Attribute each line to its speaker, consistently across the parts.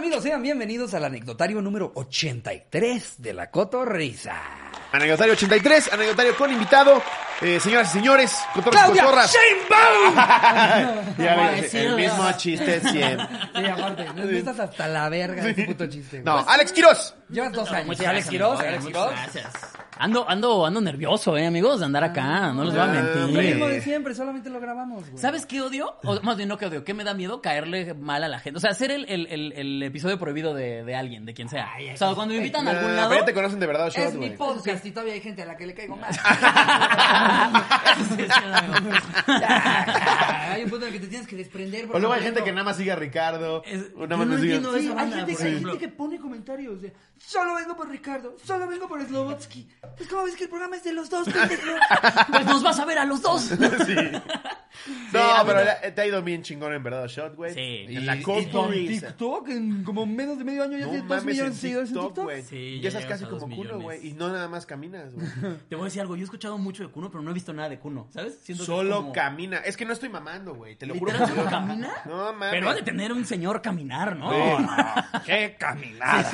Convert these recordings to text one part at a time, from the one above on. Speaker 1: Amigos, sean bienvenidos al anecdotario número 83 de la Cotorrisa.
Speaker 2: Anecdotario 83, anecdotario con invitado. Eh, señoras y señores, cotorros y
Speaker 1: ¡Claudia
Speaker 2: cotorras.
Speaker 1: Sheinbaum!
Speaker 2: Ya
Speaker 3: No,
Speaker 2: ves,
Speaker 3: sí,
Speaker 2: el
Speaker 3: no,
Speaker 2: mismo
Speaker 3: no.
Speaker 2: chiste siempre.
Speaker 1: Sí, aparte, no estás hasta la verga de ese puto chiste.
Speaker 2: No, Alex Quiroz.
Speaker 1: Llevas dos años.
Speaker 3: Muchas
Speaker 1: Alex
Speaker 3: gracias,
Speaker 1: Quiroz,
Speaker 3: amigo,
Speaker 1: Alex
Speaker 3: muchas
Speaker 1: Quiroz.
Speaker 3: gracias. Ando, ando, ando nervioso, eh, amigos, de andar acá, no les voy a
Speaker 1: Lo
Speaker 2: hombre.
Speaker 3: mentir.
Speaker 1: mismo de siempre, solamente lo grabamos, güey.
Speaker 3: ¿Sabes qué odio? O, más bien, no que odio, ¿qué me da miedo caerle mal a la gente? O sea, hacer el, el- el- el episodio prohibido de, de alguien, de quien sea. O sea, cuando me invitan a algún
Speaker 2: Ah,
Speaker 3: lado...
Speaker 2: pero ya te conocen de verdad, Shot,
Speaker 1: Es mi
Speaker 2: güey.
Speaker 1: podcast y todavía hay gente a la que le caigo mal.
Speaker 3: Eso sí es chido, amigo.
Speaker 1: hay un punto en el que te tienes que desprender. por
Speaker 2: O luego hay gente
Speaker 1: completo.
Speaker 2: que nada más sigue a Ricardo.
Speaker 3: Es-
Speaker 2: o nada
Speaker 3: yo
Speaker 2: más
Speaker 3: no
Speaker 2: me sigue-
Speaker 3: entiendo
Speaker 1: Sí,
Speaker 3: esa
Speaker 1: hay
Speaker 3: banda,
Speaker 1: gente,
Speaker 3: por
Speaker 1: hay
Speaker 3: ejemplo.
Speaker 1: gente que pone comentarios de solo vengo por Ricardo, solo vengo por Slovotsky. Pues cómo ves que el programa es de los dos, pendejo?
Speaker 3: Pues nos vas a ver a los dos.
Speaker 2: Sí.
Speaker 3: a
Speaker 2: No,
Speaker 3: mí
Speaker 2: pero
Speaker 3: no.
Speaker 2: la- eh, te ha ido bien chingón en verdad, Shot, güey.
Speaker 3: Sí,
Speaker 2: y
Speaker 3: en la
Speaker 2: y
Speaker 3: cotorrisa.
Speaker 2: con
Speaker 1: En
Speaker 2: risa.
Speaker 1: TikTok, en como menos de medio año ya
Speaker 2: No
Speaker 1: tienes dos
Speaker 2: mames,
Speaker 1: millones de
Speaker 2: en
Speaker 1: seguidores en
Speaker 2: TikTok,
Speaker 1: TikTok.
Speaker 2: güey.
Speaker 3: Sí,
Speaker 2: ya
Speaker 3: ya
Speaker 2: estás
Speaker 3: llegamos
Speaker 2: casi
Speaker 3: a dos
Speaker 2: como culo,
Speaker 3: millones.
Speaker 2: güey. Y no nada más caminas, güey.
Speaker 3: Te voy a decir algo, yo he escuchado mucho de Kuno, pero no he visto nada de Kuno, ¿sabes? Siento que es
Speaker 2: Solo
Speaker 3: como-
Speaker 2: camina. Es que no estoy mamando, güey. Te lo juro.
Speaker 3: ¿Literal
Speaker 2: que no.
Speaker 3: solo camina?
Speaker 2: No mames.
Speaker 3: Pero ha de tener un señor caminar, ¿no?
Speaker 2: Sí.
Speaker 1: ¡Qué caminada!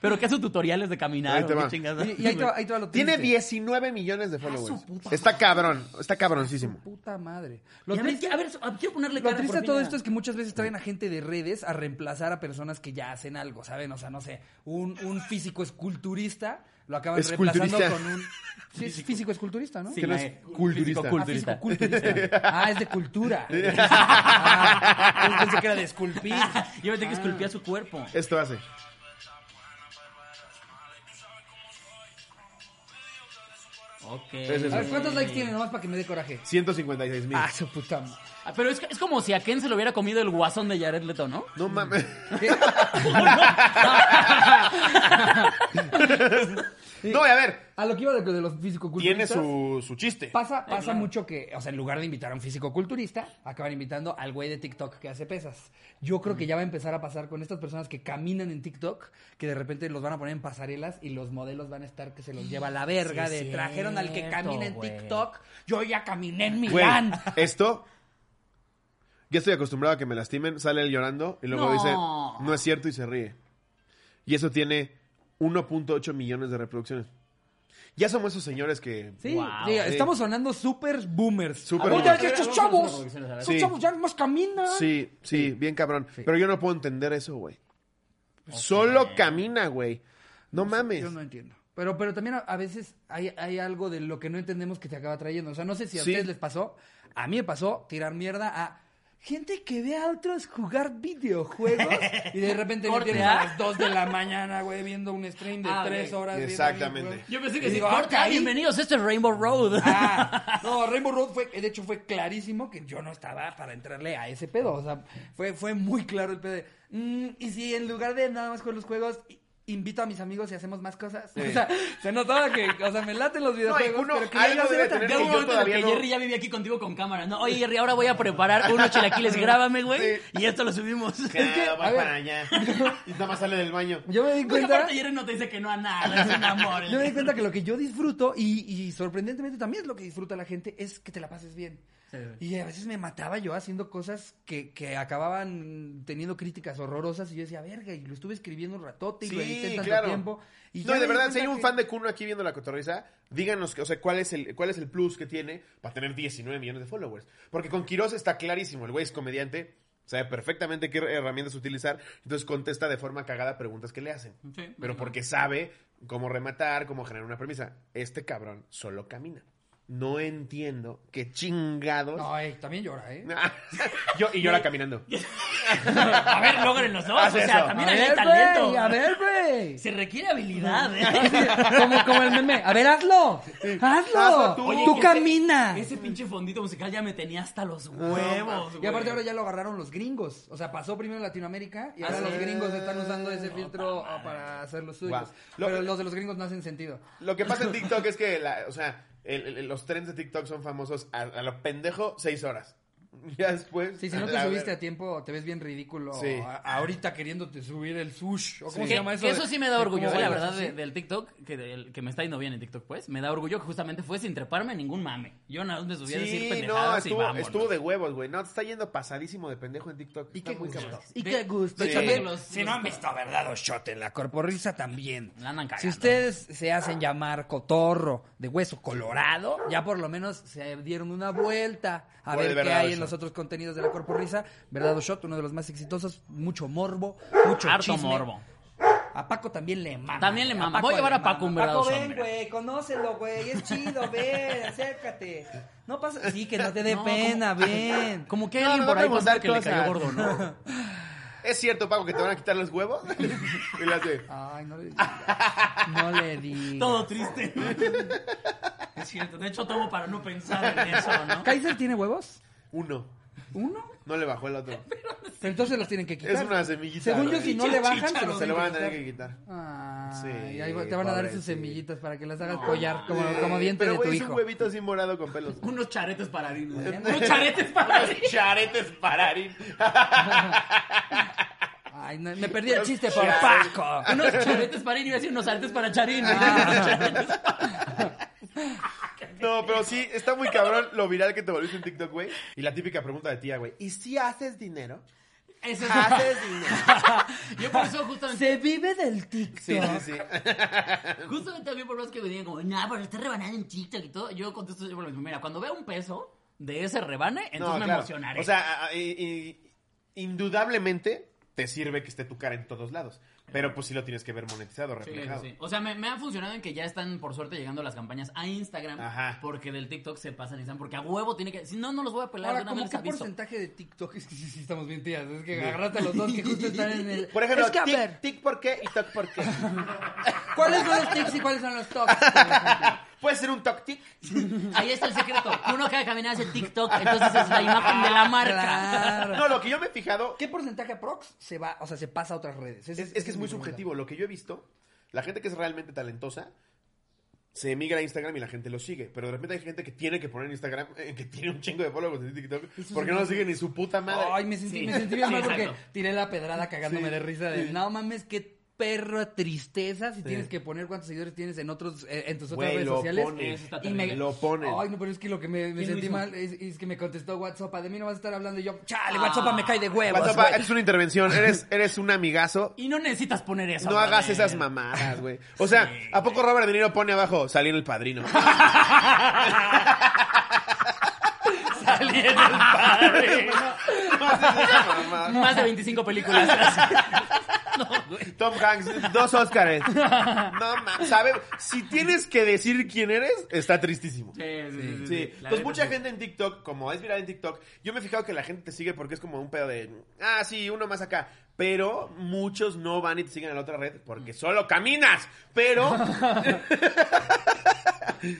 Speaker 3: Pero que hace tutoriales de caminar.
Speaker 2: Ahí te
Speaker 3: o qué
Speaker 2: va.
Speaker 3: chingadas.
Speaker 1: Y, y ahí, te, va- ahí te va lo
Speaker 2: Tiene
Speaker 1: triste.
Speaker 2: 19 millones de
Speaker 3: Ah,
Speaker 2: followers.
Speaker 3: su puta
Speaker 2: Está cabrón. Está cabroncísimo.
Speaker 1: Puta madre. Lo
Speaker 3: Y a, ver,
Speaker 1: triste-
Speaker 3: a ver, so- quiero ponerle
Speaker 1: Lo
Speaker 3: cara,
Speaker 1: triste de
Speaker 3: por
Speaker 1: todo
Speaker 3: fin,
Speaker 1: esto es que muchas veces traen a gente de redes a reemplazar a personas que ya hacen algo, ¿saben? O sea, no sé, un, un físico esculturista lo acaban reemplazando
Speaker 2: Esculturista.
Speaker 1: con un... Sí, es físico esculturista, ¿no?
Speaker 3: Sí,
Speaker 2: que no
Speaker 3: la-
Speaker 2: es culturista.
Speaker 3: físico
Speaker 1: Ah, físico-culturista. Ah, es de cultura. Ah, yo pensé que era de esculpir.
Speaker 3: Ah, Yo pensé que esculpía su cuerpo.
Speaker 2: Esto hace.
Speaker 3: Ok.
Speaker 2: Es
Speaker 1: A
Speaker 2: eso.
Speaker 1: ver, ¿cuántos likes tiene nomás para que me dé coraje?
Speaker 2: 156 mil.
Speaker 1: Ah, su puta madre.
Speaker 3: Ah, Pero es, es como si a Ken se lo hubiera comido el guasón de Jared Leto, ¿no?
Speaker 2: No mames.
Speaker 1: ¿Qué?
Speaker 2: No, y a ver.
Speaker 1: A lo que iba de, de los físico-culturistas.
Speaker 2: Tiene su, su chiste.
Speaker 1: Pasa, pasa mucho que, o sea, en lugar de invitar a un físico culturista, acaban invitando al güey de TikTok que hace pesas. Yo
Speaker 3: Mm.
Speaker 1: creo que ya va a empezar a pasar con estas personas que caminan en TikTok, que de repente los van a poner en pasarelas y los modelos van a estar que se los lleva a la verga
Speaker 3: Sí,
Speaker 1: de
Speaker 3: es
Speaker 1: trajeron al que
Speaker 3: cierto,
Speaker 1: camina en
Speaker 3: güey.
Speaker 1: TikTok. Yo ya caminé en
Speaker 2: Güey,
Speaker 1: Milán.
Speaker 2: esto. Ya estoy acostumbrado a que me lastimen. Sale él llorando y luego
Speaker 3: No.
Speaker 2: dice, no es cierto y se ríe. Y eso tiene 1.8 millones de reproducciones. Ya somos esos señores que...
Speaker 1: Sí,
Speaker 3: Wow.
Speaker 1: sí,
Speaker 3: Sí.
Speaker 1: estos Estamos sonando super boomers.
Speaker 2: Super
Speaker 1: Oye,
Speaker 2: boomers.
Speaker 1: estos
Speaker 3: Vamos a las
Speaker 1: chavos.
Speaker 3: reproducciones, a ver.
Speaker 1: Estos
Speaker 2: Sí.
Speaker 1: chavos ya más caminan.
Speaker 2: Sí, sí, bien cabrón. Pero yo no puedo entender eso, güey. Solo camina, güey. No mames.
Speaker 1: Yo no entiendo. Pero, pero también a, a veces hay, hay algo de lo que no entendemos que te acaba trayendo. O sea, no sé si a
Speaker 2: Sí.
Speaker 1: ustedes les pasó. A mí me pasó tirar mierda a gente que ve a otros jugar videojuegos y de repente me
Speaker 3: Corte,
Speaker 1: tienes a
Speaker 3: ¿ah?
Speaker 1: las 2 de la mañana, güey, viendo un stream de
Speaker 3: Ah,
Speaker 1: 3
Speaker 3: güey.
Speaker 1: horas. viendo
Speaker 2: Exactamente.
Speaker 1: videojuegos.
Speaker 3: Yo pensé
Speaker 1: Y
Speaker 3: que sí.
Speaker 1: digo, ah,
Speaker 3: Eh, Corta,
Speaker 1: caí.
Speaker 3: bienvenidos, este es Rainbow Road.
Speaker 1: Ah, no, Rainbow Road fue, de hecho fue clarísimo que yo no estaba para entrarle a ese pedo. O sea, fue, fue muy claro el pedo de, "Mm, y si en lugar de nada más con los juegos, i- invito a mis amigos y hacemos más cosas. O sea, se notaba que, o sea, me laten los videojuegos,
Speaker 2: uno-
Speaker 1: pero que ya
Speaker 2: algo
Speaker 1: no se
Speaker 2: debe
Speaker 1: metan.
Speaker 2: tener
Speaker 3: Ya hubo un
Speaker 2: Yo
Speaker 3: momento en el que
Speaker 2: todavía no-
Speaker 3: Jerry ya vivía aquí contigo con cámara. No, oye Jerry, ahora voy a preparar unos chilaquiles, grábame, güey.
Speaker 2: Sí.
Speaker 3: Y esto lo subimos.
Speaker 1: Es que,
Speaker 2: Claro, va
Speaker 1: a ver.
Speaker 2: para allá. Y nada más sale del baño.
Speaker 1: Yo me di
Speaker 3: Porque
Speaker 1: cuenta...
Speaker 3: aparte Jerry no te dice que no a nada, es un amor. eh.
Speaker 1: Yo me di cuenta que lo que yo disfruto, y, y sorprendentemente también es lo que disfruta la gente, es que te la pases bien.
Speaker 3: Sí.
Speaker 1: Y a veces me mataba yo haciendo cosas que, que acababan teniendo críticas horrorosas y yo decía, verga, y lo estuve escribiendo un ratote y lo edité
Speaker 2: Sí,
Speaker 1: tanto
Speaker 2: claro.
Speaker 1: tiempo. Y ya
Speaker 2: no, de
Speaker 1: me di
Speaker 2: verdad, si hay
Speaker 1: cuenta
Speaker 2: un
Speaker 1: que-
Speaker 2: fan de Kuno aquí viendo la cotorriza, díganos, que, o sea, ¿cuál es, el, cuál es el plus que tiene para tener 19 millones de followers. Porque con Quiroz está clarísimo, el güey es comediante, sabe perfectamente qué herramientas utilizar, entonces contesta de forma cagada preguntas que le hacen.
Speaker 3: Sí,
Speaker 2: Pero
Speaker 3: bueno.
Speaker 2: porque sabe cómo rematar, cómo generar una premisa. Este cabrón solo camina. No entiendo qué chingados.
Speaker 1: No, eh, también llora, ¿eh?
Speaker 2: Yo, y llora caminando.
Speaker 3: A ver, logren los dos.
Speaker 2: Haz
Speaker 3: o sea,
Speaker 2: eso.
Speaker 3: también
Speaker 1: a,
Speaker 3: hay
Speaker 1: ver,
Speaker 3: talento.
Speaker 1: güey, a ver, güey.
Speaker 3: Se requiere habilidad, ¿eh?
Speaker 1: Como, como el meme. A ver, hazlo. Hazlo.
Speaker 2: Hazlo tú.
Speaker 1: tú
Speaker 2: Oye,
Speaker 3: que
Speaker 1: camina.
Speaker 3: Ese, ese pinche fondito musical ya me tenía hasta los huevos, güey.
Speaker 1: Y aparte ahora ya lo agarraron los gringos. O sea, pasó primero en Latinoamérica y ahora
Speaker 3: Ah, sí.
Speaker 1: los gringos están usando ese filtro ah, para hacer los suyos.
Speaker 2: Guau. Lo-
Speaker 1: Pero los de los gringos no hacen sentido.
Speaker 2: Lo que pasa en TikTok es que, la- o sea, el- el- los trends de TikTok son famosos a, a lo pendejo seis horas. Ya después.
Speaker 1: Sí, si no te
Speaker 2: la
Speaker 1: subiste a
Speaker 2: ver-
Speaker 1: tiempo, te ves bien ridículo.
Speaker 2: Sí.
Speaker 1: a- ahorita queriéndote subir el sush. ¿O cómo
Speaker 2: Sí.
Speaker 1: se llama eso?
Speaker 3: Que eso sí me da
Speaker 1: de
Speaker 3: orgullo,
Speaker 1: cómo
Speaker 3: eh, la
Speaker 1: bailas
Speaker 3: verdad,
Speaker 1: así.
Speaker 3: de- del TikTok, que, del- que me está yendo bien en TikTok, pues. Me da orgullo que justamente fue sin treparme ningún mame. Yo nada más me subí a decir
Speaker 2: Sí, no,
Speaker 3: pendejadas y
Speaker 2: estuvo,
Speaker 3: vámonos.
Speaker 2: estuvo de huevos, güey. No, te está yendo pasadísimo de pendejo en TikTok.
Speaker 1: Y
Speaker 2: Está
Speaker 1: qué
Speaker 2: muy
Speaker 1: gusto.
Speaker 2: cabrón.
Speaker 1: Y
Speaker 3: De-
Speaker 1: qué gusto.
Speaker 3: de
Speaker 1: Y
Speaker 2: hecho,
Speaker 1: también,
Speaker 3: los-
Speaker 1: si
Speaker 3: los-
Speaker 1: no han visto verdad o shot en la corporrisa también.
Speaker 3: La andan cagando.
Speaker 1: Si ustedes se hacen llamar cotorro de hueso colorado, ya por lo menos se dieron una vuelta a
Speaker 2: Por el
Speaker 1: ver qué
Speaker 2: verdad o
Speaker 1: hay en
Speaker 2: shot.
Speaker 1: los otros contenidos de la corporrisa. Verdad o shot, uno de los más exitosos, mucho morbo, mucho
Speaker 3: Harto
Speaker 1: chisme.
Speaker 3: morbo.
Speaker 1: A Paco también le mama.
Speaker 3: También le
Speaker 1: güey.
Speaker 3: mama. Voy a llevar
Speaker 1: le
Speaker 3: a
Speaker 1: mama.
Speaker 3: Paco un verdadero
Speaker 1: Paco, ven,
Speaker 3: sombra.
Speaker 1: güey, conócelo, güey, es chido, ven, acércate. No pasa, sí, que no te dé
Speaker 3: No,
Speaker 1: pena,
Speaker 3: como-
Speaker 1: ven.
Speaker 3: Como que
Speaker 2: No,
Speaker 3: alguien
Speaker 2: no,
Speaker 3: por
Speaker 2: no
Speaker 3: ahí
Speaker 2: podemos
Speaker 3: pasó
Speaker 2: dar
Speaker 3: que le cayó
Speaker 2: cosas.
Speaker 3: gordo, ¿no?
Speaker 2: ¿Es cierto, Paco, que te van a quitar los huevos? y le hace,
Speaker 1: Ay, no le digas. No le digas.
Speaker 3: Todo triste. Es cierto. De hecho, tomo para no pensar en eso, ¿no?
Speaker 1: ¿Kaiser tiene huevos?
Speaker 2: uno.
Speaker 1: ¿Uno?
Speaker 2: No le bajó el otro.
Speaker 1: Pero entonces los tienen que quitar.
Speaker 2: Es una semillita.
Speaker 1: Según yo,
Speaker 2: güey.
Speaker 1: si no le bajan,
Speaker 3: Chícharo.
Speaker 1: los
Speaker 2: Se lo van a tener
Speaker 1: tienen
Speaker 2: que quitar.
Speaker 1: Ah,
Speaker 2: Sí,
Speaker 1: y ahí va- te van a dar
Speaker 2: pobre,
Speaker 1: sus
Speaker 2: sí.
Speaker 1: semillitas para que las hagas collar como,
Speaker 2: Sí,
Speaker 1: como diente
Speaker 2: pero,
Speaker 1: de
Speaker 2: güey,
Speaker 1: tu
Speaker 2: Es
Speaker 1: hijo.
Speaker 2: un huevito así morado con pelos.
Speaker 3: Unos charetes para Arín. güey. Unos charetes para Arín.
Speaker 2: Charetes para Arín.
Speaker 1: Ay, no, me perdí el chiste por
Speaker 2: Chale.
Speaker 1: Paco.
Speaker 3: Unos charetes para Arín. Iba a decir unos aretes para Charín.
Speaker 2: No, pero sí, está muy cabrón lo viral que te volviste en TikTok, güey. Y la típica pregunta de tía, güey. ¿Y si haces dinero?
Speaker 3: Eso es
Speaker 2: ¿Haces dinero?
Speaker 3: Yo por eso justamente,
Speaker 1: Se vive del TikTok.
Speaker 2: Sí, sí, sí.
Speaker 3: justamente a mí por más que me digan como, nah, pero está rebanado en TikTok y todo, yo contesto siempre lo mismo. Mira, cuando vea un peso de ese rebane, entonces
Speaker 2: No,
Speaker 3: me
Speaker 2: claro.
Speaker 3: emocionaré.
Speaker 2: O sea, a- a- y- y- indudablemente te sirve que esté tu cara en todos lados. Pero pues sí lo tienes que ver monetizado,
Speaker 3: Sí,
Speaker 2: reflejado.
Speaker 3: sí, sí. O sea, me, me ha funcionado en que ya están, por suerte, llegando las campañas a Instagram.
Speaker 2: Ajá.
Speaker 3: Porque del TikTok se pasan y están. Porque a huevo tiene que. Si no, no los voy a pelar.
Speaker 1: Ahora,
Speaker 3: de una
Speaker 1: como
Speaker 3: vez les
Speaker 1: qué
Speaker 3: aviso.
Speaker 1: porcentaje de TikTok es que sí, sí estamos bien tías, es que agarraste a los dos que justo están en el...
Speaker 2: Por ejemplo,
Speaker 1: es que a
Speaker 2: tic,
Speaker 1: ver,
Speaker 2: tic por qué y toc por qué.
Speaker 1: ¿cuáles son los tics y cuáles son los tocs? por ejemplo?
Speaker 2: Puede ser un toc tic.
Speaker 3: Ahí está el secreto. Uno acaba de caminar hace TikTok, entonces es la imagen de la marca.
Speaker 1: Claro.
Speaker 2: No, lo que yo me he fijado
Speaker 1: ¿Qué porcentaje aprox se va, o sea, se pasa a otras redes? Ese
Speaker 2: es, es que es
Speaker 1: mi
Speaker 2: muy
Speaker 1: pregunta.
Speaker 2: subjetivo. Lo que yo he visto, la gente que es realmente talentosa se emigra a Instagram y la gente lo sigue. Pero de repente hay gente que tiene que poner en Instagram, eh, que tiene un chingo de followers en TikTok, porque no lo sigue ni su puta madre.
Speaker 1: Ay, me sentí,
Speaker 3: Sí.
Speaker 1: me sentí bien
Speaker 3: Sí,
Speaker 1: mal porque
Speaker 3: exacto.
Speaker 1: tiré la pedrada cagándome
Speaker 2: Sí.
Speaker 1: de risa de, no mames, qué perro tristeza si
Speaker 2: Sí.
Speaker 1: tienes que poner cuántos seguidores tienes en otros eh, en tus otras
Speaker 2: Güey,
Speaker 1: redes
Speaker 2: lo
Speaker 1: sociales.
Speaker 2: ponen.
Speaker 3: Eso está
Speaker 1: Y me-
Speaker 2: Lo ponen.
Speaker 1: Ay, no, pero es que lo que me, me
Speaker 3: ¿Quién lo
Speaker 1: sentí
Speaker 3: hizo?
Speaker 1: mal es, es que me contestó WhatsApp, de mí no vas a estar hablando y yo, chale,
Speaker 3: Ah.
Speaker 1: WhatsApp me cae de huevos.
Speaker 2: Guatzapa,
Speaker 1: güey.
Speaker 2: eres una intervención, eres, eres un amigazo.
Speaker 3: Y no necesitas poner eso.
Speaker 2: No hagas
Speaker 3: brother.
Speaker 2: esas mamadas, güey. O sea,
Speaker 3: Sí.
Speaker 2: ¿a poco Robert De Niro pone abajo, salí en el padrino?
Speaker 3: Salí en el padre.
Speaker 2: No haces esas mamadas.
Speaker 3: Más de 25 películas.
Speaker 2: Tom Hanks, dos Óscares. No mames, ¿sabes? Si tienes que decir quién eres, está tristísimo.
Speaker 3: Sí, sí, sí,
Speaker 2: Sí,
Speaker 3: sí. La
Speaker 2: entonces
Speaker 3: neta,
Speaker 2: mucha
Speaker 3: sí.
Speaker 2: gente en TikTok, como es viral en TikTok, yo me he fijado que la gente te sigue porque es como un pedo de, ah, sí, uno más acá. Pero muchos no van y te siguen a la otra red porque solo caminas. Pero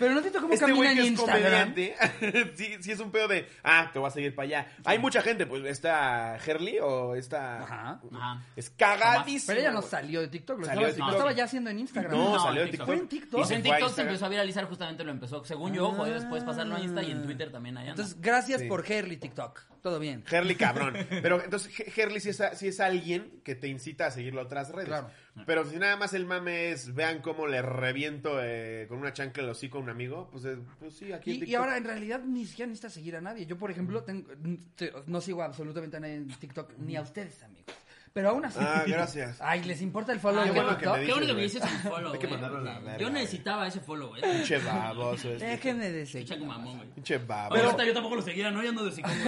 Speaker 1: Pero no siento cómo
Speaker 2: este
Speaker 1: camina
Speaker 2: güey
Speaker 1: en
Speaker 2: que es
Speaker 1: Instagram.
Speaker 2: comediante, sí, sí es un pedo de, ah, te voy a seguir para allá. Hay mucha gente, pues, esta Herley o esta...
Speaker 1: Ajá,
Speaker 3: ajá.
Speaker 2: Es cagadísima.
Speaker 1: Pero ella no
Speaker 2: güey.
Speaker 1: salió de TikTok, lo,
Speaker 2: Salió
Speaker 1: estaba,
Speaker 2: de
Speaker 1: lo
Speaker 2: TikTok.
Speaker 1: estaba ya haciendo en Instagram.
Speaker 2: No, salió de
Speaker 1: Fue
Speaker 2: TikTok.
Speaker 1: en TikTok.
Speaker 3: Y
Speaker 2: se
Speaker 3: en
Speaker 2: fue a
Speaker 3: TikTok se
Speaker 2: Instagram.
Speaker 3: empezó a viralizar, justamente lo empezó. Según yo, fue después pasarlo a Insta y en Twitter también allá.
Speaker 1: Mm. Entonces, gracias
Speaker 2: Sí.
Speaker 1: por Herley TikTok. Todo bien.
Speaker 2: Herley cabrón. Pero entonces He- Herley sí es, a- sí es alguien que te incita a seguirlo a otras redes.
Speaker 1: Claro.
Speaker 2: Pero si nada más el mame es vean cómo le reviento eh, con una chancla el hocico a un amigo, pues, eh, pues sí, aquí
Speaker 1: Y,
Speaker 2: en
Speaker 1: y
Speaker 2: TikTok. Mm.
Speaker 1: ahora, en realidad, ni siquiera necesitas seguir a nadie. Yo, por ejemplo, tengo- te- no sigo absolutamente a nadie en TikTok, ni a ustedes, amigos. Pero aún así.
Speaker 2: Ah, gracias.
Speaker 1: Ay, ¿les importa el follow
Speaker 2: Ay,
Speaker 1: de
Speaker 2: bueno
Speaker 1: TikTok?
Speaker 2: que me
Speaker 3: Qué bueno que me
Speaker 2: dices,
Speaker 3: dices un follow,
Speaker 2: Hay que
Speaker 3: güey,
Speaker 2: mandarlo a la
Speaker 3: porque
Speaker 2: verga,
Speaker 3: Yo
Speaker 2: güey.
Speaker 3: necesitaba ese follow, güey.
Speaker 2: Pinche baboso. este.
Speaker 1: Déjenme de seguir.
Speaker 3: Chaco mamón, güey.
Speaker 2: Pinche baboso.
Speaker 3: Pero ahorita yo tampoco lo seguía, ¿no? Ya ando de psicólogo.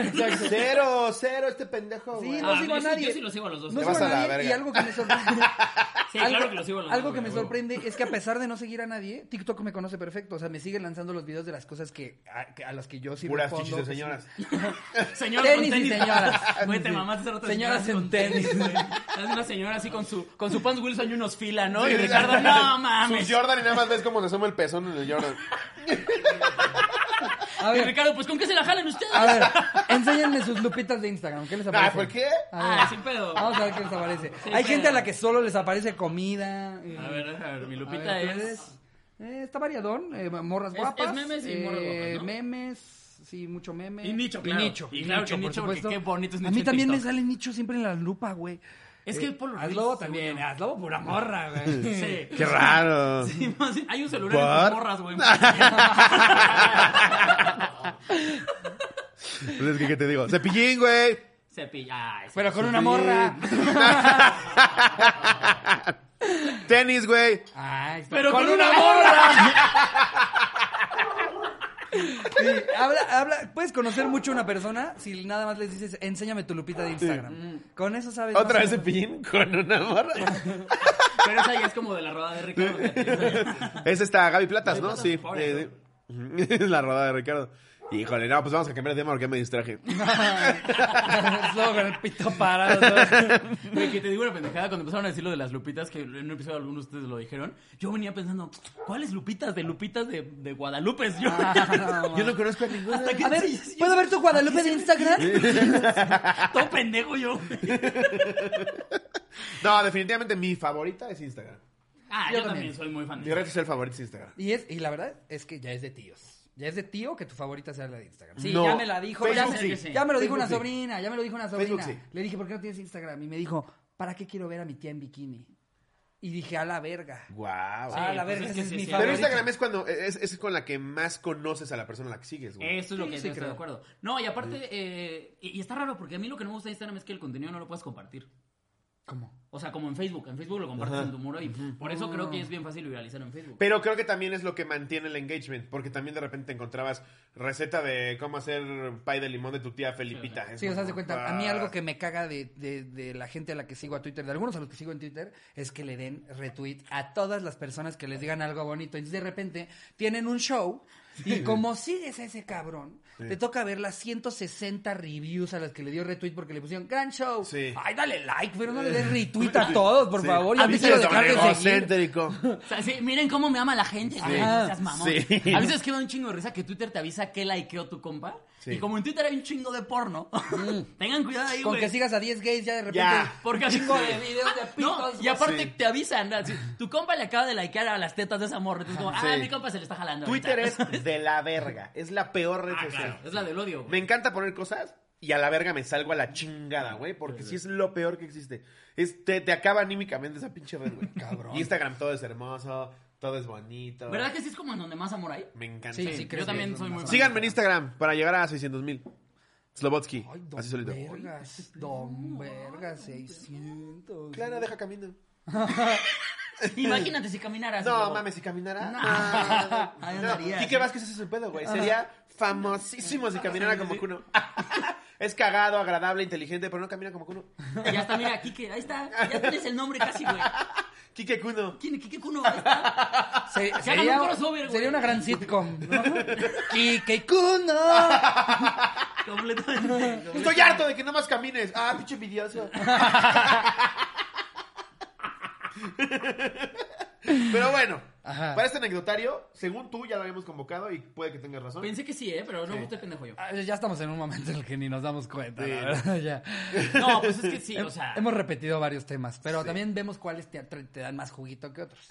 Speaker 2: Cero, cero este pendejo,
Speaker 1: Sí,
Speaker 2: güey.
Speaker 1: no
Speaker 3: Ah,
Speaker 1: sigo a
Speaker 3: yo sí-
Speaker 1: nadie.
Speaker 3: yo sí lo sigo a los dos.
Speaker 1: No
Speaker 2: Te
Speaker 1: sigo
Speaker 2: vas
Speaker 1: a
Speaker 2: a la
Speaker 1: nadie.
Speaker 2: verga.
Speaker 1: y algo que me sorprende.
Speaker 3: Sí,
Speaker 1: algo,
Speaker 3: claro que lo sigo a los
Speaker 1: algo
Speaker 3: dos,
Speaker 1: que me
Speaker 3: güey,
Speaker 1: sorprende es que a pesar de no seguir a nadie, TikTok me conoce perfecto. O sea, me sigue lanzando los videos de las cosas que a, que- a las que yo sí
Speaker 2: Ah, Puras
Speaker 1: respondo,
Speaker 2: chichis de
Speaker 1: que sí-
Speaker 2: señoras.
Speaker 3: Señor
Speaker 1: Tenis
Speaker 3: con
Speaker 1: y señoras.
Speaker 3: Güey, te
Speaker 1: Sí.
Speaker 3: mamaste hace rato de
Speaker 1: Señoras en
Speaker 3: con
Speaker 1: tenis.
Speaker 3: güey. Es una señora así con su, con su pants Wilson y unos fila, ¿no? Y
Speaker 2: Sí,
Speaker 3: Ricardo,
Speaker 2: sí.
Speaker 3: no mames.
Speaker 2: Su Jordan y nada más ves cómo se asoma el pezón en el Jordan.
Speaker 1: A
Speaker 3: Y
Speaker 1: ver,
Speaker 3: Ricardo, pues ¿con qué se la jalan ustedes?
Speaker 1: a ver, enséñenme sus lupitas de Instagram. ¿Qué les aparece?
Speaker 2: Ah, ¿por qué?
Speaker 1: A ver.
Speaker 3: Ah, sin pedo.
Speaker 1: Vamos a ver qué les aparece.
Speaker 3: Sí,
Speaker 1: Hay
Speaker 3: pero-
Speaker 1: gente a la que solo les aparece comida. eh,
Speaker 3: A ver, a ver, mi
Speaker 1: a
Speaker 3: Lupita
Speaker 1: ver,
Speaker 3: es...
Speaker 1: entonces, eh, está variadón. eh, morras
Speaker 3: Es-
Speaker 1: guapas. eh,
Speaker 3: es memes y morras guapas, ¿no?
Speaker 1: Memes. sí, mucho meme.
Speaker 3: Y nicho, claro.
Speaker 1: Y nicho,
Speaker 3: Y claro que
Speaker 1: por
Speaker 3: nicho, porque
Speaker 1: supuesto.
Speaker 3: qué bonito es
Speaker 1: A
Speaker 3: nicho
Speaker 1: mí
Speaker 3: en
Speaker 1: también me
Speaker 3: TikTok.
Speaker 1: sale nicho siempre en la lupa, güey.
Speaker 3: Es que Polo Ruiz,
Speaker 1: Hazlo
Speaker 3: seguro.
Speaker 1: eh, también, hazlo por una morra, güey.
Speaker 3: Sí.
Speaker 2: ¡Qué raro!
Speaker 3: Sí, más- hay un celular
Speaker 2: ¿What?
Speaker 3: en tus morras, güey.
Speaker 2: Pues es que, ¿qué te digo? ¡Cepillín, güey!
Speaker 3: Se pilla. ah, Ay, sí.
Speaker 1: Pero con una morra.
Speaker 2: ¡Tenis, güey!
Speaker 1: Ay, está-
Speaker 3: Pero con una
Speaker 1: morra. Sí, habla, habla, puedes conocer mucho a una persona si nada más les dices, enséñame tu lupita de Instagram.
Speaker 3: Mm.
Speaker 1: Con eso sabes.
Speaker 2: ¿Otra
Speaker 1: más
Speaker 2: vez
Speaker 1: o menos.
Speaker 2: cepillín con una morra?
Speaker 3: Pero esa ya es como de la rueda de Ricardo. fíjate.
Speaker 2: Es esta Gaby Platas, ¿no?
Speaker 3: Platas,
Speaker 2: Sí.
Speaker 3: por
Speaker 2: eh, sí. La rodada de Ricardo. Híjole, no, pues vamos a cambiar de tema porque ya me distraje.
Speaker 1: Solo con el pito parado. todo.
Speaker 3: Güey, que te digo una pendejada. Cuando empezaron a decir lo de las lupitas, que en un episodio algunos de ustedes lo dijeron, yo venía pensando, ¿cuáles lupitas? De lupitas de, de Guadalupe. Yo,
Speaker 2: Yo no conozco a ninguna.
Speaker 3: hasta que
Speaker 1: Ah, A ver,
Speaker 3: sí, sí,
Speaker 1: ¿puedo ver tu Guadalupe de Instagram?
Speaker 3: todo pendejo yo.
Speaker 2: No, definitivamente mi favorita es Instagram.
Speaker 3: Ah,
Speaker 1: Yo también.
Speaker 3: yo, también soy muy fan
Speaker 2: Mi
Speaker 3: de
Speaker 2: red social favorita es Instagram.
Speaker 1: Y, es, y la verdad es que ya es de tíos. Ya es de tío que tu favorita sea la de Instagram. Sí,
Speaker 2: No.
Speaker 1: ya me la dijo. Ya,
Speaker 2: Facebook
Speaker 1: me-
Speaker 3: sí.
Speaker 1: ya me lo dijo
Speaker 2: Facebook
Speaker 1: una
Speaker 2: sí.
Speaker 1: sobrina, ya me lo dijo una
Speaker 2: Facebook
Speaker 1: sobrina.
Speaker 2: sí.
Speaker 1: Le dije, ¿por qué no tienes Instagram? Y me dijo, ¿para qué quiero ver a mi tía en bikini? Y dije, a la verga.
Speaker 2: Guau.
Speaker 1: ah, la
Speaker 3: pues
Speaker 1: verga,
Speaker 3: es
Speaker 1: esa
Speaker 3: que
Speaker 1: es
Speaker 3: sí,
Speaker 1: mi
Speaker 3: sí,
Speaker 2: Pero
Speaker 1: favorita.
Speaker 2: Instagram es cuando e-, es, es con la que más conoces a la persona a la que sigues, güey.
Speaker 3: Eso es lo
Speaker 1: Sí,
Speaker 3: que
Speaker 1: sí
Speaker 3: yo estoy
Speaker 1: creo.
Speaker 3: de acuerdo. No, y aparte, eh, y, y está raro porque a mí lo que no me gusta de Instagram es que el contenido no lo puedes compartir.
Speaker 1: ¿Cómo?
Speaker 3: O sea, como en Facebook. En Facebook lo compartes en tu muro y por eso creo que es bien fácil viralizar en Facebook.
Speaker 2: Pero creo que también es lo que mantiene el engagement, porque también de repente te encontrabas receta de cómo hacer pay de limón de tu tía Felipita. Es
Speaker 1: Sí, o sea,
Speaker 2: como,
Speaker 1: se cuenta. A mí
Speaker 2: ah,
Speaker 1: algo que me caga de, de- de la gente a la que sigo a Twitter, de algunos a los que sigo en Twitter, es que le den retweet a todas las personas que les digan algo bonito. Entonces, de repente, tienen un show y como sigues a ese cabrón, te toca ver las 160 reviews a las que le dio retweet porque le pusieron gran show.
Speaker 2: Sí.
Speaker 1: Ay, dale like, pero no le des retweet a todos, por
Speaker 2: sí.
Speaker 1: favor. Y a mí
Speaker 2: Pinche
Speaker 1: se lo dejar de seguir.
Speaker 2: egocéntrico.
Speaker 3: O sea, sí, miren cómo me ama la gente. Ajá, seas mamón.
Speaker 2: Sí.
Speaker 3: A veces es que me da un chingo de risa que Twitter te avisa que likeó tu compa.
Speaker 2: Sí.
Speaker 3: Y como en Twitter hay un chingo de porno, tengan cuidado ahí,
Speaker 1: Con
Speaker 3: güey.
Speaker 1: que sigas a 10 gays ya de repente.
Speaker 2: Ya.
Speaker 3: Porque así-
Speaker 1: Chingo de videos de
Speaker 3: No,
Speaker 1: pitos,
Speaker 3: y aparte
Speaker 2: Sí.
Speaker 3: te avisan, ¿no? Así, tu compa le acaba de likear a las tetas de esa morra. Entonces como, ah,
Speaker 2: Sí.
Speaker 3: mi compa se le está jalando.
Speaker 2: Twitter es
Speaker 3: ahorita.
Speaker 2: de la verga. Es la peor red
Speaker 3: Ah,
Speaker 2: social.
Speaker 3: claro, es la del odio.
Speaker 2: Me
Speaker 3: güey.
Speaker 2: encanta poner cosas y a la verga me salgo a la chingada, güey. Porque si es lo peor que existe. Es, te, te acaba anímicamente esa pinche red, güey. Cabrón. Instagram todo es hermoso, todo es bonito.
Speaker 3: ¿Verdad que sí es como en donde más amor hay?
Speaker 2: Me encanta.
Speaker 1: Sí, sí,
Speaker 3: Sí,
Speaker 1: creo que
Speaker 3: yo también
Speaker 1: es
Speaker 3: soy
Speaker 1: una
Speaker 3: muy fan.
Speaker 2: Síganme en Instagram para llegar a 600 mil. Slobotsky.
Speaker 1: Ay, don
Speaker 2: Así solito.
Speaker 1: Vergas, don Vergas, 600.
Speaker 2: Clara, deja camino.
Speaker 3: Imagínate si caminaras.
Speaker 2: No,
Speaker 3: luego.
Speaker 2: mames, si caminara.
Speaker 3: Ahí
Speaker 2: No.
Speaker 3: andaría.
Speaker 2: Quique Vázquez ese es su pedo, güey. Sería famosísimo si caminara como Kuno. Es cagado, agradable, inteligente, pero no camina como Kuno.
Speaker 3: Ya está, mira, Kike, ahí está. Ya tienes el nombre casi, güey.
Speaker 2: Quique Kuno.
Speaker 3: ¿Quién? Kike Kuno, ahí está.
Speaker 1: Se-
Speaker 3: hagan
Speaker 1: sería,
Speaker 3: un crossover, güey.
Speaker 1: sería una gran sitcom, ¿no? Kike Kuno.
Speaker 3: Completamente.
Speaker 2: Estoy harto de que nomás camines. Ah, pinche envidioso. Pero bueno,
Speaker 1: Ajá.
Speaker 2: para este anecdotario, según tú ya lo habíamos convocado y puede que tengas razón.
Speaker 3: Pensé que sí, ¿eh? Pero no, estoy pendejo yo.
Speaker 1: Ah, Ya estamos en un momento en el que ni nos damos cuenta,
Speaker 2: Sí.
Speaker 1: la verdad, ya.
Speaker 3: No, pues es que sí, o sea.
Speaker 1: Hemos repetido varios temas, pero también vemos cuáles te, te dan más juguito que otros.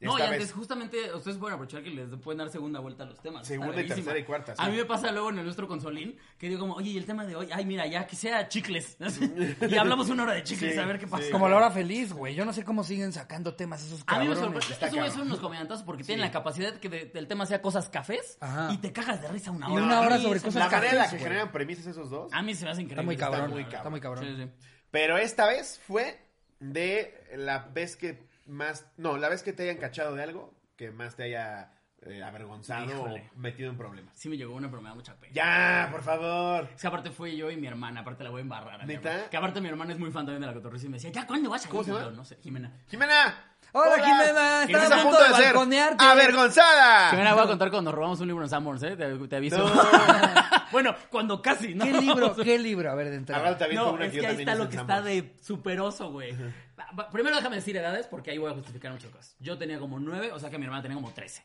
Speaker 3: No, y
Speaker 2: Esta
Speaker 3: antes
Speaker 2: vez.
Speaker 3: justamente ustedes pueden aprovechar que les pueden dar segunda vuelta a los temas.
Speaker 2: Segunda y
Speaker 3: Está verguísima.
Speaker 2: tercera y cuarta, sí.
Speaker 3: A mí me pasa luego en el nuestro consolín que digo como, oye, ¿y el tema de hoy, ay, mira, ya que sea chicles. y hablamos una hora de chicles,
Speaker 2: Sí,
Speaker 3: a ver qué pasa.
Speaker 2: sí.
Speaker 1: Como la hora feliz, güey. Yo no sé cómo siguen sacando temas esos
Speaker 3: A mí me
Speaker 1: cabrones.
Speaker 3: sorprende.
Speaker 2: está
Speaker 3: Esos
Speaker 2: cabrón.
Speaker 3: güeyes son unos comediantes porque tienen la capacidad que de- del tema sea cosas cafés
Speaker 1: Ajá.
Speaker 3: y te cagas de risa una
Speaker 1: Y
Speaker 3: hora.
Speaker 1: una
Speaker 3: A
Speaker 1: hora
Speaker 3: mí
Speaker 1: sobre
Speaker 3: eso-
Speaker 1: cosas
Speaker 2: La manera en la
Speaker 1: cafés,
Speaker 2: que
Speaker 1: güey.
Speaker 2: generan premisas esos dos.
Speaker 3: A mí se me hace increíble.
Speaker 1: Está muy cabrón,
Speaker 2: muy
Speaker 1: está muy cabrón.
Speaker 3: Sí, sí.
Speaker 2: Pero esta vez fue de la vez que más. No, la vez que te hayan cachado de algo que más te haya eh, avergonzado
Speaker 3: Híjole.
Speaker 2: o metido en problemas.
Speaker 3: Sí me llegó una, pero me da mucha pena.
Speaker 2: ¡Ya, por favor!
Speaker 3: Es que aparte fui yo y mi hermana, aparte la voy a embarrar. a mi
Speaker 2: ¿Neta?
Speaker 3: hermana. Que aparte mi hermana es muy fan también de la cotorrisa y me decía, ¿ya cuándo vas a ir?
Speaker 2: ¿Cómo se
Speaker 3: Y yo,
Speaker 2: llama?
Speaker 3: No sé, Jimena.
Speaker 2: ¡Jimena!
Speaker 1: Hola, Jimena,
Speaker 2: ¿Qué
Speaker 1: estaba
Speaker 2: estás a punto de, ser
Speaker 1: balconearte.
Speaker 2: avergonzada.
Speaker 3: Jimena, voy a contar cuando robamos un libro en Sanborns, ¿eh? Te, te aviso.
Speaker 2: Ah, No.
Speaker 3: bueno, cuando casi, ¿no?
Speaker 1: ¿Qué libro? ¿Qué libro? A ver, de entrada.
Speaker 2: Ahora te aviento
Speaker 3: No,
Speaker 2: una
Speaker 3: es
Speaker 2: yo
Speaker 3: que ahí
Speaker 2: también
Speaker 3: está
Speaker 2: hice
Speaker 3: lo
Speaker 2: en
Speaker 3: que está
Speaker 2: Sanborns.
Speaker 3: de superoso, güey. Va- va- Primero déjame decir edades porque ahí voy a justificar muchas cosas. Yo tenía como nueve, o sea que mi hermana tenía como trece.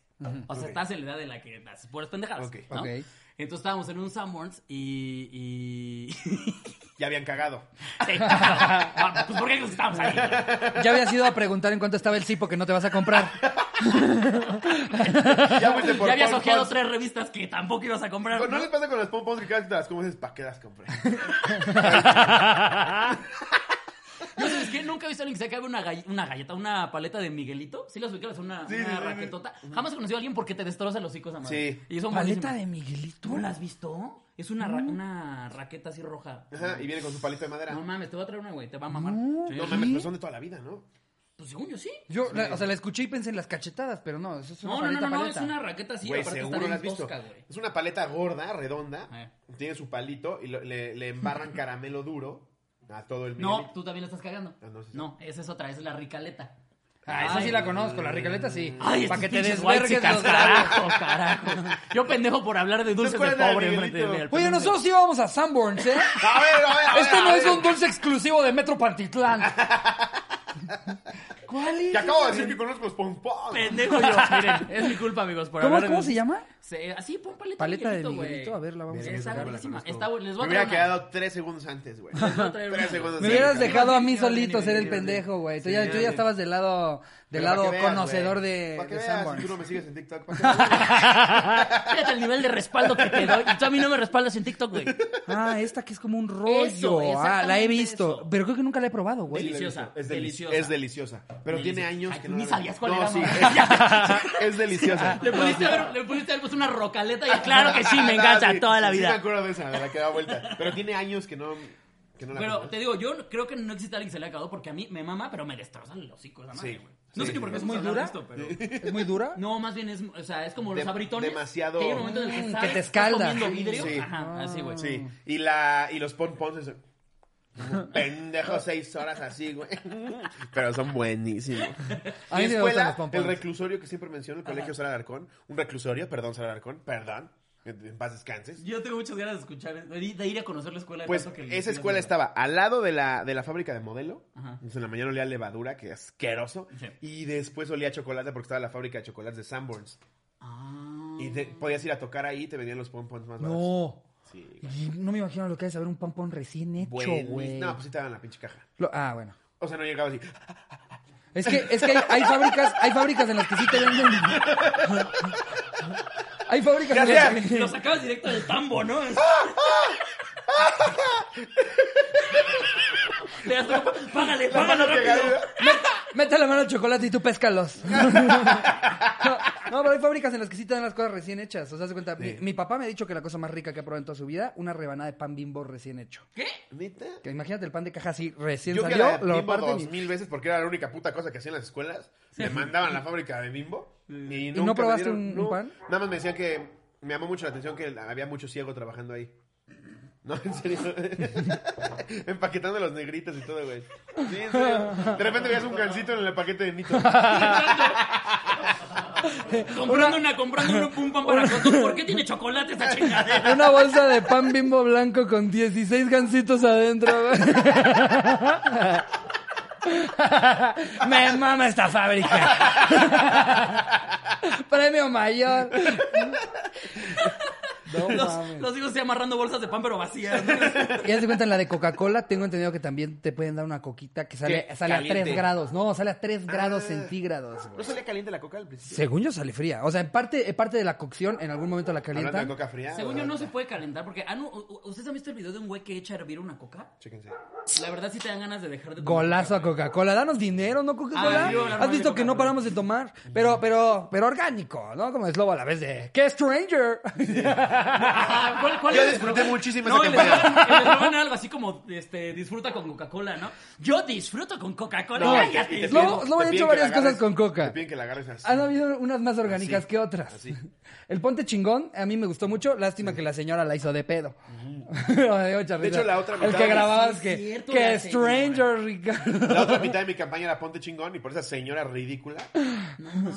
Speaker 3: O sea,
Speaker 2: Ok.
Speaker 3: estás en la edad en la que las puras pendejadas,
Speaker 2: Ok.
Speaker 3: ¿no?
Speaker 1: Ok.
Speaker 3: Entonces estábamos en un Sanborns y... y...
Speaker 2: Ya habían cagado.
Speaker 3: Sí. Ah, pues ¿por qué estamos ahí?
Speaker 1: Ya habías ido a preguntar en cuánto estaba el cipo que no te vas a comprar.
Speaker 2: Ya fuiste por
Speaker 3: ya habías
Speaker 2: Paul
Speaker 3: ojeado
Speaker 2: Potts.
Speaker 3: tres revistas que tampoco ibas a comprar.
Speaker 2: ¿No
Speaker 3: ¿no?
Speaker 2: les pasa con las pompons que cada vez que te las compras dices, ¿para qué las compré?
Speaker 3: ¿No sabes qué? Nunca he visto a alguien que se acabe una, gall- una galleta, una paleta de Miguelito. Sí, las ubicabas, una,
Speaker 2: Sí,
Speaker 3: una
Speaker 2: sí, sí, sí.
Speaker 3: raquetota. Jamás he conocido a alguien porque te destroza los hocicos a madre.
Speaker 2: Sí.
Speaker 3: Y son
Speaker 1: Paleta
Speaker 3: buenísimas.
Speaker 1: de Miguelito.
Speaker 3: ¿Tú la has visto? Es una, ra- una raqueta así roja.
Speaker 2: Ajá, y viene con su palito de madera.
Speaker 3: No mames, te voy a traer una, güey. Te va a mamar. Sí.
Speaker 2: No mames, pero son de toda la vida, ¿no?
Speaker 3: Pues según yo, sí.
Speaker 1: Yo, la- o sea, la escuché y pensé en las cachetadas, pero no, eso es una
Speaker 3: No, no, no,
Speaker 1: paleta,
Speaker 3: no, no, es
Speaker 1: paleta.
Speaker 3: una raqueta así.
Speaker 2: Güey,
Speaker 3: aparte
Speaker 2: seguro
Speaker 3: está
Speaker 2: la has
Speaker 3: bien
Speaker 2: visto.
Speaker 3: tosca, güey.
Speaker 2: Es una paleta gorda, redonda.
Speaker 3: Eh.
Speaker 2: Tiene su palito y lo- le, le embarran caramelo duro a todo el
Speaker 3: No,
Speaker 2: Miguelito.
Speaker 3: tú también la estás cagando.
Speaker 2: Ah, no,
Speaker 3: no,
Speaker 2: sí, Mm. sí.
Speaker 3: esa es otra, esa es la ricaleta.
Speaker 1: Ah, esa sí la conozco, la ricaleta sí.
Speaker 3: Ay,
Speaker 1: Para que te
Speaker 3: desvergues
Speaker 1: desvergues los labios.
Speaker 3: carajo, carajo. Yo pendejo por hablar de dulces
Speaker 2: ¿cuál
Speaker 3: de
Speaker 2: era la de
Speaker 3: pobre enfrente de
Speaker 2: Miguelito?
Speaker 3: mí, al
Speaker 1: Oye,
Speaker 3: pendejo.
Speaker 1: nosotros sí vamos a Sanborns, ¿eh?
Speaker 2: A ver, a ver, a ver.
Speaker 1: Este
Speaker 2: a
Speaker 1: no
Speaker 2: ver.
Speaker 1: es un dulce exclusivo de Metro Pantitlán. ¿Cuál es?
Speaker 2: Que acabo de decir que conozco los pompons.
Speaker 3: Pendejo yo, miren, es mi culpa, amigos, por
Speaker 1: ¿Cómo,
Speaker 3: hablar de
Speaker 1: cómo se
Speaker 3: dulces.
Speaker 1: llama?
Speaker 3: Se- así, pon paleta,
Speaker 1: Paleta de
Speaker 3: de Miguelito, güey.
Speaker 1: Miguelito. A ver, la vamos a
Speaker 2: Verga,
Speaker 1: ver.
Speaker 2: esa no me
Speaker 3: Está
Speaker 2: la
Speaker 3: buenísima.
Speaker 2: conozco.
Speaker 3: Está bu- les
Speaker 2: Me
Speaker 3: voy a
Speaker 2: hubiera
Speaker 3: traer una.
Speaker 2: quedado tres segundos antes, güey.
Speaker 3: voy a traer
Speaker 2: Tres
Speaker 3: una.
Speaker 2: segundos
Speaker 1: Me hubieras
Speaker 2: antes.
Speaker 1: dejado a mí
Speaker 3: Viene, viene,
Speaker 1: solito ser el
Speaker 3: viene, viene.
Speaker 1: pendejo, güey. Tú
Speaker 2: Sí,
Speaker 1: ya, tú ya
Speaker 2: viene.
Speaker 1: estabas del lado, del
Speaker 2: Pero
Speaker 1: lado
Speaker 2: para que veas,
Speaker 1: conocedor
Speaker 2: güey.
Speaker 1: de,
Speaker 2: Para que
Speaker 1: de
Speaker 2: veas, si
Speaker 1: Sanborns.
Speaker 2: tú no me sigues en TikTok. para que veas.
Speaker 3: Fíjate el nivel de respaldo que te doy. Y tú a mí no me respaldas en TikTok, güey.
Speaker 1: Ah, esta que es como un rollo.
Speaker 3: Eso,
Speaker 1: ah, la he
Speaker 3: exactamente
Speaker 1: visto.
Speaker 3: eso.
Speaker 1: Pero creo que nunca la he probado, güey.
Speaker 3: Deliciosa,
Speaker 2: Es, deli-
Speaker 3: deliciosa.
Speaker 2: es deliciosa. Pero tiene
Speaker 3: Deliciosa.
Speaker 2: años
Speaker 3: Ay,
Speaker 2: que
Speaker 3: tú
Speaker 2: no.
Speaker 3: ni
Speaker 2: la-
Speaker 3: sabías cuál
Speaker 2: No,
Speaker 3: era,
Speaker 2: sí,
Speaker 3: mamá.
Speaker 2: es, es deliciosa.
Speaker 3: Le pudiste haber, le pudiste haber puesto una rocaleta y Ah, claro que sí, me engancha toda la
Speaker 2: Sí me
Speaker 3: vida.
Speaker 2: acuerdo de esa, de la que da vuelta. Pero tiene años que no, que no la
Speaker 3: Pero
Speaker 2: compro.
Speaker 3: te digo, yo creo que no existe alguien que se le ha acabado porque a mí me mama, pero me destrozan los hocico esa madre,
Speaker 2: Sí.
Speaker 3: güey. No
Speaker 2: Sí,
Speaker 3: sé ni
Speaker 2: sí,
Speaker 3: por qué
Speaker 2: sí.
Speaker 3: es muy
Speaker 1: ¿Es
Speaker 3: dura.
Speaker 1: dura?
Speaker 3: Esto, pero...
Speaker 1: ¿Es muy dura?
Speaker 3: No, más bien es, o sea, es como
Speaker 2: De-
Speaker 3: los abritones.
Speaker 2: demasiado-
Speaker 3: Que hay un momento en el que
Speaker 1: Mm,
Speaker 3: sabes
Speaker 1: que te
Speaker 3: estás
Speaker 1: escalda.
Speaker 3: comiendo vidrio.
Speaker 2: Sí. Ah.
Speaker 3: Ajá, así, güey.
Speaker 2: Sí. Y la, y los pompons eso. Un Pendejo seis horas así, güey. Pero son buenísimos.
Speaker 1: A
Speaker 2: Mi
Speaker 1: mí sí me
Speaker 2: escuela,
Speaker 1: gustan los pompons.
Speaker 2: El reclusorio que siempre menciono, el colegio Sara Alarcón. Un reclusorio, perdón, Sara Alarcón, perdón. En en paz descanses.
Speaker 3: Yo tengo muchas ganas de escuchar, de ir de ir a conocer la escuela. de
Speaker 2: Pues
Speaker 3: tanto que-
Speaker 2: esa escuela estaba al lado de la, de la fábrica de modelo.
Speaker 3: Ajá.
Speaker 2: Entonces en la mañana olía a levadura, que asqueroso.
Speaker 3: Sí.
Speaker 2: Y después olía a chocolate porque estaba la fábrica de chocolates de Sanborns.
Speaker 3: Ah.
Speaker 2: Y te- podías ir a tocar ahí y te vendían los pompons más baratos.
Speaker 1: No.
Speaker 2: Sí, güey.
Speaker 1: Y no me imagino lo que es saber un pompón recién hecho,
Speaker 2: Buenis-
Speaker 1: güey.
Speaker 2: No, pues sí te daban la pinche caja.
Speaker 1: Lo- ah, bueno.
Speaker 2: O sea, no llegaba así.
Speaker 1: Es que, es que hay, hay fábricas, hay fábricas en las que sí te venden. hay fábricas en las
Speaker 2: Gracias.
Speaker 1: que.
Speaker 3: Lo sacabas directo del tambo, ¿no? Te das como, págale,
Speaker 2: La
Speaker 3: págale
Speaker 2: mano que
Speaker 3: rápido.
Speaker 2: gana.
Speaker 1: Mete la mano al chocolate y tú péscalos. no, no, pero hay fábricas en las que sí te dan las cosas recién hechas. O sea, haz de cuenta. Mi, mi papá me ha dicho que la cosa más rica que ha probado en toda su vida, una rebanada de pan bimbo recién hecho.
Speaker 3: ¿Qué?
Speaker 2: ¿Neta?
Speaker 1: Que imagínate el pan de caja así recién
Speaker 2: Yo fui a
Speaker 1: salió,
Speaker 2: la de
Speaker 1: lo
Speaker 2: Bimbo
Speaker 1: parten
Speaker 2: dos
Speaker 1: y-
Speaker 2: mil veces porque era la única puta cosa que hacían las escuelas. Me mandaban a la fábrica de Bimbo. ¿Y, nunca me
Speaker 1: Mm. probaste
Speaker 2: dieron-
Speaker 1: un- un pan?
Speaker 2: Nada más me decían que me llamó mucho la atención que había mucho ciego trabajando ahí. No, en serio. Empaquetando los negritos y todo, güey. Sí, en serio. De repente veías un gancito en el paquete de Nito.
Speaker 3: Comprando una, comprando una pum pam para contos. ¿Por qué tiene chocolate esa chingadera?
Speaker 1: Una bolsa de pan bimbo blanco con 16 gancitos adentro. Me mama esta fábrica. Premio mayor. No
Speaker 3: Los,
Speaker 1: mames.
Speaker 3: los hijos se amarrando bolsas de pan pero vacías. ¿no?
Speaker 1: Y haz de cuenta en la de Coca-Cola, tengo entendido que también te pueden dar una coquita que sale,
Speaker 2: Que
Speaker 1: sale a
Speaker 2: caliente.
Speaker 1: 3 grados. No, sale a 3 grados
Speaker 2: Ah.
Speaker 1: centígrados. güey.
Speaker 2: ¿No salía caliente la coca al principio?
Speaker 1: Según yo sale fría. O sea, en parte, en parte de la cocción, en algún momento la
Speaker 2: Hablando de
Speaker 1: calientan.
Speaker 2: coca fría.
Speaker 3: Según yo
Speaker 2: ¿verdad?
Speaker 3: no se puede calentar porque... Ah, no, u- u- ¿Ustedes han visto el video de un güey que echa a hervir una coca?
Speaker 2: Chéquense.
Speaker 3: La verdad sí te dan ganas de dejar de... tomar
Speaker 1: Golazo a
Speaker 3: coca.
Speaker 1: Coca-Cola. Danos dinero, ¿no,
Speaker 3: Ah,
Speaker 1: Coca-Cola?
Speaker 3: sí, bueno,
Speaker 1: Has visto que
Speaker 3: Coca-Cola.
Speaker 1: no paramos de tomar, pero, pero, pero orgánico, ¿no? Como es lobo a la vez de ¡Qué Stranger!
Speaker 3: Ajá, ¿cuál- cuál
Speaker 2: Yo
Speaker 3: es?
Speaker 2: disfruté muchísimo
Speaker 3: No,
Speaker 2: esa
Speaker 3: el
Speaker 2: campaña.
Speaker 3: eslogan- el eslogan era algo así como, este, disfruta con Coca-Cola, ¿no? Yo disfruto con Coca-Cola,
Speaker 2: No,
Speaker 3: cállate.
Speaker 2: y te
Speaker 1: Lobo- Lobo
Speaker 2: piden- te
Speaker 1: ya ha
Speaker 2: piden
Speaker 1: hecho
Speaker 2: que la
Speaker 1: varias cosas
Speaker 2: agarres-
Speaker 1: con coca.
Speaker 2: Te piden que la agarres así.
Speaker 1: Han habido unas más orgánicas
Speaker 2: Así,
Speaker 1: que otras.
Speaker 2: así.
Speaker 1: El ponte chingón, a mí me gustó mucho. Lástima que la señora la hizo de pedo. Me dio mucha
Speaker 2: De
Speaker 1: risa.
Speaker 2: hecho, la otra
Speaker 1: El
Speaker 2: mitad
Speaker 1: que
Speaker 2: de-
Speaker 1: grababas
Speaker 3: Sí,
Speaker 1: que,
Speaker 3: es cierto,
Speaker 1: que
Speaker 3: la señora.
Speaker 1: Stranger, Ricardo.
Speaker 2: La otra mitad de mi campaña era ponte chingón y por esa señora ridícula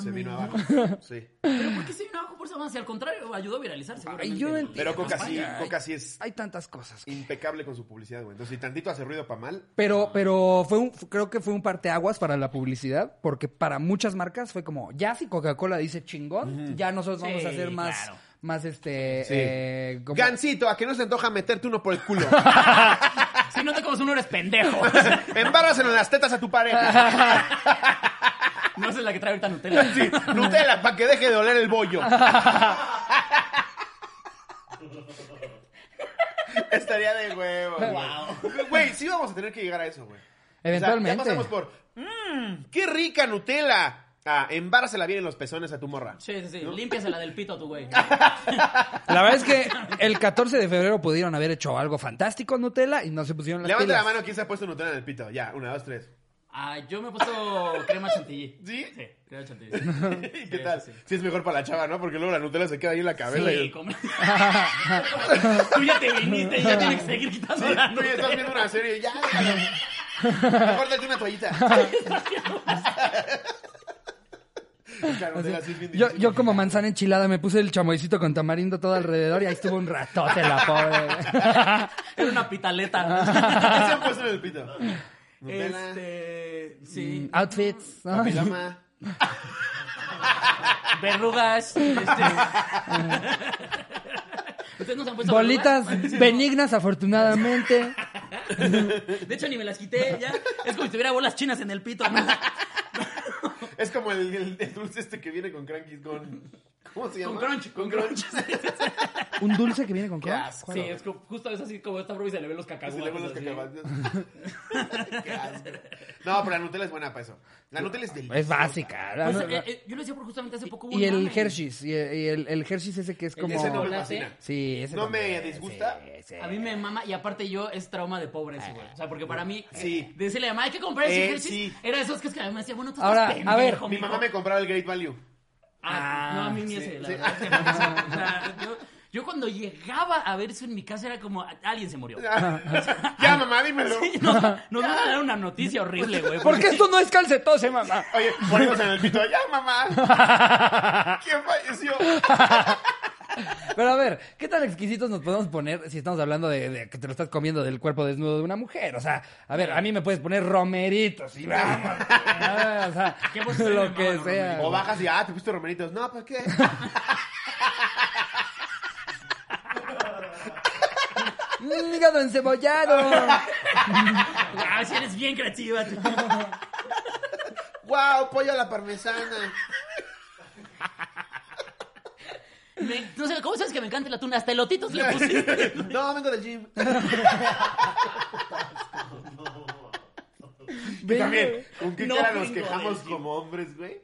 Speaker 2: se vino abajo. Sí.
Speaker 3: Pero ¿por qué se vino abajo por esa avance? Al contrario, ayudó a viralizar, seguramente.
Speaker 1: yo no entiendo.
Speaker 2: Pero Coca sí,
Speaker 1: Ay,
Speaker 2: Coca sí es
Speaker 1: Hay tantas cosas.
Speaker 2: impecable con su publicidad, güey. Entonces, si tantito hace ruido para mal,
Speaker 1: Pero, pero fue un, creo que fue un parteaguas para la publicidad, porque para muchas marcas fue como, ya si Coca-Cola dice chingón, ya nosotros vamos
Speaker 3: Sí,
Speaker 1: a hacer más,
Speaker 3: claro.
Speaker 1: más este,
Speaker 2: Sí.
Speaker 1: eh, como-
Speaker 2: Gancito, a que no se antoja meterte uno por el culo.
Speaker 3: Si no te comes uno, eres pendejo.
Speaker 2: Embárraselo en las tetas a tu pareja.
Speaker 3: No es la que trae ahorita Nutella.
Speaker 2: Sí, Nutella, para que deje de oler el bollo. Estaría de huevo. güey. Güey, sí vamos a tener que llegar a eso, güey.
Speaker 1: Eventualmente.
Speaker 2: O sea, ya pasamos por. ¡Mmm! ¡Qué rica Nutella! Ah, embárasela bien en los pezones a tu morra.
Speaker 3: Sí, sí, sí. Límpiasela del pito a tu güey.
Speaker 1: La verdad es que el 14 de febrero pudieron haber hecho algo fantástico Nutella y no se pusieron las
Speaker 2: Levanta
Speaker 1: pilas.
Speaker 2: la mano quien se ha puesto Nutella en el pito. Ya, una, dos, tres.
Speaker 3: Ah, yo me he puesto crema chantilly.
Speaker 2: ¿Sí?
Speaker 3: Sí, crema chantilly.
Speaker 2: ¿Y qué tal?
Speaker 3: Sí,
Speaker 2: Sí. es mejor para la chava, ¿no? Porque luego la Nutella se queda ahí en la cabeza. y
Speaker 3: Sí, come. Tú ya te viniste y ya tienes que seguir quitando la
Speaker 2: Oye, estás
Speaker 3: Nutella.
Speaker 2: viendo una serie, ya. déjalo. Mejor date una toallita. Claro, Nutella sí es bien
Speaker 1: Yo,
Speaker 2: difícil.
Speaker 1: yo como manzana enchilada me puse el chamoycito con tamarindo todo alrededor y ahí estuvo un ratote la pobre.
Speaker 3: Era una pitaleta.
Speaker 2: ¿Qué se han puesto en el pito? Nutella,
Speaker 3: Este. Sí.
Speaker 1: Mm, Outfits. ¿no?
Speaker 2: papiloma.
Speaker 3: Ah, Verrugas. Este. Ustedes no se han puesto
Speaker 1: Bolitas
Speaker 3: verrugas? Sí, no.
Speaker 1: benignas afortunadamente.
Speaker 3: De hecho, ni me las quité ya. Es como si tuviera bolas chinas en el pito. ¿no?
Speaker 2: Es como el, el- el dulce este que viene con crankies con... ¿Cómo se
Speaker 3: Con
Speaker 2: llama?
Speaker 3: crunch, con crunch. Sí,
Speaker 1: Un dulce que viene con crunch. ¿Cuál?
Speaker 3: es como- justo es así como esta broma y se le ven los
Speaker 2: Así
Speaker 3: cacahuates.
Speaker 2: le ponen los
Speaker 3: así.
Speaker 2: cacahuates. Qué asco. No, pero la Nutella es buena para eso. La Nutella es deliciosa.
Speaker 1: Es básica. la-
Speaker 3: Pues,
Speaker 1: la-
Speaker 3: eh, eh, yo lo decía por justamente hace poco. hubo
Speaker 1: y
Speaker 3: un
Speaker 1: el
Speaker 3: mame.
Speaker 1: Hershey's. Y el, y el- el Hershey's ese que es como...
Speaker 2: Ese no me
Speaker 3: Chocolate.
Speaker 2: fascina.
Speaker 1: Sí, ese
Speaker 2: No me
Speaker 1: también,
Speaker 2: disgusta.
Speaker 1: sí, sí. Ah,
Speaker 3: A mí me mama, y aparte yo es trauma de pobre ese, güey. O sea, porque para mí,
Speaker 2: Sí.
Speaker 3: eh, decirle a mamá, hay que comprar ese
Speaker 2: Eh,
Speaker 3: Hershey's",
Speaker 2: sí.
Speaker 3: Era de esos que es que a mí me decía, bueno, tú estás
Speaker 1: Ahora, a
Speaker 3: pendejo,
Speaker 1: ver,
Speaker 2: Mi
Speaker 3: mijo.
Speaker 2: mamá me compraba el Great Value.
Speaker 3: Ah, no, a mí
Speaker 2: sí,
Speaker 3: ni ese, la
Speaker 2: sí.
Speaker 3: verdad es que no, o sea, yo, yo cuando llegaba a ver eso en mi casa era como, alguien se murió.
Speaker 2: ya, mamá, dímelo.
Speaker 3: Sí, no, nos van a dar una noticia horrible, güey.
Speaker 1: ¿Por qué esto no es calcetose, mamá?
Speaker 2: Oye, ponemos en el pito. Ya, mamá. ¿Quién falleció?
Speaker 1: Pero a ver, ¿qué tan exquisitos nos podemos poner si estamos hablando de, de que te lo estás comiendo del cuerpo desnudo de una mujer? O sea, a ver, a mí me puedes poner romeritos y vamos. güey, o sea,
Speaker 3: Qué bueno que me
Speaker 1: lo
Speaker 3: llamaban
Speaker 1: que
Speaker 3: los
Speaker 1: sea.
Speaker 2: O bajas y, ah, te pusiste romeritos. No, pues qué.
Speaker 1: Mm, hígado encebollado.
Speaker 3: Ah, si eres bien creativa. tú.
Speaker 2: Wow, pollo a la parmesana.
Speaker 3: Me- no sé, ¿cómo sabes que me encanta el atún? Hasta elotitos le pusiste.
Speaker 2: No, vengo del gym.
Speaker 1: Ven,
Speaker 2: También, ¿con qué
Speaker 3: No
Speaker 2: cara nos
Speaker 3: vengo
Speaker 2: quejamos
Speaker 3: del gym.
Speaker 2: como hombres, güey?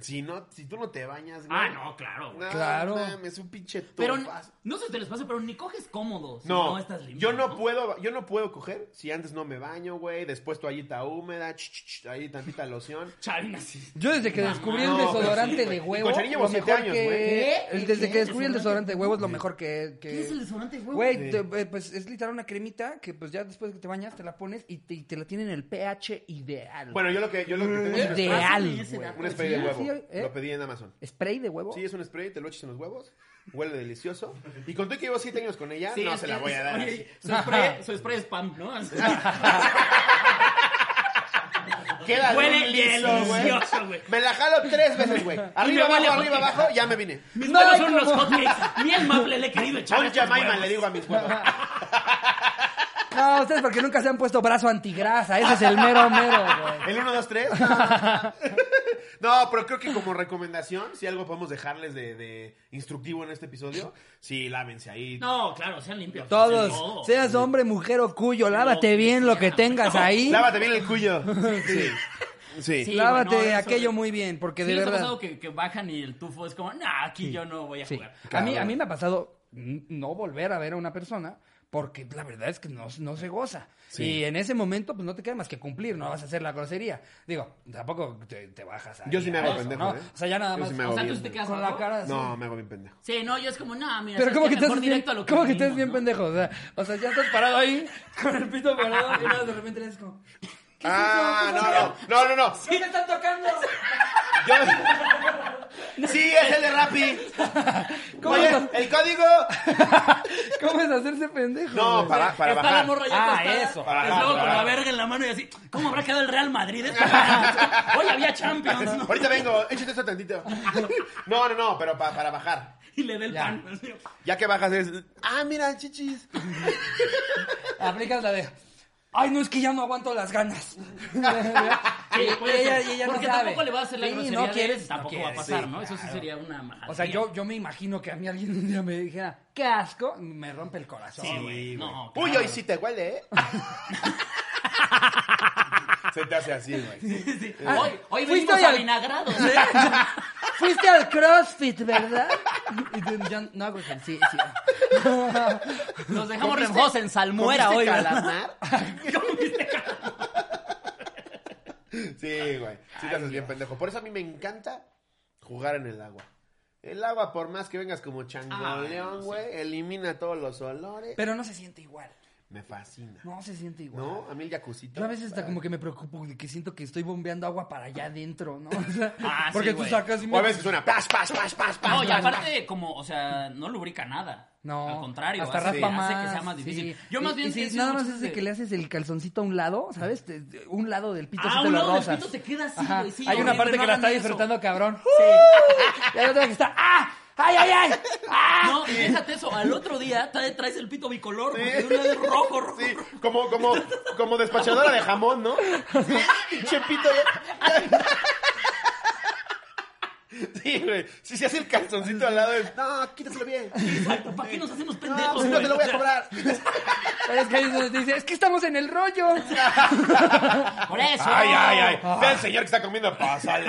Speaker 2: Si no, si tú no te bañas, güey.
Speaker 3: Ah, no, claro, güey.
Speaker 2: No,
Speaker 1: Claro.
Speaker 2: mames, un pinche
Speaker 3: Pero
Speaker 2: topazo.
Speaker 3: no sé si te les pasa, pero ni coges cómodo. si
Speaker 2: No,
Speaker 3: no, estás limpio.
Speaker 2: yo no puedo, yo no puedo coger si antes no me baño, güey, después toallita húmeda, ch, ch, ch, ahí tantita loción.
Speaker 3: Chavina, sí.
Speaker 1: Yo desde que descubrí el
Speaker 2: no, pero
Speaker 1: desodorante
Speaker 2: sí,
Speaker 1: de
Speaker 2: güey.
Speaker 1: huevo,
Speaker 2: Con Charín llevo
Speaker 1: lo
Speaker 2: siete
Speaker 1: mejor
Speaker 2: años,
Speaker 1: que...
Speaker 2: güey.
Speaker 3: ¿Qué?
Speaker 1: el- Desde
Speaker 3: ¿Qué?
Speaker 1: que descubrí el
Speaker 3: ¿Desodorante?
Speaker 1: desodorante de huevo es lo mejor que... que-
Speaker 3: ¿Qué es el desodorante, güey?
Speaker 1: Güey,
Speaker 2: Sí.
Speaker 1: te- eh, pues es literalmente una cremita que pues ya después de que te bañas te la pones y te, y te la tienen en el pH ideal.
Speaker 2: Bueno, yo lo que, yo lo que tengo es un spray-
Speaker 1: ideal,
Speaker 3: Ah, sí, ese
Speaker 1: güey.
Speaker 3: dato.
Speaker 2: un spray de
Speaker 1: Mm. Sí, sí,
Speaker 2: huevo.
Speaker 1: ¿eh?
Speaker 2: Lo pedí en Amazon.
Speaker 1: ¿Spray de huevo?
Speaker 2: Sí, es un spray, te lo echas en los huevos, huele delicioso. Y conté que llevo siete años con ella, no
Speaker 3: es
Speaker 2: se
Speaker 3: que-
Speaker 2: la voy a dar.
Speaker 3: oye,
Speaker 2: así.
Speaker 3: Su spray, su spray es spam, ¿no? Así.
Speaker 2: Queda
Speaker 3: Huele
Speaker 2: bien liso, güey.
Speaker 3: delicioso, güey.
Speaker 2: Me la jalo tres veces, güey.
Speaker 3: me
Speaker 2: Arriba, abajo,
Speaker 3: huele
Speaker 2: arriba,
Speaker 3: porque-
Speaker 2: abajo, ya me vine.
Speaker 3: Mis
Speaker 1: No,
Speaker 3: manos son
Speaker 1: como-
Speaker 3: unos hotcakes. Ni el maple le he querido echar. a
Speaker 2: Son
Speaker 3: estos
Speaker 2: Jamaima,
Speaker 3: huevos.
Speaker 2: le digo a mis huevos.
Speaker 1: No, ustedes porque nunca se han puesto brazo antigrasa. Ese es el mero mero, güey.
Speaker 2: ¿El 1, 2, 3? No. No, pero creo que como recomendación, si algo podemos dejarles de, de instructivo en este episodio, sí, lávense ahí.
Speaker 3: No, claro, sean limpios. Sí, todo.
Speaker 1: Todos, seas hombre, mujer o cuyo, lávate bien lo que tengas ahí.
Speaker 2: Lávate bien el cuyo. Sí. Sí.
Speaker 3: Sí,
Speaker 1: Lávate
Speaker 3: bueno, eso-
Speaker 1: aquello muy bien, porque
Speaker 3: Sí,
Speaker 1: de
Speaker 3: les ha
Speaker 1: verdad.
Speaker 3: pasado que, que bajan y el tufo es como, nah, aquí yo no voy a
Speaker 1: Sí.
Speaker 3: jugar.
Speaker 1: A mí,
Speaker 2: Claro.
Speaker 1: a mí me ha pasado n- no volver a ver a una persona porque la verdad es que no, no se goza. Y en ese momento, pues no te queda más que cumplir, no vas a hacer la grosería. Digo, tampoco te, te bajas ahí.
Speaker 2: Yo sí me
Speaker 1: a
Speaker 2: hago
Speaker 1: eso,
Speaker 2: pendejo,
Speaker 1: ¿no?
Speaker 2: ¿eh?
Speaker 1: O sea, ya nada
Speaker 2: Yo
Speaker 1: más.
Speaker 2: sí me
Speaker 1: o
Speaker 2: hago
Speaker 3: O sea,
Speaker 2: bien.
Speaker 3: tú te quedas
Speaker 1: sea, con la cara así.
Speaker 2: No, me hago bien pendejo.
Speaker 3: Sí, no, yo es como, nah, mira.
Speaker 1: Pero
Speaker 3: ¿sabes
Speaker 1: ¿cómo
Speaker 3: qué?
Speaker 1: que estás
Speaker 3: Mejor
Speaker 1: bien,
Speaker 3: directo a lo que
Speaker 1: ¿cómo que estás
Speaker 3: venimos,
Speaker 1: bien
Speaker 3: ¿no?
Speaker 1: pendejo? O sea, o sea, ya estás parado ahí con el pito parado y luego de repente le dices como, ¿qué es
Speaker 2: Ah,
Speaker 1: eso?
Speaker 2: no, no, no, no, no.
Speaker 1: ¿Qué te están tocando?
Speaker 2: Yo... Sí, es el de Rappi.
Speaker 1: ¿Cómo,
Speaker 2: Oye,
Speaker 1: es,
Speaker 2: el código.
Speaker 1: cómo es hacerse pendejo?
Speaker 2: No,
Speaker 1: güey?
Speaker 2: para, para
Speaker 3: está la
Speaker 2: bajar.
Speaker 3: morra ya
Speaker 1: Ah,
Speaker 3: acostada,
Speaker 1: eso.
Speaker 2: Para
Speaker 3: y
Speaker 2: bajar,
Speaker 3: luego
Speaker 2: para
Speaker 3: con la
Speaker 2: bajar.
Speaker 3: verga en la mano y así, ¿cómo habrá quedado el Real Madrid? esta- Hoy había Champions, ¿no?
Speaker 2: Ahorita vengo, échate esto tantito. No, no, no, pero pa- para bajar.
Speaker 3: Y le da el
Speaker 1: Ya.
Speaker 3: pan. así.
Speaker 2: Ya que bajas es. Ah, mira, chichis.
Speaker 1: Aplicas la de, ay, no, es que ya no aguanto las ganas.
Speaker 3: Sí, puede
Speaker 1: ella-
Speaker 3: ser.
Speaker 1: ella no
Speaker 3: pues, Porque
Speaker 1: sabe.
Speaker 3: tampoco le va a hacer la
Speaker 1: Sí,
Speaker 3: grosería
Speaker 1: no
Speaker 3: de,
Speaker 1: quieres,
Speaker 3: tampoco
Speaker 1: no
Speaker 3: va a
Speaker 1: quieres,
Speaker 3: pasar,
Speaker 2: sí,
Speaker 3: ¿no? Eso sí sería una majadería.
Speaker 1: O sea, yo, yo me imagino que a mí alguien un día me dijera, qué asco, me rompe el corazón.
Speaker 3: Sí,
Speaker 1: güey.
Speaker 3: güey. No,
Speaker 2: Uy,
Speaker 3: claro.
Speaker 2: hoy sí te huele, ¿eh? Se te hace así, güey.
Speaker 1: Ah,
Speaker 3: Hoy, hoy
Speaker 1: fuiste
Speaker 3: venimos
Speaker 1: hoy
Speaker 3: a
Speaker 1: al-
Speaker 3: vinagrados,
Speaker 1: Sí.
Speaker 3: ¿eh?
Speaker 1: Fuiste al CrossFit, ¿verdad? Y tú, yo no hago ejercicio.
Speaker 3: Nos dejamos remojos en salmuera
Speaker 2: ¿Comiste
Speaker 3: hoy.
Speaker 2: calamar?
Speaker 3: ¿Comiste calamar?
Speaker 2: Sí, güey. Sí te haces bien pendejo. Por eso a mí me encanta jugar en el agua. El agua, por más que vengas como
Speaker 3: Ah,
Speaker 2: changoleón,
Speaker 3: sí.
Speaker 2: güey, elimina todos los olores.
Speaker 1: Pero no se siente igual.
Speaker 2: Me fascina.
Speaker 1: No se siente igual.
Speaker 2: ¿No? A mí el jacuzzito.
Speaker 1: Yo a veces hasta como que me preocupo de que siento que estoy bombeando agua para allá adentro, ¿no? O sea,
Speaker 3: Ah, sí,
Speaker 1: porque tú
Speaker 3: güey.
Speaker 1: sacas y
Speaker 2: O a veces suena pas, pas, pas, pas, pas.
Speaker 3: No, y
Speaker 2: pas,
Speaker 3: aparte, como, o sea, no lubrica nada.
Speaker 1: No,
Speaker 3: Al contrario,
Speaker 1: hasta
Speaker 3: hace,
Speaker 1: raspa
Speaker 3: hace
Speaker 1: más,
Speaker 3: que sea más difícil.
Speaker 1: sí.
Speaker 3: Yo más
Speaker 1: Y-
Speaker 3: bien.
Speaker 1: y si
Speaker 3: he sido
Speaker 1: nada más
Speaker 3: mucho
Speaker 1: es de
Speaker 3: de-
Speaker 1: que le haces el calzoncito a un lado, ¿sabes? Te- te- un lado del pito
Speaker 3: Ah,
Speaker 1: se te
Speaker 3: un
Speaker 1: lo
Speaker 3: lado del
Speaker 1: rozas.
Speaker 3: pito te queda así,
Speaker 1: Ajá.
Speaker 3: güey, sí,
Speaker 1: Hay una
Speaker 3: horrible,
Speaker 1: parte
Speaker 3: no
Speaker 1: que la
Speaker 3: hagan
Speaker 1: está
Speaker 3: eso.
Speaker 1: disfrutando cabrón. Y hay otra que está ¡ah! ¡Ay, ay, ay! ¡Ah!
Speaker 3: No, y déjate eso. Al otro día tra- traes el pito bicolor. Porque de un lado es rojo, rojo.
Speaker 2: Sí, como, como, como despachadora de jamón, ¿no? Pinche pito ya. Sí, güey. Si se hace el calzoncito al lado, es, no, quítaselo bien.
Speaker 3: Exacto, ¿Para qué nos hacemos
Speaker 2: No,
Speaker 3: pendejos?
Speaker 2: si no
Speaker 3: güey?
Speaker 2: te lo voy
Speaker 3: O
Speaker 2: a
Speaker 3: sea,
Speaker 2: cobrar.
Speaker 1: Pero es que ahí es donde te dice, es que estamos en el rollo.
Speaker 3: Por eso.
Speaker 2: Ay, ay, ay. Ve al señor que está comiendo pasale.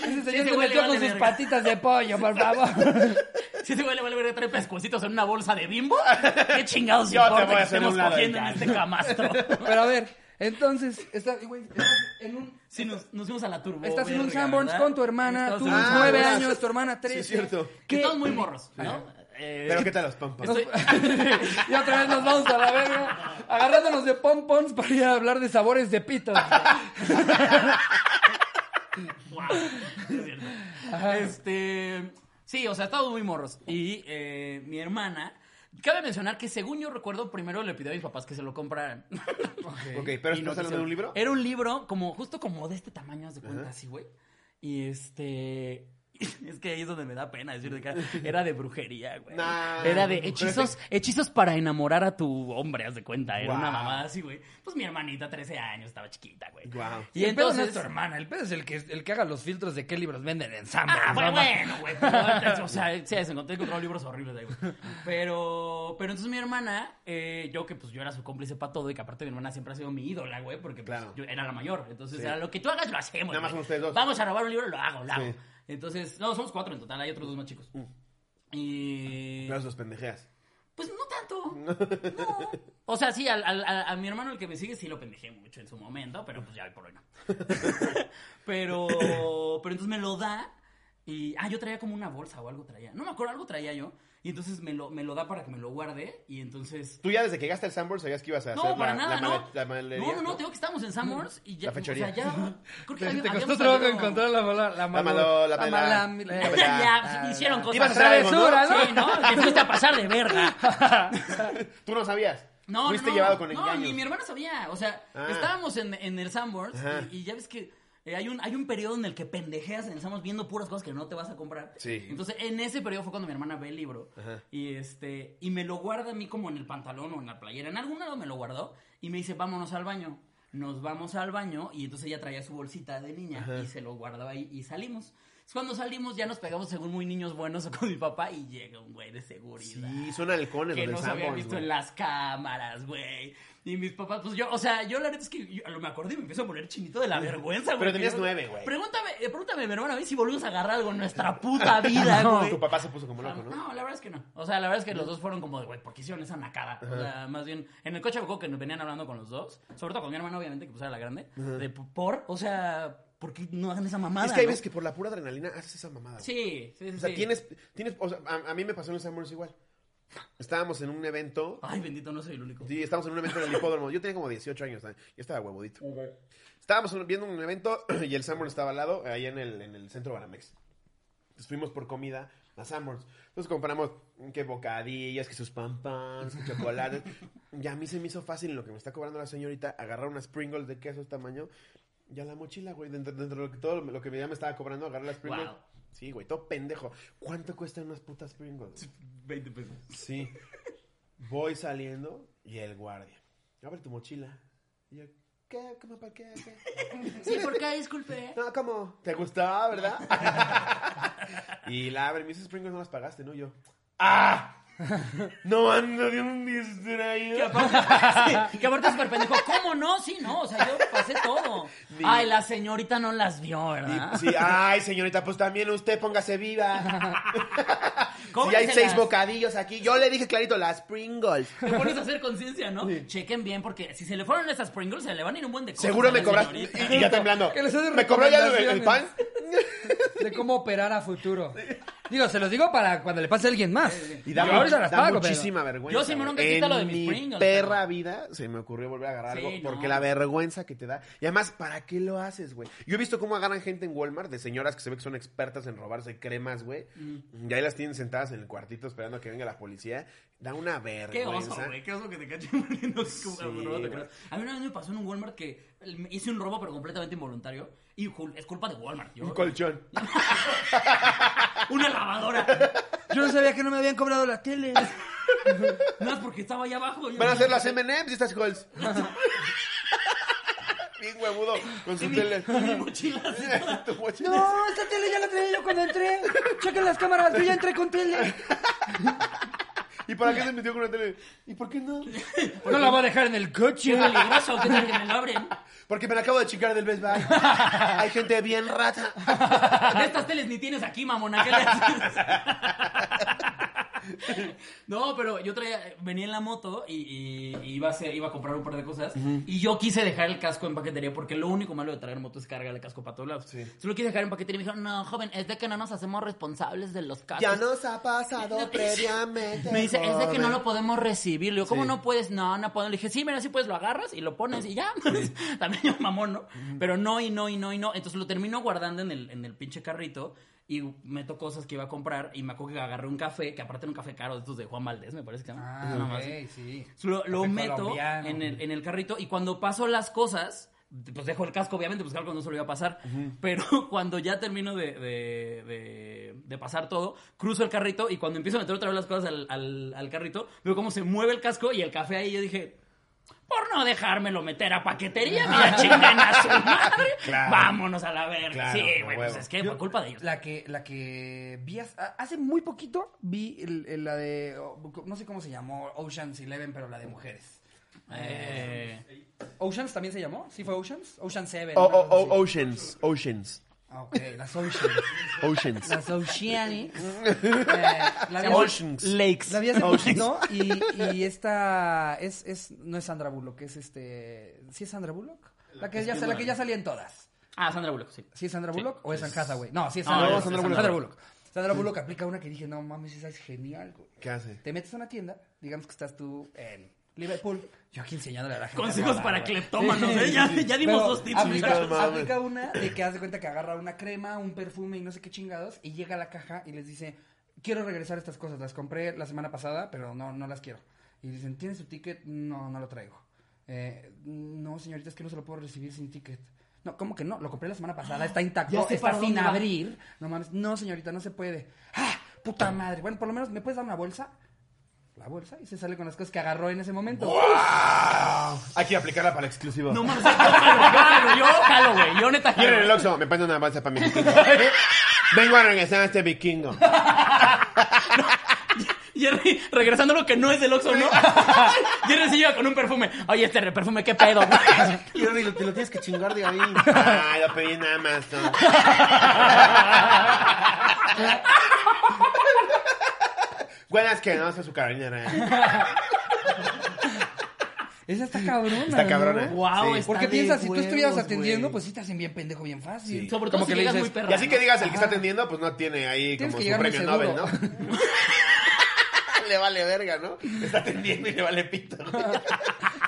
Speaker 1: Ese señor
Speaker 3: ese
Speaker 1: se
Speaker 3: güey
Speaker 1: metió
Speaker 3: le
Speaker 1: con
Speaker 3: vale
Speaker 1: sus
Speaker 3: verga.
Speaker 1: patitas de pollo, por favor.
Speaker 3: Si ese güey le vale ver tres pescuecitos en una bolsa de bimbo, qué chingados
Speaker 2: Yo te
Speaker 3: importa
Speaker 2: voy a
Speaker 3: que
Speaker 2: hacer
Speaker 3: estemos
Speaker 2: un lado
Speaker 3: cogiendo
Speaker 2: de
Speaker 3: en este camastro.
Speaker 1: Pero a ver, entonces, estás, güey, estás en un...
Speaker 3: Sí, nos, nos fuimos a la turbo.
Speaker 1: Estás en un
Speaker 3: verga,
Speaker 1: Sanborns
Speaker 3: ¿verdad?
Speaker 1: con tu hermana,
Speaker 3: Estamos
Speaker 1: tú
Speaker 3: en un
Speaker 2: Ah,
Speaker 1: nueve
Speaker 2: bueno.
Speaker 1: años, tu hermana
Speaker 2: Sí,
Speaker 1: trece.
Speaker 2: es cierto.
Speaker 1: ¿Qué?
Speaker 3: Que todos muy morros, ¿no? Eh,
Speaker 2: Pero qué tal los pompas.
Speaker 3: estoy-
Speaker 1: Y otra vez nos vamos a la verga, agarrándonos de pompons para ir a hablar de sabores de pito.
Speaker 3: Guau, es cierto. Este. Sí, o sea, estábamos muy morros. Y eh, mi hermana. Cabe mencionar que según yo recuerdo, primero le pidió a mis papás que se lo compraran.
Speaker 2: Ok, pero
Speaker 3: Y no
Speaker 2: estás hablando
Speaker 3: quisieron.
Speaker 2: de un libro.
Speaker 3: Era un libro, como, justo como de este tamaño, haz de cuenta, así, güey. Y este. Es que ahí es donde me da pena decir de cara. Era de brujería, güey.
Speaker 2: Nah,
Speaker 3: era de
Speaker 2: pero
Speaker 3: hechizos, hechizos para enamorar a tu hombre, haz de cuenta. Era una
Speaker 2: Guau.
Speaker 3: mamada así, güey. Pues mi hermanita, 13 años, estaba chiquita, güey.
Speaker 2: Guau.
Speaker 1: Y el pedo no es tu hermana, el pedo es el que, el que haga los filtros de qué libros venden en Sanborns.
Speaker 3: Ah, bueno,
Speaker 1: ¿no?
Speaker 3: bueno, güey. pero, O sea, sí, se encontré encontrado libros horribles ahí, güey. Pero, pero entonces mi hermana, eh, yo que pues yo era su cómplice para todo y que aparte mi hermana siempre ha sido mi ídola, güey, porque pues,
Speaker 2: Claro.
Speaker 3: yo era la mayor. Entonces
Speaker 2: Sí.
Speaker 3: era lo que tú hagas, lo hacemos.
Speaker 2: Nada más
Speaker 3: güey.
Speaker 2: son ustedes dos.
Speaker 3: Vamos a robar un libro, lo hago, lo hago.
Speaker 2: Sí. Mm.
Speaker 3: Entonces, no, somos cuatro en total, hay otros dos más chicos. Y.
Speaker 2: Claro, los pendejeas.
Speaker 3: Pues no tanto. No. O sea, sí, al- al- a, a mi hermano el que me sigue sí lo pendejé mucho en su momento, pero pues ya el problema. pero, pero entonces me lo da y... Ah, yo traía como una bolsa o algo traía. No me acuerdo, algo traía yo. Y entonces me lo, me lo da para que me lo guarde y entonces...
Speaker 2: Tú ya desde que llegaste al Sanborn sabías que ibas a hacer
Speaker 3: No, para
Speaker 2: la,
Speaker 3: nada,
Speaker 2: la male-
Speaker 3: ¿no?
Speaker 2: la malería,
Speaker 3: no, no, no, tengo que estábamos en Summers y ya...
Speaker 2: La fechoría.
Speaker 3: O sea, ya... Creo que
Speaker 1: Te
Speaker 3: había-
Speaker 1: costó
Speaker 3: habíamos
Speaker 1: trabajo
Speaker 3: salido-
Speaker 1: encontrar la mala, la
Speaker 2: La
Speaker 1: mala,
Speaker 2: malo- la
Speaker 1: la
Speaker 2: mala-
Speaker 1: mala,
Speaker 2: la
Speaker 1: la-
Speaker 3: ya, hicieron cosas.
Speaker 2: Ah, Ibas a hacer algo, ¿no?
Speaker 1: Travesura, ¿no?
Speaker 3: Sí, ¿no? Te fuiste a pasar de verga.
Speaker 2: Tú no sabías.
Speaker 3: No, no,
Speaker 2: Fuiste
Speaker 3: no,
Speaker 2: llevado con
Speaker 3: No,
Speaker 2: engaños.
Speaker 3: ni mi hermana sabía. O sea,
Speaker 2: Ah.
Speaker 3: estábamos en, en el Sanborns
Speaker 2: Ajá.
Speaker 3: y, y ya ves que eh, hay, un, hay un periodo en el que pendejeas en el Sanborns viendo puras cosas que no te vas a comprar.
Speaker 2: Sí.
Speaker 3: Entonces, en ese periodo fue cuando mi hermana ve el libro
Speaker 2: Ajá.
Speaker 3: y este y me lo guarda a mí como en el pantalón o en la playera. En algún lado me lo guardó y me dice, vámonos al baño. Nos vamos al baño y entonces ella traía su bolsita de niña y se lo guardaba ahí y salimos. Entonces, Cuando salimos ya nos pegamos según muy niños buenos con mi papá y llega un güey de seguridad
Speaker 2: Sí, son halcones los
Speaker 3: que
Speaker 2: del
Speaker 3: no se había
Speaker 2: Sanborns,
Speaker 3: visto
Speaker 2: güey.
Speaker 3: en las cámaras, güey. Y mis papás, pues yo, o sea, yo la neta es que yo lo me acordé y me empiezo a poner chinito de la vergüenza, güey.
Speaker 2: Pero tenías
Speaker 3: Que-
Speaker 2: nueve, güey.
Speaker 3: Pregúntame, eh, pregúntame, mi hermana, a ver si volvimos a agarrar algo en nuestra puta vida, güey.
Speaker 2: Tu papá se puso como loco, ¿no?
Speaker 3: No, la verdad es que no. O sea, la verdad es que los dos fueron como de, güey, ¿por qué hicieron esa nacada? O sea, más bien, en el coche me acuerdo que nos venían hablando con los dos, sobre todo con mi hermana, obviamente, que pues era la grande, de por, o sea, ¿por qué no hagan esa mamada?
Speaker 2: Es que hay
Speaker 3: no?
Speaker 2: veces que por la pura adrenalina haces esa mamada. güey.
Speaker 3: Sí, sí, sí.
Speaker 2: O sea,
Speaker 3: sí.
Speaker 2: tienes, tienes, o sea, a, a mí me pasó en el Sanborns igual. Estábamos en un evento,
Speaker 3: Ay, bendito, no soy el único.
Speaker 2: sí, estábamos en un evento en el hipódromo. Yo tenía como 18 años, ¿sabes? yo estaba huevudito. Estábamos en- viendo un evento y el Sanborns estaba al lado, ahí en el, en el centro Banamex. Entonces Pues fuimos por comida a Sanborns. Entonces compramos mm, que bocadillas, que sus pampans, que chocolates. y a mí se me hizo fácil lo que me está cobrando la señorita, agarrar unas Pringles de queso de este tamaño. Ya la mochila, güey, dentro, dentro de lo que, todo lo que ya me estaba cobrando, agarrar las Pringles.
Speaker 3: Wow.
Speaker 2: Sí, güey, todo pendejo. ¿Cuánto cuestan unas putas Pringles?
Speaker 3: 20 pesos.
Speaker 2: Sí. Voy saliendo y el guardia. Abre tu mochila. Y yo, ¿Qué? ¿Cómo? ¿Para qué? ¿Qué?
Speaker 3: Sí, ¿por qué? Disculpe.
Speaker 2: No, ¿cómo? ¿Te gustaba, verdad? y la abre, me dice Sprinkles, no las pagaste, ¿no? Yo. ¡Ah! No ando de un
Speaker 3: Que
Speaker 2: distraído.
Speaker 3: aparte, sí, que aparte es súper pendejo. ¿Cómo no? Sí, no. O sea, yo pasé todo.
Speaker 2: Ni-
Speaker 3: Ay, la señorita no las vio, ¿verdad?
Speaker 2: Sí, ay, señorita, pues también usted póngase viva. Si hay
Speaker 3: Cóbreselas.
Speaker 2: seis bocadillos aquí. Yo le dije clarito, las Pringles.
Speaker 3: Te pones a hacer conciencia, ¿no?
Speaker 2: Sí.
Speaker 3: Chequen bien, porque si se le fueron esas Pringles, se le van a ir un buen de cosas.
Speaker 2: Seguro
Speaker 3: a
Speaker 2: me
Speaker 3: la
Speaker 2: cobraste.
Speaker 3: señorita.
Speaker 2: Y, y ya temblando.
Speaker 1: Que les haces
Speaker 2: ¿Me cobró ya el, el pan?
Speaker 1: recomendaciones. de cómo operar a futuro. Digo, se los digo para cuando le pase a alguien más.
Speaker 2: Y da,
Speaker 1: Yo ahorita las
Speaker 2: da
Speaker 1: pago, pero-
Speaker 2: muchísima vergüenza.
Speaker 3: Yo sí me
Speaker 2: güey.
Speaker 3: nunca quita
Speaker 2: En
Speaker 3: lo de mis
Speaker 2: mi
Speaker 3: Pringles,
Speaker 2: perra
Speaker 3: pero-
Speaker 2: vida se me ocurrió volver a agarrar
Speaker 3: Sí,
Speaker 2: algo porque
Speaker 3: no.
Speaker 2: la vergüenza que te da. Y además, ¿para qué lo haces, güey? Yo he visto cómo agarran gente en Walmart de señoras que se ve que son expertas en robarse cremas, güey.
Speaker 3: Mm.
Speaker 2: Y ahí las tienen sentadas en el cuartito esperando a que venga la policía. Da una
Speaker 3: Qué
Speaker 2: vergüenza.
Speaker 3: oso, güey. Qué oso que te cachen mordiendo como- como robo, te
Speaker 2: güey.
Speaker 3: creo. A mí una vez me pasó en un Walmart que me hice un robo, pero completamente involuntario. Y jul- es culpa de Walmart. Yo,
Speaker 2: Un colchón.
Speaker 3: una lavadora.
Speaker 1: Yo no sabía que no me habían cobrado la tele.
Speaker 3: No, es porque estaba allá abajo. Yo-
Speaker 2: Van a hacer las M&M's y estas Halls. Bien huevudo con su tele.
Speaker 3: Y mi mochila así toda-
Speaker 2: Tu mochila.
Speaker 1: No, esta tele ya la traía yo cuando entré. Chequen las cámaras, yo ya entré con tele.
Speaker 2: ¿Y para qué se metió con una tele? ¿Y por qué no?
Speaker 1: No la voy a dejar en el
Speaker 3: Qué
Speaker 1: coche.
Speaker 3: peligroso que tal que me lo abren.
Speaker 2: Porque me la acabo de chingar del Best Buy. Hay gente bien rata.
Speaker 3: De estas teles ni tienes aquí, mamona. ¿qué le haces? No, pero yo traía, venía en la moto y, y- y iba, a hacer- iba a comprar un par de cosas. Y yo quise dejar el casco en paquetería porque lo único malo de traer moto es cargar el casco para todos lados. Solo quise dejar en paquetería y me dijeron, no, joven, es de que no nos hacemos responsables de los cascos.
Speaker 4: Ya nos ha pasado previamente.
Speaker 3: Me dice, es de que no
Speaker 4: joven.
Speaker 3: lo podemos recibir. Le digo, ¿cómo
Speaker 2: Sí.
Speaker 3: no puedes? No, no puedo. Le dije, sí, mira, sí puedes, lo agarras y lo pones y ya. También yo mamón, ¿no? Pero no, y no, y no, y no. Entonces lo termino guardando en el, en el pinche carrito y meto cosas que iba a comprar y me acuerdo que agarré un café, que aparte era un café caro de estos de Juan Valdés, me parece que se llama. Es una mamá así.
Speaker 1: sí.
Speaker 3: Lo, lo
Speaker 1: Café
Speaker 3: meto
Speaker 1: colombiano.
Speaker 3: en el, en el carrito y cuando paso las cosas, pues dejo el casco, obviamente, pues claro, no se lo iba a pasar. Pero cuando ya termino de, de- de- de pasar todo, cruzo el carrito y cuando empiezo a meter otra vez las cosas al, al- al carrito, veo cómo se mueve el casco y el café ahí. Yo dije. Por no dejármelo meter a paquetería, mira, chingan a su madre.
Speaker 2: Claro.
Speaker 3: Vámonos a la verga.
Speaker 2: Claro,
Speaker 3: sí,
Speaker 2: a
Speaker 3: güey,
Speaker 2: huevo.
Speaker 3: pues es que
Speaker 1: Yo-
Speaker 3: fue culpa de ellos.
Speaker 1: La que, la que vi hace, a- hace muy poquito, vi el- el- la de, oh, no sé cómo se llamó, Oceans Eleven, pero la de mujeres.
Speaker 3: Eh,
Speaker 1: ¿Oceans también se llamó? ¿Sí fue Oceans? Ocean Seven.
Speaker 4: Oh,
Speaker 2: O,
Speaker 1: una
Speaker 2: o-
Speaker 1: cosa así.
Speaker 2: o- oceans, oceans,
Speaker 1: Ah, ok, las Oceans.
Speaker 2: oceans.
Speaker 1: Las Oceanics. Eh, la vi hace-
Speaker 2: Oceans.
Speaker 3: Lakes.
Speaker 1: La vi hace
Speaker 2: Oceans.
Speaker 1: poquito y, y esta es, es, no es Sandra Bullock, es este, ¿sí es Sandra Bullock? La que, ya, la que ya salía en todas.
Speaker 3: Ah, Sandra Bullock, sí.
Speaker 1: ¿Sí es Sandra Bullock o es Anne Hathaway? No, sí es
Speaker 3: No,
Speaker 1: Sandra,
Speaker 3: no,
Speaker 1: Bullock.
Speaker 3: Sandra
Speaker 1: Sandra
Speaker 3: Bullock.
Speaker 1: Bullock. Sandra Bullock aplica una que dije, no mames, esa es genial, güey.
Speaker 2: ¿Qué hace?
Speaker 1: Te metes a una tienda, digamos que estás tú en Liverpool, yo aquí enseñándole a la gente.
Speaker 3: Consejos
Speaker 1: a robar,
Speaker 3: para
Speaker 1: güey.
Speaker 3: cleptómanos,
Speaker 1: Sí,
Speaker 3: ¿eh?
Speaker 1: sí,
Speaker 3: Ya,
Speaker 1: sí.
Speaker 3: ya dimos
Speaker 1: Pero
Speaker 3: dos tips.
Speaker 2: Sí,
Speaker 1: Aplica,
Speaker 2: no mames.
Speaker 1: aplica una de que haz de cuenta que agarra una crema, un perfume y no sé qué chingados y llega a la caja y les dice, quiero regresar estas cosas, las compré la semana pasada, pero no, no las quiero. Y dicen, ¿tiene su ticket? No, no lo traigo. Eh, no, señorita, es que no se lo puedo recibir sin ticket. No, ¿cómo que no? Lo compré la semana pasada, está
Speaker 3: ya
Speaker 1: intacto,
Speaker 3: sé para
Speaker 1: está sin
Speaker 3: dónde va.
Speaker 1: abrir. No mames, no, señorita, no se puede. ¡Ah! ¡Puta madre! Bueno, por lo menos, ¿me puedes dar una bolsa? La bolsa y se sale con las cosas que agarró en ese momento.
Speaker 2: ¡Wow! Hay que aplicarla para el exclusivo.
Speaker 3: No mames, yo jalo, yo jalo, güey. Yo neta
Speaker 2: Y en
Speaker 3: jalo.
Speaker 2: el Oxxo me pasa una balsa para mi vikingo. Vengo a regresar a este vikingo.
Speaker 3: Jerry, regresando a lo que no es del Oxxo, ¿no? Jerry se lleva con un perfume. Oye, este perfume, ¿qué pedo? güey?
Speaker 4: Y ahora lo- te lo tienes que chingar de ahí.
Speaker 2: Ay, lo pedí en Amazon. Buenas que no, su ¿eh? carolina.
Speaker 1: Esa está cabrona.
Speaker 2: Está
Speaker 1: ¿no?
Speaker 2: cabrona.
Speaker 3: Wow,
Speaker 2: Sí.
Speaker 3: está
Speaker 1: Porque
Speaker 3: de
Speaker 1: piensas, si tú estuvieras
Speaker 3: huevos,
Speaker 1: atendiendo,
Speaker 3: güey.
Speaker 1: pues sí te hacen bien pendejo, bien fácil.
Speaker 2: Sí.
Speaker 3: Sobre todo si llegas muy perra.
Speaker 2: Y así que
Speaker 3: ¿no?
Speaker 2: digas, el que está atendiendo, pues no tiene ahí
Speaker 1: Tienes
Speaker 2: como
Speaker 1: que
Speaker 2: su
Speaker 1: llegar muy
Speaker 2: premio Nobel, ¿no?
Speaker 1: seguro.
Speaker 2: le vale verga, ¿no? Está atendiendo y le vale pito.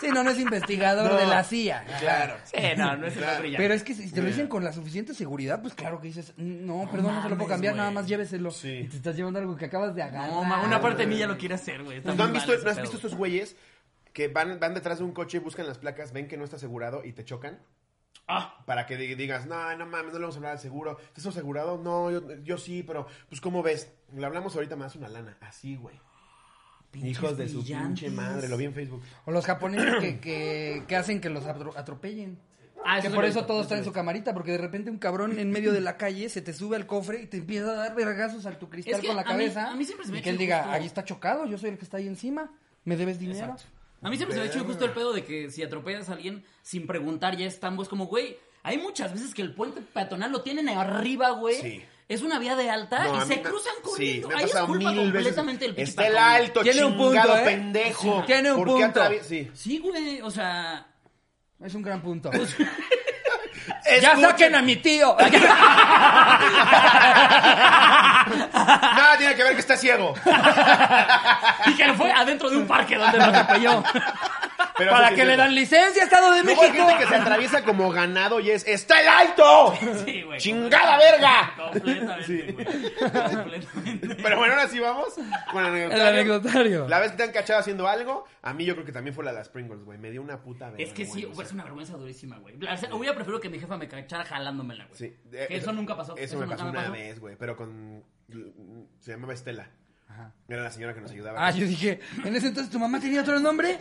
Speaker 1: Sí, no, no es investigador
Speaker 2: No.
Speaker 1: de la CIA.
Speaker 2: Claro.
Speaker 3: Sí, no, no es el otro ya.
Speaker 1: Pero es que si te lo dicen con la suficiente seguridad, pues claro que dices, no, perdón, no se lo
Speaker 3: mames,
Speaker 1: puedo cambiar,
Speaker 3: güey.
Speaker 1: nada más lléveselo.
Speaker 2: Sí.
Speaker 1: Y te estás llevando algo que acabas de agarrar.
Speaker 3: No, ma, una parte de mí ya lo quiere hacer, güey. Está
Speaker 2: ¿No, han
Speaker 3: muy
Speaker 2: visto,
Speaker 3: mal ese
Speaker 2: ¿no has
Speaker 3: pedo,
Speaker 2: visto
Speaker 3: güey.
Speaker 2: estos güeyes que van, van detrás de un coche, buscan las placas, ven que no está asegurado y te chocan?
Speaker 3: Ah,
Speaker 2: Para que di- digas, no, no mames, no le vamos a hablar al seguro. ¿Estás asegurado? No, yo, yo sí, pero pues ¿cómo ves? Le hablamos ahorita, me das una lana. Así, güey.
Speaker 3: pinches
Speaker 2: Hijos de su
Speaker 3: brillantes.
Speaker 2: pinche madre, lo vi en Facebook.
Speaker 1: O los japoneses que, que, que hacen que los atro- atropellen.
Speaker 3: Ah,
Speaker 1: que
Speaker 3: sí
Speaker 1: por
Speaker 3: lo he
Speaker 1: eso
Speaker 3: visto,
Speaker 1: todos
Speaker 3: sí lo he
Speaker 1: traen su camarita, porque de repente un cabrón en medio de la calle se te sube al cofre y te empieza a dar vergazos al tu cristal
Speaker 3: Es que
Speaker 1: con la
Speaker 3: a mí-
Speaker 1: cabeza.
Speaker 3: a mí siempre se me
Speaker 1: y
Speaker 3: ha
Speaker 1: que él
Speaker 3: hecho
Speaker 1: diga,
Speaker 3: injusto.
Speaker 1: ahí está chocado, yo soy el que está ahí encima, me debes dinero.
Speaker 3: Exacto. A mí siempre se me ha hecho justo el pedo de que si atropellas a alguien sin preguntar ya es tambo. Es como, güey, hay muchas veces que el puente peatonal lo tienen arriba, güey.
Speaker 2: Sí.
Speaker 3: Es una vía de alta
Speaker 2: No, a
Speaker 3: y se
Speaker 2: mí me-
Speaker 3: cruzan
Speaker 2: Sí,
Speaker 3: corriendo.
Speaker 2: me ha
Speaker 3: Ahí es
Speaker 2: pasado
Speaker 3: culpa
Speaker 2: mil veces.
Speaker 3: completamente del pinche
Speaker 2: Está el
Speaker 3: peatonal.
Speaker 2: alto,
Speaker 1: Tiene un punto,
Speaker 2: chingado
Speaker 1: ¿eh?
Speaker 2: pendejo.
Speaker 1: Tiene un
Speaker 2: ¿Por qué
Speaker 1: punto.
Speaker 2: atravies- Sí.
Speaker 3: Sí, güey, o sea...
Speaker 1: Es un gran punto. ¡Ya
Speaker 2: Escuchen-
Speaker 1: saquen a mi tío!
Speaker 2: Nada tiene que ver que está ciego.
Speaker 3: Y que lo fue adentro de un parque donde lo atropelló.
Speaker 2: Pero
Speaker 1: ¡Para
Speaker 2: sí,
Speaker 1: que
Speaker 2: sí,
Speaker 1: le
Speaker 2: sí.
Speaker 1: dan licencia, Estado de
Speaker 2: Luego hay
Speaker 1: México!
Speaker 2: gente que se atraviesa como ganado y es ¡Está el alto!
Speaker 3: Sí, güey.
Speaker 2: ¡Chingada verga!
Speaker 3: Completamente, güey. Completamente.
Speaker 2: Pero bueno, ahora sí vamos con el
Speaker 1: El
Speaker 2: anecdotario.
Speaker 1: anecdotario.
Speaker 2: La vez que te han cachado haciendo algo, a mí yo creo que también fue la de las Pringles, güey. Me dio una puta verga.
Speaker 3: Es que sí,
Speaker 2: güey.
Speaker 3: güey, es una vergüenza durísima, güey. O sea, hubiera preferido que mi jefa me cachara jalándomela, güey.
Speaker 2: Sí.
Speaker 3: Que eso, nunca pasó.
Speaker 2: Eso, me
Speaker 3: nunca
Speaker 2: pasó una vez, güey. Pero con. Se llamaba Estela. Era la señora que nos ayudaba.
Speaker 1: Ah, yo dije, en ese entonces tu mamá tenía otro nombre.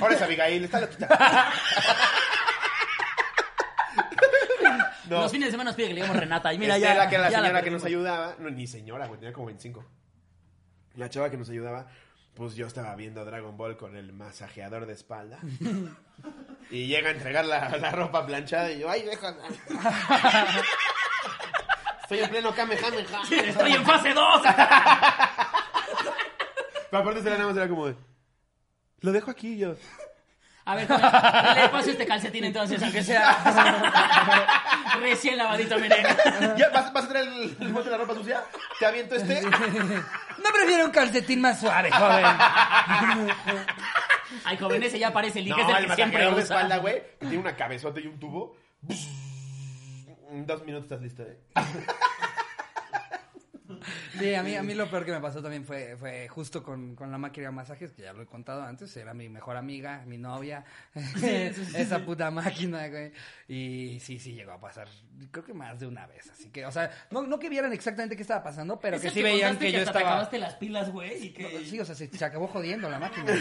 Speaker 2: Ahora es Abigail, está loquita. No,
Speaker 3: Los fines de semana nos pide que le digamos Renata. Y mira,
Speaker 2: Estela,
Speaker 3: ya.
Speaker 2: que era la
Speaker 3: ya
Speaker 2: señora que nos
Speaker 3: perdimos.
Speaker 2: ayudaba. No, ni señora, güey, tenía como 25. La chava que nos ayudaba, pues yo estaba viendo Dragon Ball con el masajeador de espalda. y llega a entregar la, la ropa planchada y yo, ay, deja. Estoy en pleno Kamehameha.
Speaker 3: Sí, Estoy en fase 2.
Speaker 2: Pero aparte Estela nada más era como de, lo dejo aquí yo.
Speaker 3: A ver, joder, le paso este calcetín entonces, aunque sea recién lavadito, miren.
Speaker 2: ¿Ya vas, vas a traer el, el bote de la ropa sucia? ¿Te aviento este?
Speaker 1: No prefiero un calcetín más suave, joven.
Speaker 3: Ay, joven, ese ya aparece el link,
Speaker 2: No,
Speaker 3: es el
Speaker 2: el
Speaker 3: que siempre
Speaker 2: masajeador de
Speaker 3: usa.
Speaker 2: espalda, güey. que Tiene una cabezota y un tubo. En dos minutos estás lista, eh.
Speaker 1: Sí, a mí, a mí lo peor que me pasó también fue, fue justo con, con la máquina de masajes, que ya lo he contado antes, era mi mejor amiga, mi novia, esa puta máquina, güey. Y sí, sí, llegó a pasar, creo que más de una vez. Así que, o sea, no, no que vieran exactamente qué estaba pasando, pero
Speaker 3: Es
Speaker 1: que
Speaker 3: el
Speaker 1: sí veían
Speaker 3: contaste
Speaker 1: que yo
Speaker 3: hasta te
Speaker 1: estaba...
Speaker 3: acabaste las pilas, güey, y que...
Speaker 1: Sí, o sea, se, se acabó jodiendo la máquina,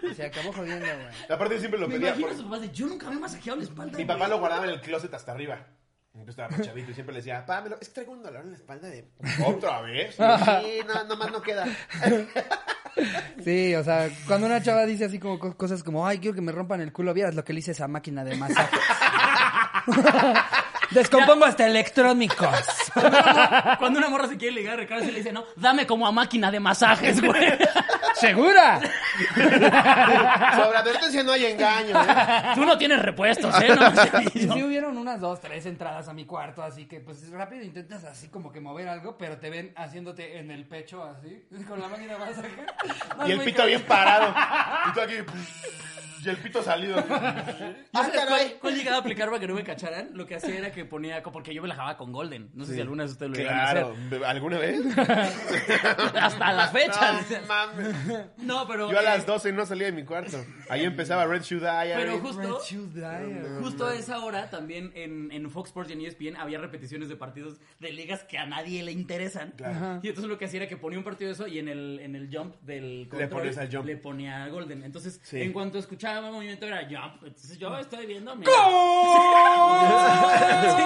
Speaker 1: güey. Se acabó jodiendo, güey.
Speaker 2: Aparte yo siempre lo
Speaker 3: Me
Speaker 2: pedía.
Speaker 3: imagino a
Speaker 2: por-
Speaker 3: sus papás de, yo nunca me he masajeado la espalda,
Speaker 2: Mi
Speaker 3: güey".
Speaker 2: papá lo guardaba en el closet hasta arriba. Yo estaba más chavito y siempre le decía, pámelo, es que traigo un dolor en la espalda de... ¿Otra vez? Sí, no, nomás no queda.
Speaker 1: Sí, o sea, cuando una chava dice así como co- cosas como, ay, quiero que me rompan el culo, vieras lo que le hice a esa máquina de masajes. Descompongo hasta electrónicos.
Speaker 3: Cuando una morra se quiere ligar, Ricardo se le dice, no, dame como a máquina de masajes, güey.
Speaker 1: ¿Segura?
Speaker 2: Sobre advertencia no hay engaño, ¿eh?
Speaker 3: Tú no tienes repuestos, ¿eh? No,
Speaker 1: Y sí
Speaker 3: no.
Speaker 1: hubieron unas dos, tres entradas a mi cuarto, así que pues rápido intentas así como que mover algo, pero te ven haciéndote en el pecho así, con la máquina de masajes. No,
Speaker 2: Y
Speaker 1: es
Speaker 2: el
Speaker 1: muy
Speaker 2: pito
Speaker 1: cabrón.
Speaker 2: bien parado. Y tú aquí... Y el pito salido.
Speaker 3: Yo sé cuál, cuál llegaba a aplicar para que no me cacharan. Lo que hacía era que ponía, porque yo me la jugaba con Golden. No sé si alguna de ustedes lo llegaron a
Speaker 2: Claro. ¿Alguna vez?
Speaker 3: hacer. Hasta las fechas.
Speaker 2: No, mames.
Speaker 3: No, pero.
Speaker 2: Yo a
Speaker 3: eh,
Speaker 2: las 12 no salía de mi cuarto. Ahí empezaba Red Shoe Diary.
Speaker 3: Pero
Speaker 1: Red
Speaker 3: justo.
Speaker 1: Shoe Diary.
Speaker 3: Justo a esa hora también en, en Fox Sports y en E ESPN había repeticiones de partidos de ligas que a nadie le interesan. Y entonces lo que hacía era que ponía un partido de eso y en el, en el jump del control
Speaker 2: ponías al jump.
Speaker 3: le ponía Golden. Entonces,
Speaker 2: Sí.
Speaker 3: en cuanto escuchaba movimiento era jump. Entonces yo estoy viendo. mira.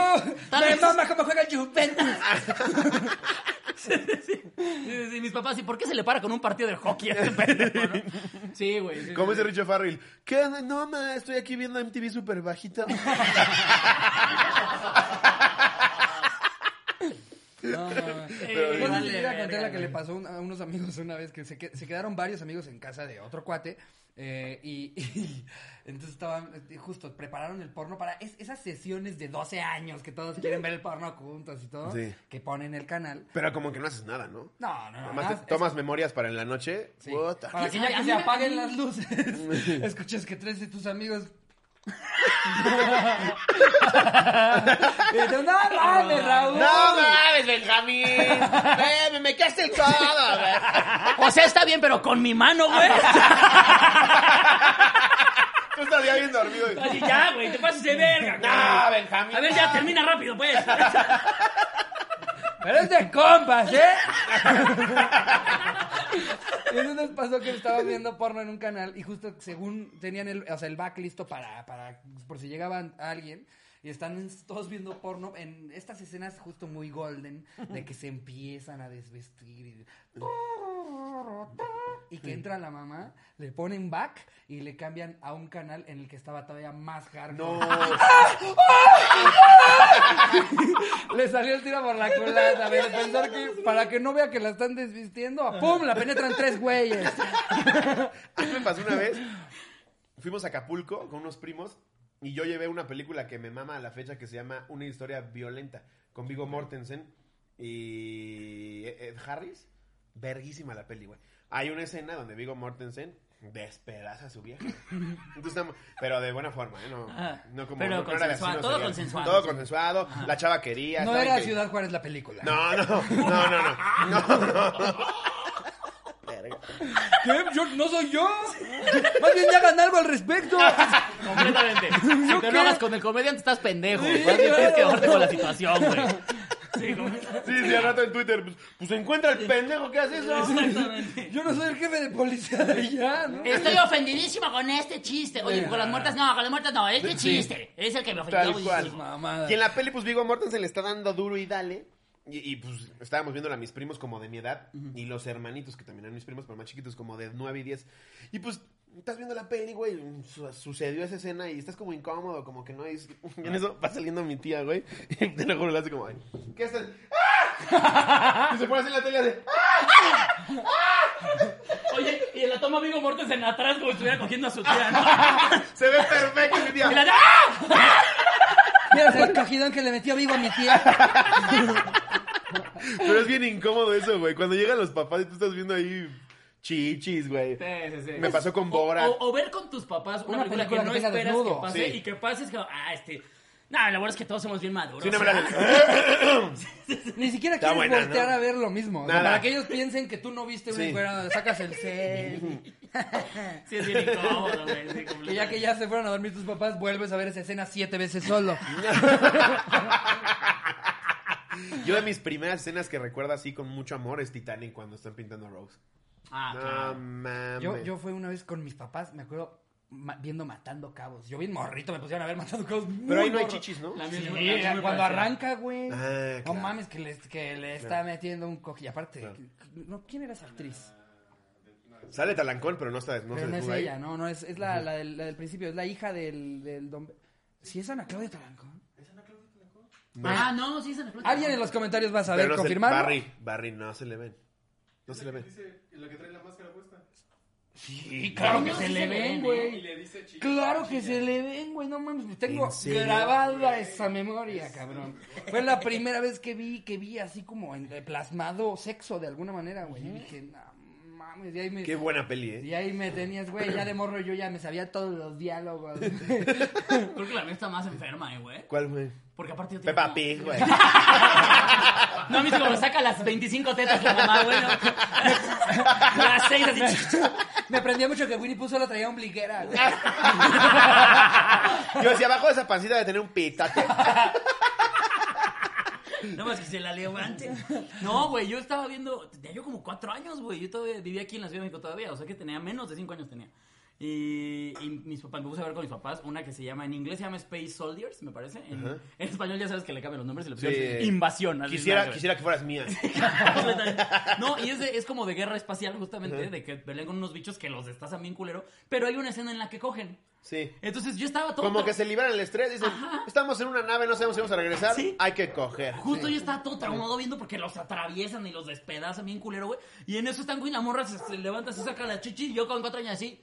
Speaker 1: Me mama cómo juega el Juventus.
Speaker 3: Sí, sí, mis papás, ¿y por qué se le para con un partido de hockey a este pendejo, no? Sí, güey. sí,
Speaker 2: ¿Cómo
Speaker 3: sí.
Speaker 2: dice Richo Farrell? ¿Qué? onda? No, ma, estoy aquí viendo MTV super bajito.
Speaker 1: No, mames.
Speaker 3: Pero
Speaker 1: Bueno,
Speaker 3: vale,
Speaker 1: les iba a
Speaker 3: verga,
Speaker 1: contar la que
Speaker 3: güey.
Speaker 1: le pasó un- a unos amigos una vez que se, que- se quedaron varios amigos en casa de otro cuate. eh, y, y entonces estaban, eh, justo, prepararon el porno para es- esas sesiones de 12 años que todos quieren ver el porno juntos y todo,
Speaker 2: Sí.
Speaker 1: que ponen el canal.
Speaker 2: Pero como que no haces nada, ¿no?
Speaker 1: No, no, no.
Speaker 2: Además, te
Speaker 3: Ah,
Speaker 1: más-
Speaker 2: tomas memorias para en la noche.
Speaker 1: Sí.
Speaker 2: Puta.
Speaker 1: Para que
Speaker 3: Ay,
Speaker 1: ya
Speaker 3: a
Speaker 1: que
Speaker 3: mí
Speaker 1: se
Speaker 3: me-
Speaker 1: apaguen las luces, escuchas que tres de tus amigos. Y dices, no mames, Raúl.
Speaker 2: ¡No mames, Benjamín! Ve, ¡Me me quedaste el codo! ve.
Speaker 3: Ah, O sea, está bien, pero con mi mano, güey.
Speaker 2: Tú estás ya bien dormido. y-
Speaker 3: Así, ya, güey, te pases de verga.
Speaker 2: ¡No,
Speaker 3: güey.
Speaker 2: Benjamín!
Speaker 3: A ver, ya, termina rápido, pues.
Speaker 1: Pero es de compas, ¿eh? Entonces pasó que estaba viendo porno en un canal y justo según tenían el, o sea, el back listo para, para, por si llegaban a alguien. Y están en- todos viendo porno en estas escenas justo muy golden de que se empiezan a desvestir y, y que entra la mamá, le ponen back y le cambian a un canal en el que estaba todavía más hardcore.
Speaker 2: No.
Speaker 1: Le salió el tiro por la culata, güey, de pensar que para que no vea que la están desvistiendo, ¡pum! La penetran tres güeyes.
Speaker 2: A mí me pasó una vez. Fuimos a Acapulco con unos primos y yo llevé una película que me mama a la fecha que se llama Una historia violenta con Vigo Mortensen y Ed Harris. Verguísima la peli, güey. Hay una escena donde Vigo Mortensen despedaza a su vieja. Entonces, estamos- pero de buena forma, ¿eh? No,
Speaker 3: Ajá.
Speaker 2: no como
Speaker 3: Ah, Pero
Speaker 2: no era de
Speaker 3: consensuado,
Speaker 2: asesinos
Speaker 3: todo
Speaker 2: seriales.
Speaker 3: consensuado.
Speaker 2: Todo consensuado. La chava quería.
Speaker 1: No
Speaker 2: estaba
Speaker 1: era
Speaker 2: increíble.
Speaker 1: Ciudad Juárez la película.
Speaker 2: No, no, no, no, no.
Speaker 1: ¿Qué? Yo- ¿No soy yo? Más bien ya hagan algo al respecto.
Speaker 3: Completamente. Si te
Speaker 1: qué?
Speaker 3: enojas con el comediante, estás pendejo.
Speaker 1: Sí,
Speaker 3: Más bien tienes
Speaker 1: claro.
Speaker 3: que bajarte con la situación, güey. Sí,
Speaker 2: Sí, sí, al rato en Twitter. Pues, pues encuentra el pendejo que hace eso.
Speaker 3: Exactamente.
Speaker 1: Yo no soy el jefe de policía de allá, ¿no?
Speaker 3: Estoy ofendidísimo con este chiste. Oye, con las muertas no, con las muertas no. Este chiste es el que me
Speaker 2: Tal
Speaker 3: ofendió.
Speaker 2: cual.
Speaker 3: buenísimo.
Speaker 1: mamadas.
Speaker 2: Y en la peli, pues Vigo Mortensen le está dando duro y dale. Y, y, pues estábamos viéndola a mis primos como de mi edad y los hermanitos que también eran mis primos, pero más chiquitos, como de 9 y 10. Y pues estás viendo la peli, güey. su- Sucedió esa escena y estás como incómodo, como que no es. Y en eso va saliendo mi tía, güey. Y te lo juro, le hace como, ay, ¿qué estás? ¡Ah! Y se pone así en la tele y hace, ¡ah!
Speaker 3: Oye, y en la toma Vigo Mortensen atrás como si estuviera cogiendo a su tía, ¿no?
Speaker 2: "Ah, Se ve perfecto, mi
Speaker 3: Y
Speaker 2: tía.
Speaker 3: la- ¡Ah!
Speaker 1: Mira el cajidón que le metió vivo a mi tía.
Speaker 2: Pero es bien incómodo eso, güey. Cuando llegan los papás y tú estás viendo ahí chichis, güey. Me pasó con
Speaker 3: O-
Speaker 2: Borat.
Speaker 3: O, o ver con tus papás
Speaker 1: Una
Speaker 3: una, película,
Speaker 1: película
Speaker 3: que no
Speaker 1: que tenga
Speaker 3: esperas
Speaker 1: desnudo.
Speaker 3: que pase
Speaker 2: Sí.
Speaker 3: y que pase es que, ah, este. No, la verdad es que todos somos bien maduros.
Speaker 2: Sí, no
Speaker 3: o
Speaker 2: me
Speaker 3: sea,
Speaker 2: la
Speaker 1: Ni siquiera
Speaker 2: Está
Speaker 1: quieres
Speaker 2: buena,
Speaker 1: voltear
Speaker 2: ¿no?
Speaker 1: a ver lo mismo. O sea,
Speaker 2: Nada.
Speaker 1: para que ellos piensen que tú no viste una
Speaker 2: Sí.
Speaker 1: encuerada, sacas el cel.
Speaker 3: Sí, es bien incómodo, güey. sí,
Speaker 1: Y ya que ya se fueron a dormir tus papás, vuelves a ver esa escena siete veces solo.
Speaker 2: Yo de mis primeras escenas que recuerdo así con mucho amor es Titanic cuando están pintando a Rose.
Speaker 3: Ah,
Speaker 2: No
Speaker 3: claro.
Speaker 2: mames.
Speaker 1: Yo, yo fui una vez con mis papás, me acuerdo, ma- viendo Matando Cabos. Yo bien morrito me pusieron a ver Matando Cabos. muy
Speaker 2: Pero ahí no hay
Speaker 1: morro.
Speaker 2: chichis, ¿no?
Speaker 3: La
Speaker 1: Sí,
Speaker 3: misma-
Speaker 1: sí,
Speaker 3: la misma
Speaker 1: cuando
Speaker 3: parecida.
Speaker 1: arranca, güey.
Speaker 2: Ah,
Speaker 1: No
Speaker 2: claro.
Speaker 1: mames, que le, que le está metiendo un coquillo. Aparte, no, ¿quién era esa actriz?
Speaker 2: Sale Talancón, pero no está Ah, no
Speaker 1: Pero
Speaker 2: se
Speaker 1: no es
Speaker 2: desnuda ahí.
Speaker 1: ella, no, no, es, es la, la del, la del principio, es la hija del, del don... ¿Sí es Ana Claudia Talancón?
Speaker 3: Ah, no, sí, se me explota.
Speaker 1: Alguien en los comentarios va a
Speaker 2: Pero
Speaker 1: saber
Speaker 2: no se-
Speaker 1: confirmar.
Speaker 2: Barry, Barry, no se le ven. No se le ven.
Speaker 5: Dice la que trae la máscara puesta.
Speaker 1: Sí, claro que
Speaker 3: No,
Speaker 1: se
Speaker 3: sí
Speaker 1: le
Speaker 3: se le
Speaker 1: ven,
Speaker 3: ven,
Speaker 5: Y
Speaker 1: güey.
Speaker 5: le dice chica.
Speaker 1: Claro que se le ven, güey. No mames, pues tengo
Speaker 2: ¿En serio?
Speaker 1: grabada esa memoria, cabrón. Fue la primera vez que vi, que vi así como en- plasmado sexo de alguna manera, güey. Y dije, no mames, y ahí me...
Speaker 2: Qué buena peli, ¿eh?
Speaker 1: Y ahí me tenías, güey, ya de morro yo ya me sabía todos los diálogos.
Speaker 3: Creo que la mía está más enferma, eh, güey.
Speaker 2: ¿Cuál, güey?
Speaker 3: Porque aparte yo tengo
Speaker 2: Peppa
Speaker 3: como-
Speaker 2: Pig, güey.
Speaker 3: No, a mí como saca las 25 tetas la mamá, güey. ¿no? Las 6 así.
Speaker 1: me aprendía mucho que Winnie Pooh solo traía ombliguera, güey.
Speaker 2: Yo decía, abajo de esa pancita de tener un pitate.
Speaker 3: No más que se la levante. No, güey, yo estaba viendo, tenía yo como cuatro años, güey. Yo todavía vivía aquí en la Ciudad de México todavía, o sea que tenía menos de cinco años tenía. Y, y mis papás, me puse a ver con mis papás una que se llama, en inglés se llama Space Soldiers, me parece. En, en español ya sabes que le cambian los nombres y le pusieron
Speaker 2: Sí.
Speaker 3: Invasión. así, nada
Speaker 2: Quisiera,
Speaker 3: que ver.
Speaker 2: quisiera que fueras mía.
Speaker 3: Completamente. No, y es, de- es como de guerra espacial, justamente, de que pelean con unos bichos que los destazan bien culero. Pero hay una escena en la que cogen.
Speaker 2: Sí.
Speaker 3: Entonces yo estaba todo.
Speaker 2: Como
Speaker 3: tra-
Speaker 2: que se liberan el estrés. Dicen, estamos en una nave, no sabemos si vamos a regresar.
Speaker 3: Sí.
Speaker 2: Hay que coger.
Speaker 3: Justo yo estaba todo traumado viendo porque los atraviesan y los despedazan bien culero, güey. Y en eso están, güey, la morra se, se levanta, se saca la chichi y yo con cuatro años así.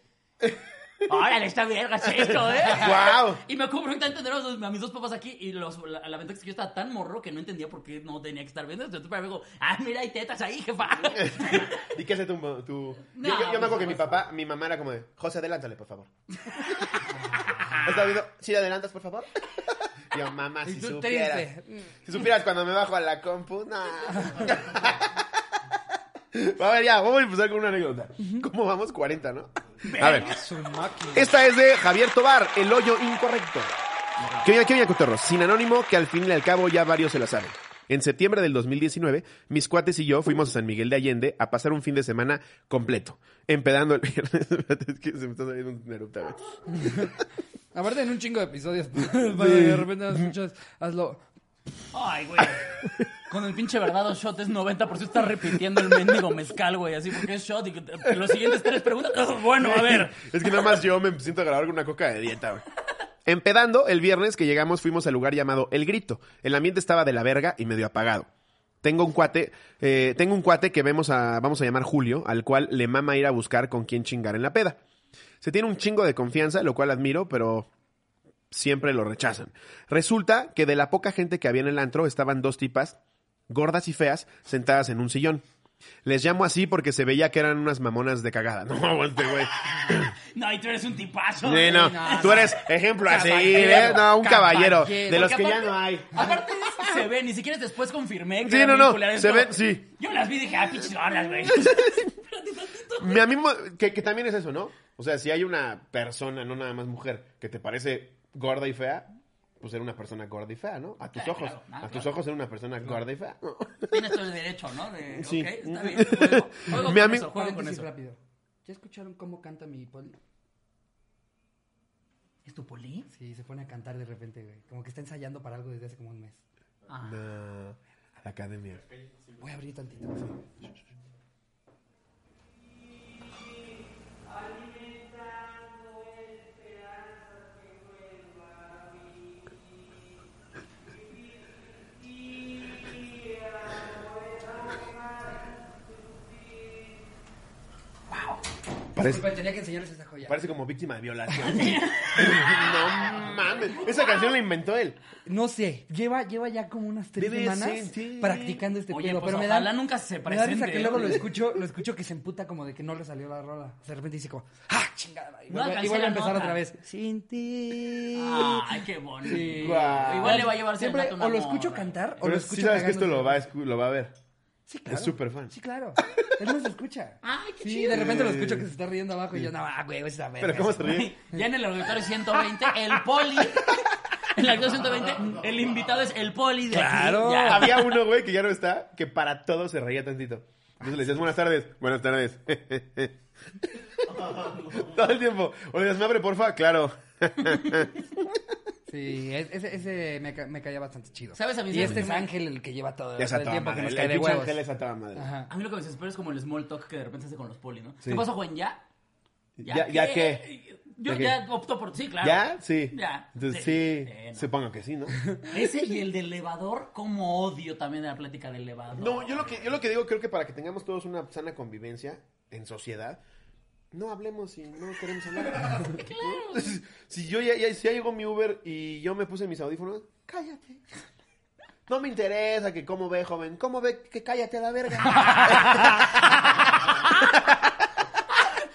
Speaker 3: Órale, está verga es esto, eh.
Speaker 2: Guau.
Speaker 3: Y me acuerdo ahorita entender a, los dos- a mis dos papás aquí. Y los, la, la ventaja es que yo estaba tan morro que no entendía por qué no tenía que estar viendo esto. Entonces, para mí, digo, ah, mira, hay tetas ahí, jefa.
Speaker 2: ¿Y qué hace tu... mo- tu...
Speaker 3: No,
Speaker 2: yo, yo- yo me acuerdo
Speaker 3: por
Speaker 2: que mi
Speaker 3: supuesto.
Speaker 2: papá, mi mamá era como de, José, adelántale, por favor. ¿Estás viendo? ¿Sí adelantas, por favor? Yo, mamá,
Speaker 1: Y
Speaker 2: si
Speaker 1: tú
Speaker 2: supieras.
Speaker 1: triste.
Speaker 2: Si supieras cuando me bajo a la compu, no. A ver, ya, vamos a empezar con una anécdota. ¿Cómo vamos? 40, ¿no? A ver.
Speaker 1: Su máquina.
Speaker 2: Esta es de Javier Tobar, El Hoyo Incorrecto. Que viene, que viene Cotorros, sin anónimo, que al fin y al cabo ya varios se la saben. En septiembre del 2019, mis cuates y yo fuimos a San Miguel de Allende a pasar un fin de semana completo, empedando el viernes. Espérate, es que se me está saliendo un eructo, güey.
Speaker 1: Aparte en un chingo de episodios. para que de repente nos escuchas, hazlo.
Speaker 3: Ay, güey. Con el pinche verdadero shot es 90%. Estás repitiendo el mendigo mezcal, güey. Así porque es shot. Y que te- los siguientes tres preguntas. Bueno, a ver.
Speaker 2: Es que nada más yo me siento a grabar con una coca de dieta, güey. Empedando, el viernes que llegamos fuimos al lugar llamado El Grito. El ambiente estaba de la verga y medio apagado. Tengo un cuate, eh, tengo un cuate que vemos a, vamos a llamar Julio, al cual le mama ir a buscar con quién chingar en la peda. Se tiene un chingo de confianza, lo cual admiro, pero siempre lo rechazan. Resulta que de la poca gente que había en el antro estaban dos tipas, gordas y feas, sentadas en un sillón. Les llamo así porque se veía que eran unas mamonas de cagada. No, aguante, güey.
Speaker 3: No, y tú eres un
Speaker 2: Sí,
Speaker 3: tipazo. güey.
Speaker 2: no.
Speaker 1: no,
Speaker 2: Tú
Speaker 1: no.
Speaker 2: eres ejemplo así,
Speaker 1: Caballero,
Speaker 2: ¿eh? No, un caballero.
Speaker 1: caballero.
Speaker 2: De los que
Speaker 3: Porque
Speaker 2: ya
Speaker 3: aparte-
Speaker 2: no hay.
Speaker 3: Aparte se ve, ni siquiera después confirmé. que
Speaker 2: Sí, no,
Speaker 3: eran
Speaker 2: no,
Speaker 3: vinculeras,
Speaker 2: se
Speaker 3: como-
Speaker 2: ven, sí.
Speaker 3: Yo las vi y dije, ah, pinches gordas, güey. Espérate tantito.
Speaker 2: Mi amigo, que, que también es eso, ¿no? O sea, si hay una persona, no nada más mujer, que te parece gorda y fea, pues era una persona gorda y fea, ¿no? A tus
Speaker 3: Ah,
Speaker 2: ojos.
Speaker 3: claro, ah,
Speaker 2: A tus
Speaker 3: claro.
Speaker 2: ojos era una persona gorda y fea.
Speaker 3: Tienes todo el derecho, ¿no? De,
Speaker 2: Sí.
Speaker 3: Ok, está bien. Juego, juego
Speaker 2: Mi
Speaker 3: con
Speaker 2: ami-
Speaker 3: eso, juego con
Speaker 1: Paréntesis
Speaker 3: eso.
Speaker 1: rápido. ¿Ya escucharon cómo canta mi poli?
Speaker 3: ¿Es tu poli?
Speaker 1: Sí, se pone a cantar de repente, güey. Como que está ensayando para algo desde hace como un mes.
Speaker 3: Ah.
Speaker 2: No, la academia.
Speaker 1: Voy a abrir tantito.
Speaker 2: Parece,
Speaker 1: Disculpen, tenía que enseñarles esta joya.
Speaker 2: parece como víctima de violación. no mames. Esa canción la inventó él.
Speaker 1: No sé, lleva, lleva ya como unas tres
Speaker 2: Debe
Speaker 1: semanas
Speaker 2: sentir.
Speaker 1: practicando este
Speaker 3: Oye,
Speaker 1: pedo,
Speaker 3: pues
Speaker 1: pero me
Speaker 3: ojalá
Speaker 1: da,
Speaker 3: nunca se
Speaker 1: me da risa
Speaker 3: presente, ¿eh?
Speaker 1: que luego lo
Speaker 3: güey.
Speaker 1: escucho, lo escucho que se emputa como de que no le salió la rola. O sea, de repente dice como, ¡ah, chingada! Y
Speaker 3: No
Speaker 1: vuelve,
Speaker 3: alcancé
Speaker 1: y vuelve a
Speaker 3: la
Speaker 1: empezar
Speaker 3: nota.
Speaker 1: otra vez. Sin ti.
Speaker 2: Ah.
Speaker 3: Ay, qué bonito.
Speaker 1: Sí.
Speaker 2: Guau.
Speaker 3: Igual le va a llevar
Speaker 1: Siempre
Speaker 3: serenata una
Speaker 1: o lo escucho
Speaker 3: morra.
Speaker 1: cantar o
Speaker 2: Pero
Speaker 1: lo
Speaker 2: es-
Speaker 1: escucho
Speaker 2: sí sabes que esto
Speaker 1: cagándose.
Speaker 2: lo va, a escu- lo va a ver.
Speaker 1: Sí, claro.
Speaker 2: Es súper fan.
Speaker 1: Sí, claro. Él no se escucha.
Speaker 3: Ay, qué
Speaker 1: sí,
Speaker 3: chido.
Speaker 1: de repente lo escucho que se está riendo abajo y yo, no, ah, güey, esa verga.
Speaker 2: Pero ¿cómo se ríe?
Speaker 3: Ya en el auditorio 120, el poli. En el auditorio 120, el invitado es el poli de
Speaker 1: Claro.
Speaker 3: aquí. Ya.
Speaker 2: Había uno, güey, que ya no está, que para todo se reía tantito. Entonces le decías, buenas tardes, buenas tardes. todo el tiempo. O le decías, me abre, porfa, claro.
Speaker 1: Sí, es- ese, ese me, ca- me caía bastante chido.
Speaker 3: ¿Sabes? A mí
Speaker 1: y
Speaker 3: se-
Speaker 1: este es Ángel el que lleva todo,
Speaker 2: Es
Speaker 1: todo
Speaker 2: a
Speaker 1: el
Speaker 2: toda
Speaker 1: tiempo que nos
Speaker 2: madre. El
Speaker 1: cae de
Speaker 2: pinche
Speaker 1: huevos.
Speaker 2: Ángel es a toda madre.
Speaker 1: Ajá.
Speaker 3: A mí lo que me desespera es como el small talk que de repente se hace con los poli, ¿no?
Speaker 2: Sí.
Speaker 3: ¿Qué pasó, Juan? ¿Ya? eh,
Speaker 2: ¿Ya- ya qué?
Speaker 3: Yo
Speaker 2: ¿Ya qué?
Speaker 3: ya opto por... Sí, claro.
Speaker 2: ¿Ya? Sí.
Speaker 3: Ya.
Speaker 2: Entonces,
Speaker 3: Sí.
Speaker 2: sí.
Speaker 3: Sí, no.
Speaker 2: Supongo que sí, ¿no?
Speaker 3: Ese y el del elevador, como odio también de la plática del elevador.
Speaker 2: No, yo lo que, yo lo que digo, creo que para que tengamos todos una sana convivencia en sociedad, no hablemos si no queremos hablar. Si- Si yo ya, ya- si ya llegó mi Uber y yo me puse mis audífonos, cállate. No me interesa que cómo ve, joven. ¿Cómo ve que cállate a la verga?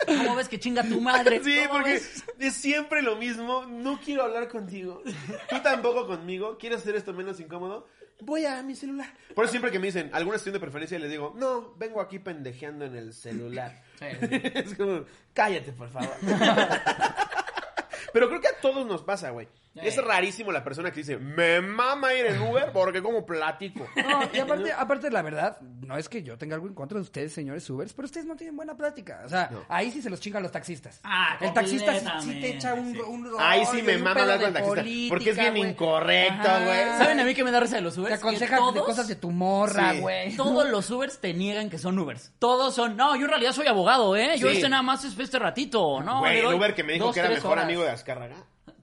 Speaker 3: ¿Cómo ves que chinga tu madre?
Speaker 2: Sí,
Speaker 3: ¿Cómo
Speaker 2: porque
Speaker 3: ves?
Speaker 2: es siempre lo mismo. No quiero hablar contigo. Tú tampoco conmigo. ¿Quieres hacer esto menos incómodo? Voy a mi celular. Por eso siempre que me dicen alguna sesión de preferencia, les digo, no, vengo aquí pendejeando en el celular.
Speaker 3: Sí, sí.
Speaker 2: es como, cállate, por favor. Pero creo que a todos nos pasa, güey. Es
Speaker 3: Sí.
Speaker 2: rarísimo la persona que dice, me mama ir en Uber porque como platico.
Speaker 1: No, y aparte, aparte, la verdad, no es que yo tenga algo en contra de ustedes, señores Ubers, pero ustedes no tienen buena plática. O sea, ahí sí se los chingan los taxistas.
Speaker 3: Ah,
Speaker 1: el taxista sí- sí,
Speaker 3: completamente,
Speaker 1: te echa un,
Speaker 3: sí.
Speaker 1: un rollo,
Speaker 2: Ahí sí me
Speaker 1: un
Speaker 2: mama
Speaker 1: pedo
Speaker 2: hablar
Speaker 1: de
Speaker 2: con el taxista.
Speaker 1: política,
Speaker 2: Porque es bien
Speaker 1: güey.
Speaker 2: incorrecto,
Speaker 1: Ajá.
Speaker 2: güey.
Speaker 3: ¿Saben a mí que me da risa de los
Speaker 1: Te
Speaker 3: Ubers?
Speaker 1: aconsejan
Speaker 3: Que
Speaker 1: de cosas de tu morra,
Speaker 2: Sí.
Speaker 1: güey.
Speaker 3: Todos los Ubers te niegan que son Ubers. Todos son, no, yo en realidad soy abogado, ¿eh? Yo
Speaker 2: Sí.
Speaker 3: este nada más es este ratito, ¿no?
Speaker 2: Güey,
Speaker 3: le
Speaker 2: el
Speaker 3: doy
Speaker 2: Uber que me dijo
Speaker 3: dos,
Speaker 2: que era
Speaker 3: tres
Speaker 2: mejor
Speaker 3: horas".
Speaker 2: amigo de Azcárraga.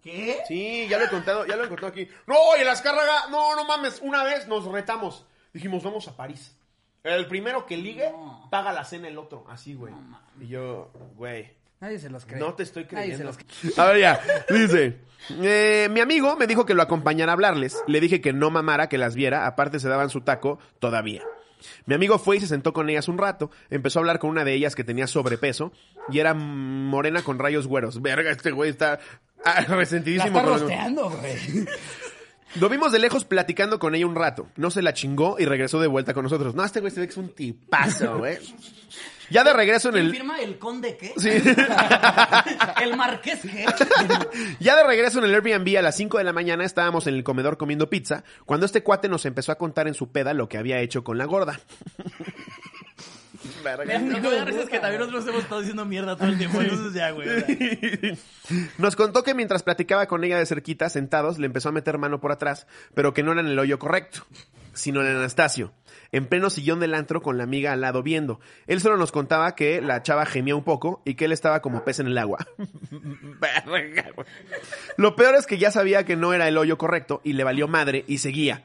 Speaker 3: ¿Qué?
Speaker 2: Sí, ya lo he contado, ya lo he contado aquí. No, y el Azcárraga, no, no mames, una vez nos retamos. Dijimos, vamos a París. El primero que ligue,
Speaker 3: No.
Speaker 2: paga la cena el otro. Así, güey. y yo, güey,
Speaker 1: Nadie se los cree.
Speaker 2: No te estoy
Speaker 1: Nadie se
Speaker 2: creyendo.
Speaker 1: los cree.
Speaker 2: A ver, ya. Dice. eh, mi amigo me dijo que lo acompañara a hablarles. Le dije que no mamara, que las viera. Aparte se daban su taco todavía. Mi amigo fue y se sentó con ellas un rato. Empezó a hablar con una de ellas que tenía sobrepeso y era morena con rayos güeros. Verga, este güey está ah,
Speaker 1: La
Speaker 2: resentidísimo.
Speaker 1: está
Speaker 2: con-
Speaker 1: rosteando, güey.
Speaker 2: Lo vimos de lejos platicando con ella un rato. No se la chingó y regresó de vuelta con nosotros. No, este güey se ve que es un tipazo, güey. Ya de regreso en
Speaker 3: ¿Quién
Speaker 2: el.
Speaker 3: firma el conde qué?
Speaker 2: Sí.
Speaker 3: el marqués qué?
Speaker 2: Ya de regreso en el Airbnb a las 5 de la mañana estábamos en el comedor comiendo pizza cuando este cuate nos empezó a contar en su peda lo que había hecho con la gorda.
Speaker 3: Mira, Lo que me da risa es que también nosotros hemos estado diciendo mierda todo el tiempo. Entonces ya, güey. o sea.
Speaker 2: Nos contó que mientras platicaba con ella de cerquita, sentados, le empezó a meter mano por atrás, pero que no era en el hoyo correcto, sino en Anastasio, en pleno sillón del antro con la amiga al lado viendo. Él solo nos contaba que la chava gemía un poco y que él estaba como pez en el agua. Verga, güey. Lo peor es que ya sabía que no era el hoyo correcto y le valió madre y seguía.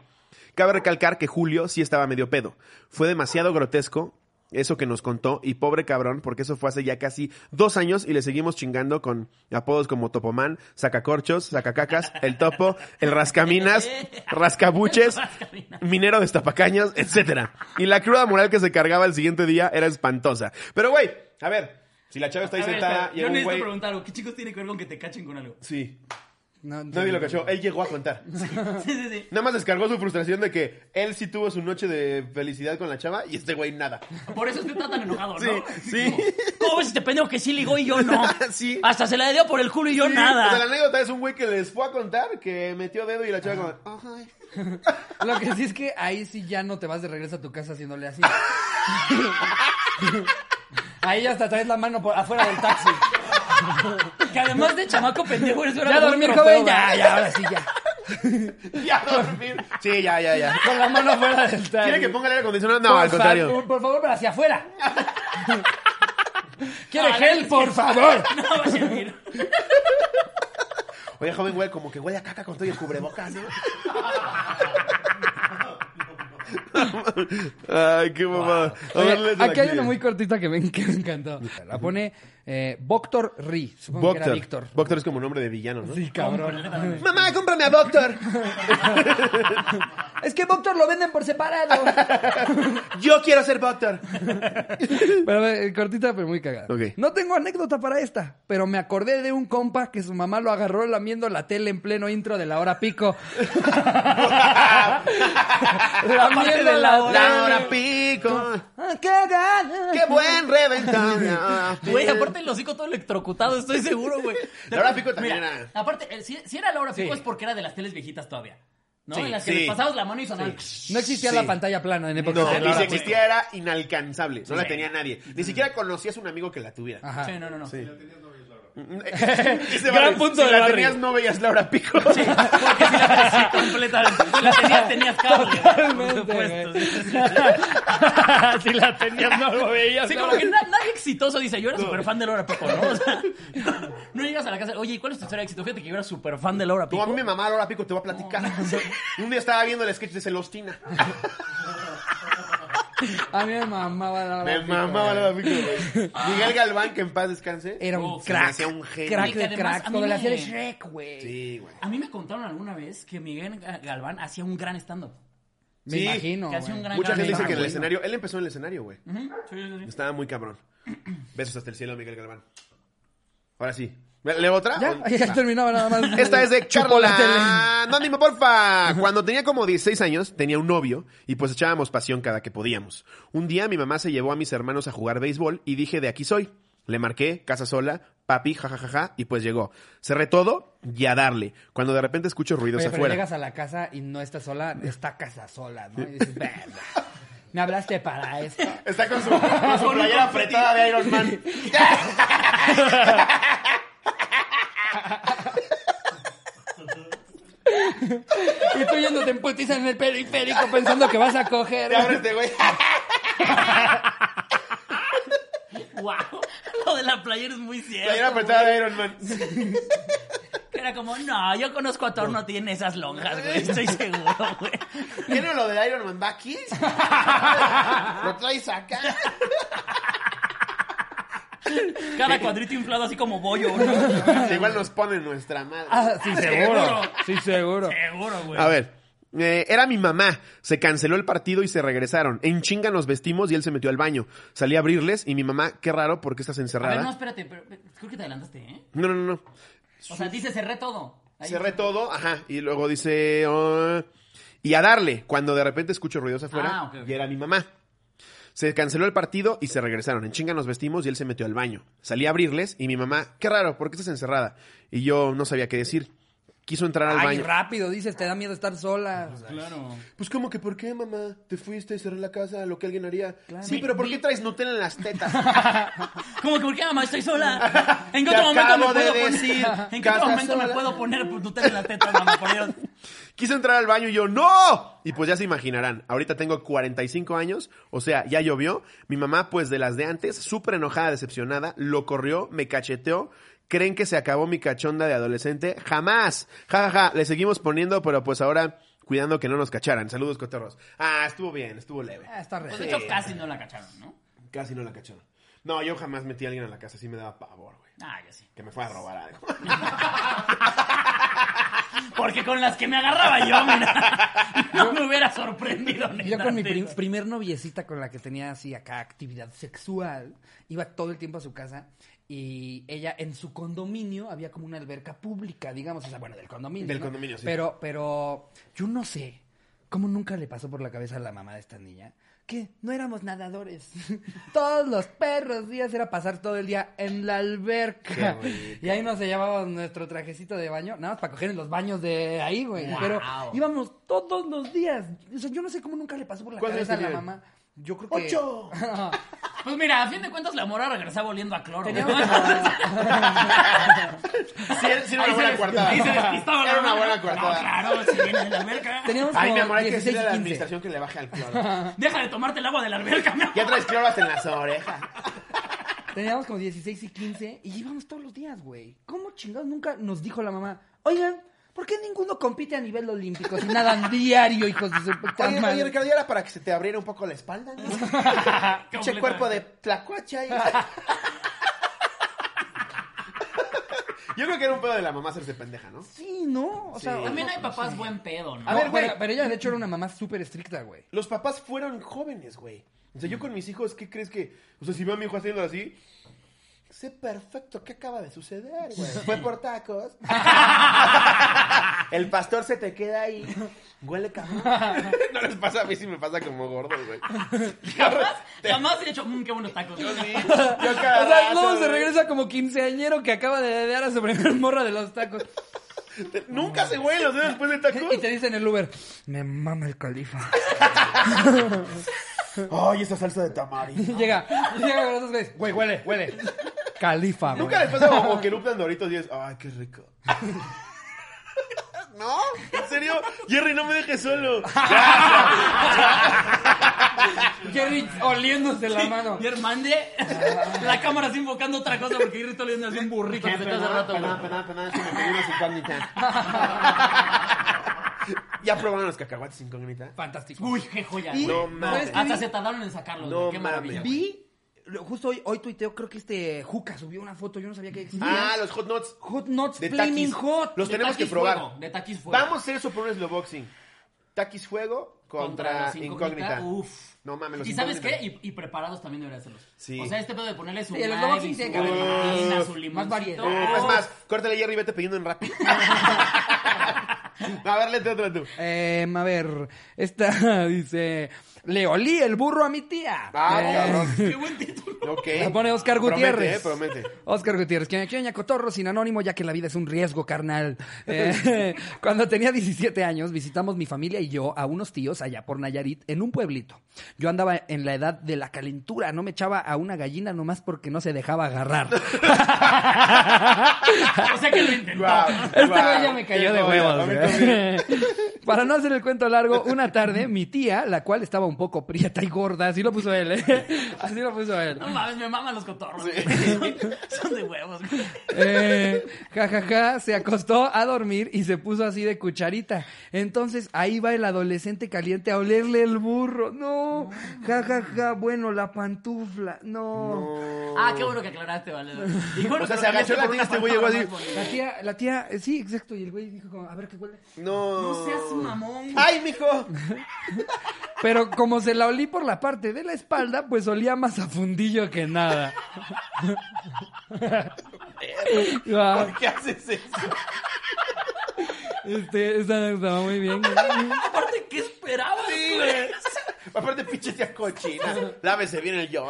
Speaker 2: Cabe recalcar que Julio sí estaba medio pedo. Fue demasiado grotesco eso que nos contó y pobre cabrón, porque eso fue hace ya casi dos años y le seguimos chingando con apodos como Topomán, Sacacorchos, Sacacacas, El Topo, El Rascaminas, Rascabuches, Minero de Estapacañas, etcétera. Y la cruda moral que se cargaba el siguiente día era espantosa. Pero güey, a ver, si la chava está ahí
Speaker 3: A ver,
Speaker 2: sentada
Speaker 3: espera,
Speaker 2: y
Speaker 3: yo
Speaker 2: un
Speaker 3: necesito
Speaker 2: güey...
Speaker 3: preguntar algo. ¿Qué chicos tiene que ver con que te cachen con algo?
Speaker 2: Sí,
Speaker 1: No,
Speaker 2: nadie lo cachó, él llegó a contar.
Speaker 3: Sí, sí, sí.
Speaker 2: Nada más descargó su frustración de que él sí tuvo su noche de felicidad con la chava y este güey nada.
Speaker 3: Por eso es que está tan enojado, ¿no?
Speaker 2: Sí, sí.
Speaker 3: ¿Cómo ves este pendejo que sí ligó y yo no?
Speaker 2: Sí.
Speaker 3: Hasta se la dio por el culo y yo
Speaker 2: Sí, O sea, la
Speaker 3: nada.
Speaker 2: anécdota es un güey que les fue a contar que metió dedo y la chava como... "Ah".
Speaker 1: Lo que sí es que ahí sí ya no te vas de regreso a tu casa haciéndole así. ahí hasta traes la mano por afuera del taxi.
Speaker 3: Que además de chamaco pendejo eres una
Speaker 1: Ya
Speaker 3: muy
Speaker 1: dormir,
Speaker 3: troteo,
Speaker 1: joven, ya,
Speaker 3: ¿verdad?
Speaker 1: ya, ahora sí, ya.
Speaker 2: Ya dormir. Sí, ya, ya, ya.
Speaker 1: Con la mano afuera del taxi.
Speaker 2: ¿Quiere que ponga el aire acondicionado? No,
Speaker 1: Por
Speaker 2: al contrario.
Speaker 1: favor, por favor, pero hacia afuera. ¿Quiere
Speaker 3: A ver,
Speaker 1: gel, por favor?
Speaker 3: No va a servir.
Speaker 2: Oye, joven güey, como que huele a caca con todo y el cubrebocas, ¿no? Ay, qué mamada. A
Speaker 1: Oye,
Speaker 2: ver, léete la
Speaker 1: aquí hay una
Speaker 2: que sigue.
Speaker 1: muy cortita que me, que me encantó. La pone eh, Voctor Ri. Supongo que era
Speaker 2: Boctor.
Speaker 1: Víctor.
Speaker 2: Boctor es como nombre de villano, ¿no?
Speaker 1: Sí, cabrón.
Speaker 2: Mamá, cómprame a Boctor.
Speaker 1: Es que Voctor lo venden por separado.
Speaker 2: Yo quiero ser Boctor.
Speaker 1: Pero eh, cortita, pero muy cagada.
Speaker 2: Ok.
Speaker 1: No tengo anécdota para esta, pero me acordé de un compa que su mamá lo agarró lamiendo la tele en pleno intro de la hora pico.
Speaker 3: Aparte de la hora.
Speaker 2: La hora pico.
Speaker 1: Ah, ¡Qué gana!
Speaker 2: Qué buen reventón. La
Speaker 3: Güey, aparte el hocico todo electrocutado, estoy seguro, güey.
Speaker 2: hora pico también
Speaker 3: Mira,
Speaker 2: era.
Speaker 3: Aparte, eh, si, si era la hora pico
Speaker 1: Sí.
Speaker 3: es porque era de las teles viejitas todavía. ¿No?
Speaker 2: Sí,
Speaker 3: en las que
Speaker 2: sí.
Speaker 3: les pasabas la mano y sonaba.
Speaker 1: No existía
Speaker 2: Sí.
Speaker 1: la pantalla plana en época
Speaker 2: No,
Speaker 1: de la
Speaker 2: y
Speaker 1: hora
Speaker 2: si
Speaker 1: pico. Mm.
Speaker 2: existía era inalcanzable. No la
Speaker 3: Sí.
Speaker 2: tenía nadie. Ni siquiera conocías un amigo que la tuviera.
Speaker 1: Ajá.
Speaker 3: Sí, no, no, no.
Speaker 2: Dice
Speaker 1: Ah. Gran
Speaker 2: Barry,
Speaker 1: punto
Speaker 2: Si
Speaker 1: de
Speaker 2: la
Speaker 1: Barry.
Speaker 2: tenías, no veías la hora pico.
Speaker 3: Sí, porque si la sí, completamente. Si la tenías, tenías cable.
Speaker 1: Totalmente,
Speaker 3: por supuesto.
Speaker 1: güey.
Speaker 3: Sí, sí, sí.
Speaker 1: si la tenías, no lo veías.
Speaker 3: Sí, como que na- nadie exitoso dice, yo era súper fan de Laura Pico, ¿no? O sea, no llegas a la casa, oye, ¿y cuál es tu historia de éxito? Fíjate que yo era súper fan de Laura
Speaker 2: Como
Speaker 3: Pico.
Speaker 2: a mí me mamá la hora pico, te voy a platicar. Un día estaba viendo el sketch de Celostina.
Speaker 1: Ah, A mí me mamaba la hora
Speaker 2: Me
Speaker 1: pico,
Speaker 2: mamaba
Speaker 1: güey. Ah.
Speaker 2: la hora pico, güey. Miguel Galván, que en paz descanse.
Speaker 1: Era un
Speaker 3: Uf,
Speaker 2: se me
Speaker 1: crack.
Speaker 2: hacía un genio.
Speaker 1: Crack
Speaker 3: Y que
Speaker 1: de
Speaker 3: además
Speaker 1: crack.
Speaker 3: a mí
Speaker 1: Como la
Speaker 3: me-
Speaker 1: hacía de Shrek, güey.
Speaker 2: Sí, güey.
Speaker 3: A mí me contaron alguna vez que Miguel Ga- Galván hacía un gran stand-up.
Speaker 1: Me
Speaker 2: Sí,
Speaker 1: imagino.
Speaker 3: que hacía
Speaker 1: güey.
Speaker 3: un gran-
Speaker 2: Mucha gente dice que en el
Speaker 1: Bueno.
Speaker 2: escenario. Él empezó en el escenario, güey.
Speaker 3: Ujú, sí, sí, sí.
Speaker 2: Estaba muy cabrón. Besos hasta el cielo, Miguel Galván. Ahora sí. ¿Leo otra?
Speaker 1: Ya,
Speaker 2: ¿O-
Speaker 1: ya
Speaker 2: Ah.
Speaker 1: terminaba nada más.
Speaker 2: Esta es de
Speaker 1: Chupó la tele.
Speaker 2: Chocola. No, dime, porfa. Cuando tenía como 16 años, tenía un novio y pues echábamos pasión cada que podíamos. Un día mi mamá se llevó a mis hermanos a jugar béisbol y dije, de aquí soy. Le marqué, casa sola, papi, jajajaja, y pues llegó. Cerré todo y a darle. Cuando de repente escucho ruidos
Speaker 1: Oye, pero
Speaker 2: afuera.
Speaker 1: llegas a la casa y no estás sola, está casa sola, ¿no? Y dices, verga, me hablaste para eso.
Speaker 2: Está con su, con su playera apretada de Iron Man.
Speaker 1: Y tú yéndote en putiza en el periférico pensando que vas a coger.
Speaker 2: Te abre este güey.
Speaker 3: Guau, Lo de la playera es muy cierto.
Speaker 2: Playera apretada de Iron Man.
Speaker 3: Que Era como, no, yo conozco a Thor, no tiene esas lonjas, güey. Estoy seguro, güey.
Speaker 2: ¿Tiene lo de Iron Man va aquí? ¿Lo traes acá?
Speaker 3: Cada cuadrito inflado así como bollo, ¿no?
Speaker 2: Igual nos pone nuestra madre.
Speaker 1: Ah, sí, seguro. Sí, seguro.
Speaker 3: Seguro, güey.
Speaker 2: A ver. eh, era mi mamá. Se canceló el partido y se regresaron. En chinga nos vestimos y él se metió al baño. Salí a abrirles y mi mamá, qué raro, porque estás
Speaker 3: A ver, no,
Speaker 2: encerrada?
Speaker 3: espérate, pero pero creo que te adelantaste, ¿eh?
Speaker 2: No, no, no. no.
Speaker 3: O sea, dice cerré todo. Ahí.
Speaker 2: Cerré todo, ajá. Y luego dice. "Ah", y a darle, cuando de repente escucho ruidos afuera.
Speaker 3: Ah, ok, ok.
Speaker 2: Y era mi mamá. Se canceló el partido y se regresaron. En chinga nos vestimos y él se metió al baño. Salí a abrirles y mi mamá, qué raro, ¿por qué estás encerrada? Y yo no sabía qué decir. Quiso entrar al
Speaker 1: Ay,
Speaker 2: baño.
Speaker 1: rápido, dices, te da miedo estar sola.
Speaker 3: Claro.
Speaker 2: Pues como que, ¿por qué, mamá? Te fuiste, cerré la casa, lo que alguien haría. Sí,
Speaker 3: Mi-
Speaker 2: pero ¿por
Speaker 3: mi-
Speaker 2: qué traes Nutella en las tetas?
Speaker 3: Como que, ¿por qué, mamá? Estoy sola. ¿En qué
Speaker 2: Te
Speaker 3: otro momento me
Speaker 2: acabo de
Speaker 3: puedo poner?
Speaker 2: decir,
Speaker 3: ¿En qué
Speaker 2: casa
Speaker 3: otro momento me
Speaker 2: sola.
Speaker 3: puedo poner Nutella en la teta, mamá? Por Dios.
Speaker 2: Quise entrar al baño y yo, ¡no! Y pues ya se imaginarán, ahorita tengo 45 años, o sea, ya llovió. Mi mamá, pues de las de antes, súper enojada, decepcionada, lo corrió, me cacheteó. ¿Creen que se acabó mi cachonda de adolescente? ¡Jamás! Ja, ja, ja, le seguimos poniendo, pero pues ahora cuidando que no nos cacharan. Saludos, cotorros. Ah, estuvo bien, estuvo leve.
Speaker 1: Ah, está re.
Speaker 3: Pues de hecho, casi no la cacharon, ¿no?
Speaker 2: Casi no la cacharon. No, yo jamás metí a alguien a la casa, así me daba pavor, güey.
Speaker 3: Ah, ya sí.
Speaker 2: Que me fuera a robar algo.
Speaker 3: Porque con las que me agarraba yo, mira, no me hubiera sorprendido.
Speaker 1: Yo con mi prim-
Speaker 3: honestamente.
Speaker 1: primer noviecita con la que tenía así acá actividad sexual, iba todo el tiempo a su casa y ella en su condominio había como una alberca pública, digamos, o sea, bueno, del condominio.
Speaker 2: Del
Speaker 1: ¿no?
Speaker 2: condominio, sí.
Speaker 1: Pero, pero yo no sé cómo nunca le pasó por la cabeza a la mamá de esta niña que no éramos nadadores. Todos los perros días era pasar todo el día en la alberca.
Speaker 2: Qué bonito.
Speaker 1: Y ahí nos llevábamos nuestro trajecito de baño, nada más para coger en los baños de ahí, güey. Pero íbamos todos los días. O sea, yo no sé cómo nunca le pasó por la
Speaker 2: ¿Cuántos
Speaker 1: cabeza a la
Speaker 2: tenían?
Speaker 1: mamá. Yo creo que.
Speaker 2: ¡Ocho!
Speaker 3: Pues mira, a fin de cuentas la mora regresaba oliendo a cloro.
Speaker 1: Tenía
Speaker 3: ¿no?
Speaker 2: Sí, sí, era una
Speaker 3: Ahí se
Speaker 2: buena
Speaker 3: des-
Speaker 2: cuartada.
Speaker 3: ahí se despistaba la
Speaker 2: Era una
Speaker 3: mora.
Speaker 2: buena
Speaker 3: No,
Speaker 2: cuartada.
Speaker 3: claro, si viene de la alberca.
Speaker 1: Teníamos
Speaker 2: Ay,
Speaker 1: como
Speaker 2: mi amor, hay que decirle a la
Speaker 1: 16 y 15.
Speaker 2: administración que le baje al cloro.
Speaker 3: Deja de tomarte el agua de la alberca, mi amor.
Speaker 2: Ya traes cloras en las orejas.
Speaker 1: Teníamos como 16 y 15 y íbamos todos los días, güey. ¿Cómo chingados nunca nos dijo la mamá? Oigan, ¿por qué ninguno compite a nivel olímpico si nadan diario, hijos de su puta
Speaker 4: Oye,
Speaker 1: madre?
Speaker 4: oye, Ricardo, ya era para que se te abriera un poco la espalda, ¿no? Pinche
Speaker 3: Completa.
Speaker 4: cuerpo
Speaker 2: ¿eh?
Speaker 4: de tlacuache ahí.
Speaker 2: Yo creo que era un pedo de la mamá hacerse pendeja, ¿no?
Speaker 1: Sí, ¿no? O sea,
Speaker 2: Sí.
Speaker 3: También hay papás buen pedo, ¿no?
Speaker 1: A ver, güey.
Speaker 2: güey.
Speaker 1: Pero, pero ella, de hecho, era una mamá súper estricta, güey.
Speaker 2: Los papás fueron jóvenes, güey. O sea, yo con mis hijos, ¿qué crees que...? O sea, si veo a mi hijo haciéndolo así...
Speaker 4: Sé perfecto qué acaba de suceder, güey. Fue por tacos. El pastor se te queda ahí. Huele cabrón.
Speaker 2: no les pasa a mí, si me pasa como gordo, güey.
Speaker 3: Jamás, jamás he hecho, mmm, qué buenos tacos.
Speaker 2: Yo sí,
Speaker 1: O
Speaker 2: yo cada
Speaker 1: sea,
Speaker 2: rato,
Speaker 1: luego se
Speaker 2: güey.
Speaker 1: regresa como quinceañero que acaba de dedear a su primer morra de los tacos.
Speaker 2: Nunca se huelen los dedos después del taco.
Speaker 1: Y te dice en el Uber, me mama el califa.
Speaker 2: Ay, esa salsa de tamarindo.
Speaker 1: llega, llega con esos güeyes, güey, huele, huele. Califa, güey.
Speaker 2: Nunca les pasa como que lupan doritos y es... Ay, qué rico. ¿No? ¿En serio? Jerry, no me dejes solo.
Speaker 1: Jerry oliéndose la mano.
Speaker 3: Y Hermande, la cámara está invocando otra cosa porque Irrito le hace un burrito que Ah. se quedó hace rato. güey.
Speaker 2: Perdón, perdón, perdón, se me ocurrió una incógnita. ¿Ya probaron los cacahuates incógnita?
Speaker 1: Fantástico.
Speaker 3: Uy, qué joya.
Speaker 1: Y-
Speaker 3: güey.
Speaker 2: No
Speaker 1: ¿sabes
Speaker 2: mames.
Speaker 1: qué
Speaker 3: Hasta
Speaker 1: vi?
Speaker 3: se tardaron en sacarlos,
Speaker 2: No
Speaker 3: güey. Qué maravilla.
Speaker 2: mames.
Speaker 3: güey.
Speaker 1: Vi, lo- justo hoy, hoy tuiteo, creo que este Juca subió una foto, yo no sabía que existía.
Speaker 2: Ah, los hot nuts.
Speaker 1: hot Nuts
Speaker 2: de
Speaker 1: Flaming
Speaker 2: Takis.
Speaker 1: Hot.
Speaker 2: Los
Speaker 3: De
Speaker 2: tenemos que
Speaker 3: Takis
Speaker 2: probar.
Speaker 3: Fuego, de Takis Fuego.
Speaker 2: Vamos a hacer eso por un slowboxing. Takis fuego contra,
Speaker 3: las
Speaker 2: incógnita.
Speaker 3: Uf.
Speaker 2: No mames, los
Speaker 3: ¿Y sabes
Speaker 2: incógnita.
Speaker 3: qué? Y, y preparados también debería hacerlos.
Speaker 2: Sí.
Speaker 3: O sea, este pedo de ponerle su
Speaker 1: Sí, el
Speaker 3: maíz,
Speaker 1: Slowboxing
Speaker 3: su
Speaker 1: tiene que haber
Speaker 3: gelatina,
Speaker 2: más.
Speaker 3: su
Speaker 1: Más
Speaker 3: limoncito.
Speaker 1: variedad.
Speaker 2: Eh, es
Speaker 1: Oh.
Speaker 2: más, córtale Jerry y vete pidiendo en rápido. a ver, léete otra tú.
Speaker 1: Em, a ver, esta dice, le olí el burro a mi tía.
Speaker 2: Ah,
Speaker 1: Eh,
Speaker 2: cabrón.
Speaker 3: Qué buen título.
Speaker 2: Ok.
Speaker 1: La pone Oscar Gutiérrez.
Speaker 2: Promete, eh, promete.
Speaker 1: Oscar Gutiérrez, que aquí cotorro sin anónimo, ya que la vida es un riesgo, carnal. Eh, cuando tenía 17 años, visitamos mi familia y yo a unos tíos allá por Nayarit en un pueblito. Yo andaba en la edad de la calentura, no me echaba a una gallina nomás porque no se dejaba agarrar.
Speaker 3: O sea que lo intentó.
Speaker 2: Guau,
Speaker 1: Este
Speaker 2: guau.
Speaker 1: güey ya me cayó de
Speaker 2: Qué
Speaker 1: huevos.
Speaker 2: joya,
Speaker 1: güey. Para no hacer el cuento largo, una tarde mi tía, la cual estaba un poco prieta y gorda, así lo puso él, ¿eh? así lo puso él.
Speaker 3: No mames, me maman los cotorros. güey. Son de huevos. güey.
Speaker 1: Eh, ja, ja, ja, se acostó a dormir y se puso así de cucharita. Entonces ahí va el adolescente caliente a olerle el burro. No, ja, ja, ja, bueno, la pantufla. No.
Speaker 3: Ah, qué bueno que aclaraste, vale. Y bueno,
Speaker 2: O sea,
Speaker 3: que
Speaker 2: se
Speaker 3: lo
Speaker 2: agachó
Speaker 3: cambiaste
Speaker 2: la tía,
Speaker 3: por una
Speaker 2: este güey llegó
Speaker 3: palabra
Speaker 2: así.
Speaker 3: más bonita.
Speaker 1: La tía, la tía, eh, sí, exacto. Y el güey dijo como, a ver qué huele.
Speaker 2: No.
Speaker 3: No seas mamón. güey.
Speaker 2: ¡Ay, mijo!
Speaker 1: Pero como se la olí por la parte de la espalda, pues olía más a fundillo que nada. Guau.
Speaker 2: ¿Por qué haces eso?
Speaker 1: Este, esta estaba muy bien.
Speaker 3: Aparte, ¿qué esperabas, güey?
Speaker 2: Aparte, pinche tía cochina. Lávese bien el yo.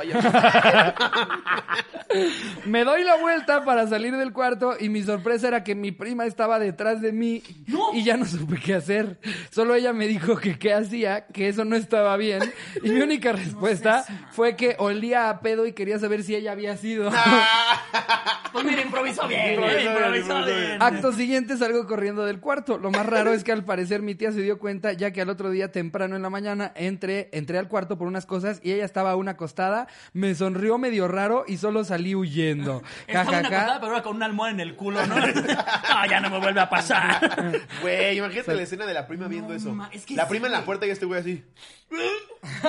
Speaker 1: Me doy la vuelta para salir del cuarto y mi sorpresa era que mi prima estaba detrás de mí
Speaker 3: ¡No!
Speaker 1: y ya no supe qué hacer. Solo ella me dijo que qué hacía, que eso no estaba bien y mi única respuesta fue que olía a pedo y quería saber si ella había sido.
Speaker 3: Pues mira, improvisó bien.
Speaker 2: Improvisó
Speaker 3: eh,
Speaker 2: bien,
Speaker 3: improvisó
Speaker 2: improvisó
Speaker 3: bien.
Speaker 1: Acto siguiente salgo corriendo del cuarto. Lo más raro es que al parecer mi tía se dio cuenta ya que al otro día temprano en la mañana entré, entré al cuarto por unas cosas y ella estaba aún acostada, me sonrió medio raro y solo salí huyendo.
Speaker 2: Ah,
Speaker 3: Estaba una
Speaker 1: Jajaja.
Speaker 3: acostada, pero ahora con una almohada en el culo, ¿no? Ah, ya no me vuelve a pasar.
Speaker 2: Güey, imagínate la escena de la prima viendo eso.
Speaker 3: ma- es que
Speaker 2: la
Speaker 3: sí,
Speaker 2: prima en la
Speaker 3: güey.
Speaker 2: puerta y este güey así.
Speaker 3: No,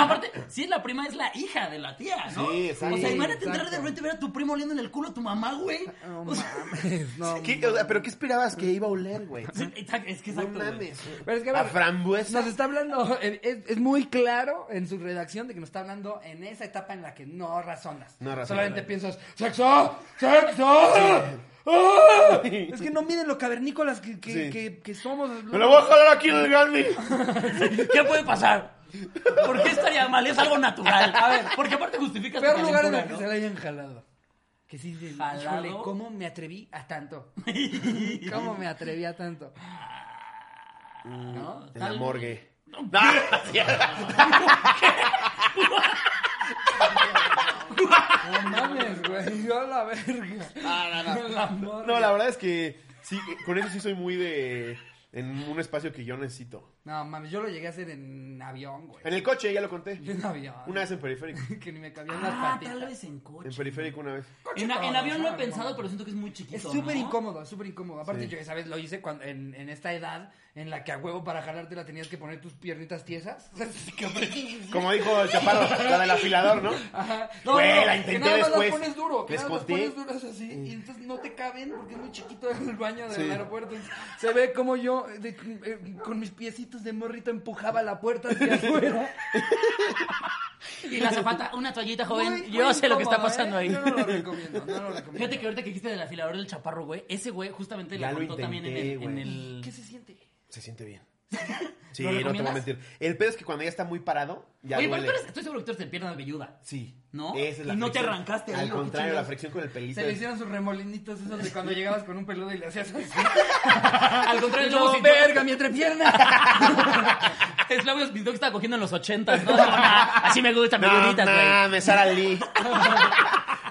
Speaker 3: aparte, si es la prima, es la hija de la tía, ¿no?
Speaker 2: Sí, exacto.
Speaker 3: O sea,
Speaker 1: Sí,
Speaker 3: imagínate entrar de
Speaker 1: exacto.
Speaker 3: repente y ver a tu primo oliendo en el culo a tu mamá, güey.
Speaker 1: No
Speaker 3: O sea,
Speaker 1: mames, no.
Speaker 2: ¿Qué- o sea, ¿Pero qué esperabas que iba a oler, güey?
Speaker 3: sí, exacto, es que
Speaker 2: No
Speaker 3: exacto. güey.
Speaker 2: mames.
Speaker 1: Pero es que, a
Speaker 2: A
Speaker 1: ver,
Speaker 2: frambuesa.
Speaker 1: Nos está hablando, eh, es, es muy claro en su redacción de que nos está hablando en esa etapa en la que no razonas.
Speaker 2: No razonas.
Speaker 1: Solamente piensas, ¡sexo! ¡sexo! ¡Ah! Es que no miden lo cavernícolas que, que,
Speaker 2: Sí.
Speaker 1: que- que somos.
Speaker 2: ¡Me lo voy a jalar aquí en el Gandhi!
Speaker 3: ¿Qué puede pasar? ¿Por qué estaría mal? Es algo natural. A ver, porque aparte justificas
Speaker 1: Peor
Speaker 3: tu
Speaker 1: lugar en el que
Speaker 3: calentura,
Speaker 1: se la hayan jalado. Que sí, dices,
Speaker 3: ¿Jalado?
Speaker 1: "Híjole, ¿cómo me atreví a tanto? ¿Cómo me atreví a tanto?
Speaker 3: ¿no?
Speaker 2: En la
Speaker 3: Tal-
Speaker 2: morgue.
Speaker 1: No mames, güey, yo a la verga. La morgue.
Speaker 2: No, la verdad es que sí, con eso sí soy muy de. En un espacio que yo necesito.
Speaker 1: No mames, yo lo llegué a hacer en avión, güey.
Speaker 2: En el coche, ya lo conté.
Speaker 1: En avión.
Speaker 2: Una vez en periférico.
Speaker 1: que ni me cabían las
Speaker 3: Ah,
Speaker 1: patitas.
Speaker 3: tal vez en
Speaker 2: En
Speaker 3: coche.
Speaker 2: periférico una vez.
Speaker 3: En,
Speaker 1: Coche
Speaker 3: en
Speaker 1: todo,
Speaker 3: avión lo he
Speaker 1: no,
Speaker 3: pensado,
Speaker 1: no.
Speaker 3: pero siento que es muy chiquito.
Speaker 1: Es súper
Speaker 3: ¿no?
Speaker 1: incómodo, es súper incómodo. Aparte,
Speaker 2: Sí.
Speaker 1: yo, ¿sabes? Lo hice cuando, en, en esta edad en la que a huevo para jalártela tenías que poner tus piernitas tiesas.
Speaker 2: Como dijo el chaparro, la del afilador, ¿no?
Speaker 1: Ajá.
Speaker 2: Güey, la intenté
Speaker 1: que nada más
Speaker 2: después.
Speaker 1: las pones duro, que
Speaker 2: Les
Speaker 1: nada más las
Speaker 2: conté.
Speaker 1: pones duras así y entonces no te caben porque es muy chiquito el baño del
Speaker 2: Sí.
Speaker 1: aeropuerto. Entonces, se ve como yo de- eh, con mis piecitos de morrito empujaba la puerta hacia afuera.
Speaker 3: Y la zapata, una toallita, joven.
Speaker 1: Muy-
Speaker 3: yo
Speaker 1: muy
Speaker 3: sé lo que está
Speaker 1: incómodo, ¿eh?
Speaker 3: pasando ahí.
Speaker 1: Yo no lo recomiendo, no lo recomiendo.
Speaker 3: Fíjate que ahorita que dijiste del afilador del chaparro, güey, ese güey justamente
Speaker 2: Ya
Speaker 3: la
Speaker 2: lo
Speaker 3: contó también en el.
Speaker 2: intenté,
Speaker 3: en
Speaker 2: güey.
Speaker 3: el-
Speaker 1: ¿Qué se siente?
Speaker 2: Se siente bien. Sí,
Speaker 3: ¿Lo
Speaker 2: no te voy a
Speaker 3: recomiendas?
Speaker 2: mentir. El pedo es que cuando ya está muy parado, ya
Speaker 3: Oye, pero
Speaker 2: duele.
Speaker 3: tú eres- estoy seguro que tú eres el pierna velluda.
Speaker 2: Sí.
Speaker 3: ¿No?
Speaker 2: Esa es la
Speaker 3: Y no te
Speaker 2: fricción.
Speaker 3: arrancaste
Speaker 2: Al
Speaker 3: algo, qué
Speaker 2: contrario, la
Speaker 3: chingados.
Speaker 2: fricción con el pelito.
Speaker 1: Se le hicieron sus remolinitos esos de cuando llegabas con un peludo y le hacías así.
Speaker 3: Al contrario,
Speaker 1: Y
Speaker 3: el lobo
Speaker 1: luego,
Speaker 3: sin
Speaker 1: Ah, verga, mi entrepierna.
Speaker 3: Es Flavio Smith que estaba cogiendo en los ochentas, ¿no? Así me gusta,
Speaker 2: No
Speaker 3: peluditas, güey.
Speaker 2: mames, Sara Lee.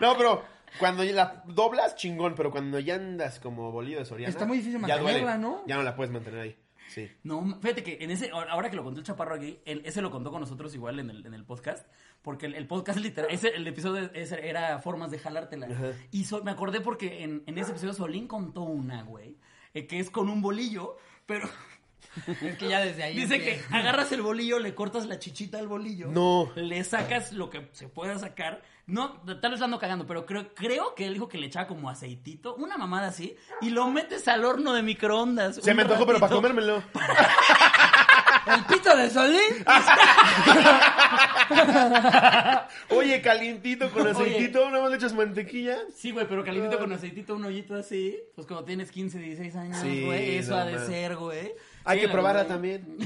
Speaker 2: no, pero cuando ya la doblas, chingón, pero cuando ya andas como bolillo de Soriana.
Speaker 1: Está muy difícil
Speaker 2: ya duele.
Speaker 1: mantenerla, ¿no?
Speaker 2: Ya no la puedes mantener ahí. Sí.
Speaker 3: No, fíjate que en ese, ahora que lo contó el chaparro aquí, él- ese lo contó con nosotros igual en el, en el podcast, porque el, el podcast literal, ese, el episodio ese era formas de jalártela. Y so- me acordé porque en, en ese episodio Solín contó una, güey, eh, que es con un bolillo, pero
Speaker 1: es que ya desde ahí.
Speaker 3: dice que
Speaker 1: empieza.
Speaker 3: agarras el bolillo, le cortas la chichita al bolillo.
Speaker 2: No.
Speaker 3: Le sacas lo que se pueda sacar. No, tal vez ando cagando, pero creo, creo que él dijo que le echaba como aceitito, una mamada así, y lo metes al horno de microondas.
Speaker 2: Se
Speaker 3: un
Speaker 2: me antojó, pero para
Speaker 3: ratito.
Speaker 2: comérmelo.
Speaker 1: ¿El pito de Solín?
Speaker 2: Oye, calientito con aceitito, nada más le echas mantequilla.
Speaker 3: Sí, güey, pero calientito con aceitito, un hoyito así. Pues cuando tienes 15, 16 años,
Speaker 2: Sí,
Speaker 3: güey, eso
Speaker 2: no
Speaker 3: ha de
Speaker 2: mames.
Speaker 3: ser, güey.
Speaker 2: Hay
Speaker 3: Sí,
Speaker 2: que
Speaker 3: la
Speaker 2: probarla
Speaker 3: verdad.
Speaker 2: también.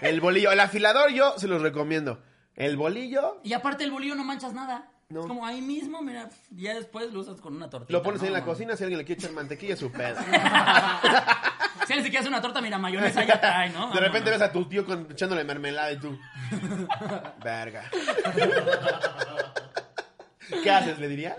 Speaker 2: El bolillo, el afilador yo se los recomiendo. El bolillo
Speaker 3: Y aparte el bolillo no manchas nada.
Speaker 2: No.
Speaker 3: Es como ahí mismo, mira, pf, ya después lo usas con una tortita.
Speaker 2: lo pones
Speaker 3: ¿no?
Speaker 2: ahí en la
Speaker 3: Mamá.
Speaker 2: cocina, si alguien le quiere echar mantequilla, su pedo.
Speaker 3: Si alguien se quiere hacer una torta, mira, mayonesa ya trae, ¿no?
Speaker 2: De repente
Speaker 3: Vámonos.
Speaker 2: ves a tu tío con- echándole mermelada y tú. Verga. ¿Qué haces? ¿Le dirías?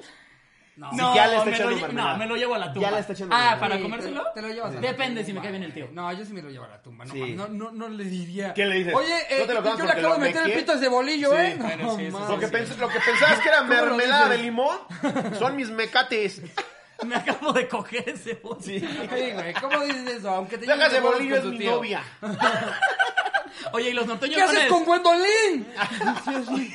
Speaker 3: No,
Speaker 2: si ya le está
Speaker 3: me,
Speaker 2: echando
Speaker 3: lo, lle-
Speaker 2: mermelada.
Speaker 3: no, me lo llevo a la tumba.
Speaker 2: Ya le está echando
Speaker 3: Ah,
Speaker 2: mermelada.
Speaker 3: ¿para
Speaker 1: Sí,
Speaker 3: comérselo?
Speaker 1: te- te lo llevas a la
Speaker 3: Depende
Speaker 1: tumba.
Speaker 3: si me cae bien el tío.
Speaker 1: No, yo sí me lo llevo a la tumba. No,
Speaker 2: Sí.
Speaker 1: no, no, no le diría.
Speaker 2: ¿Qué le dices?
Speaker 1: Oye, eh,
Speaker 2: No te lo comas
Speaker 1: yo le
Speaker 2: porque
Speaker 1: acabo
Speaker 2: lo
Speaker 1: de meter el
Speaker 2: mequé.
Speaker 1: pito de ese bolillo,
Speaker 2: Sí,
Speaker 1: ¿eh? No,
Speaker 3: bueno, sí, eso Ah, sí.
Speaker 2: Lo que,
Speaker 1: mames.
Speaker 2: pens- lo que pensabas que era
Speaker 1: ¿Cómo lo
Speaker 2: mermelada de
Speaker 1: dices?
Speaker 2: limón son mis mecates.
Speaker 3: Me acabo de coger ese bolillo.
Speaker 1: Sí, güey, ¿cómo dices eso? Aunque te
Speaker 2: Deja
Speaker 1: lleves
Speaker 2: ese
Speaker 1: bolas
Speaker 2: bolillo,
Speaker 1: con
Speaker 2: es
Speaker 1: tu
Speaker 2: mi
Speaker 1: tío.
Speaker 2: novia.
Speaker 3: Oye, y los norteños
Speaker 1: ¿Qué
Speaker 3: van a
Speaker 1: haces
Speaker 3: decir-
Speaker 1: con Gwendolyn?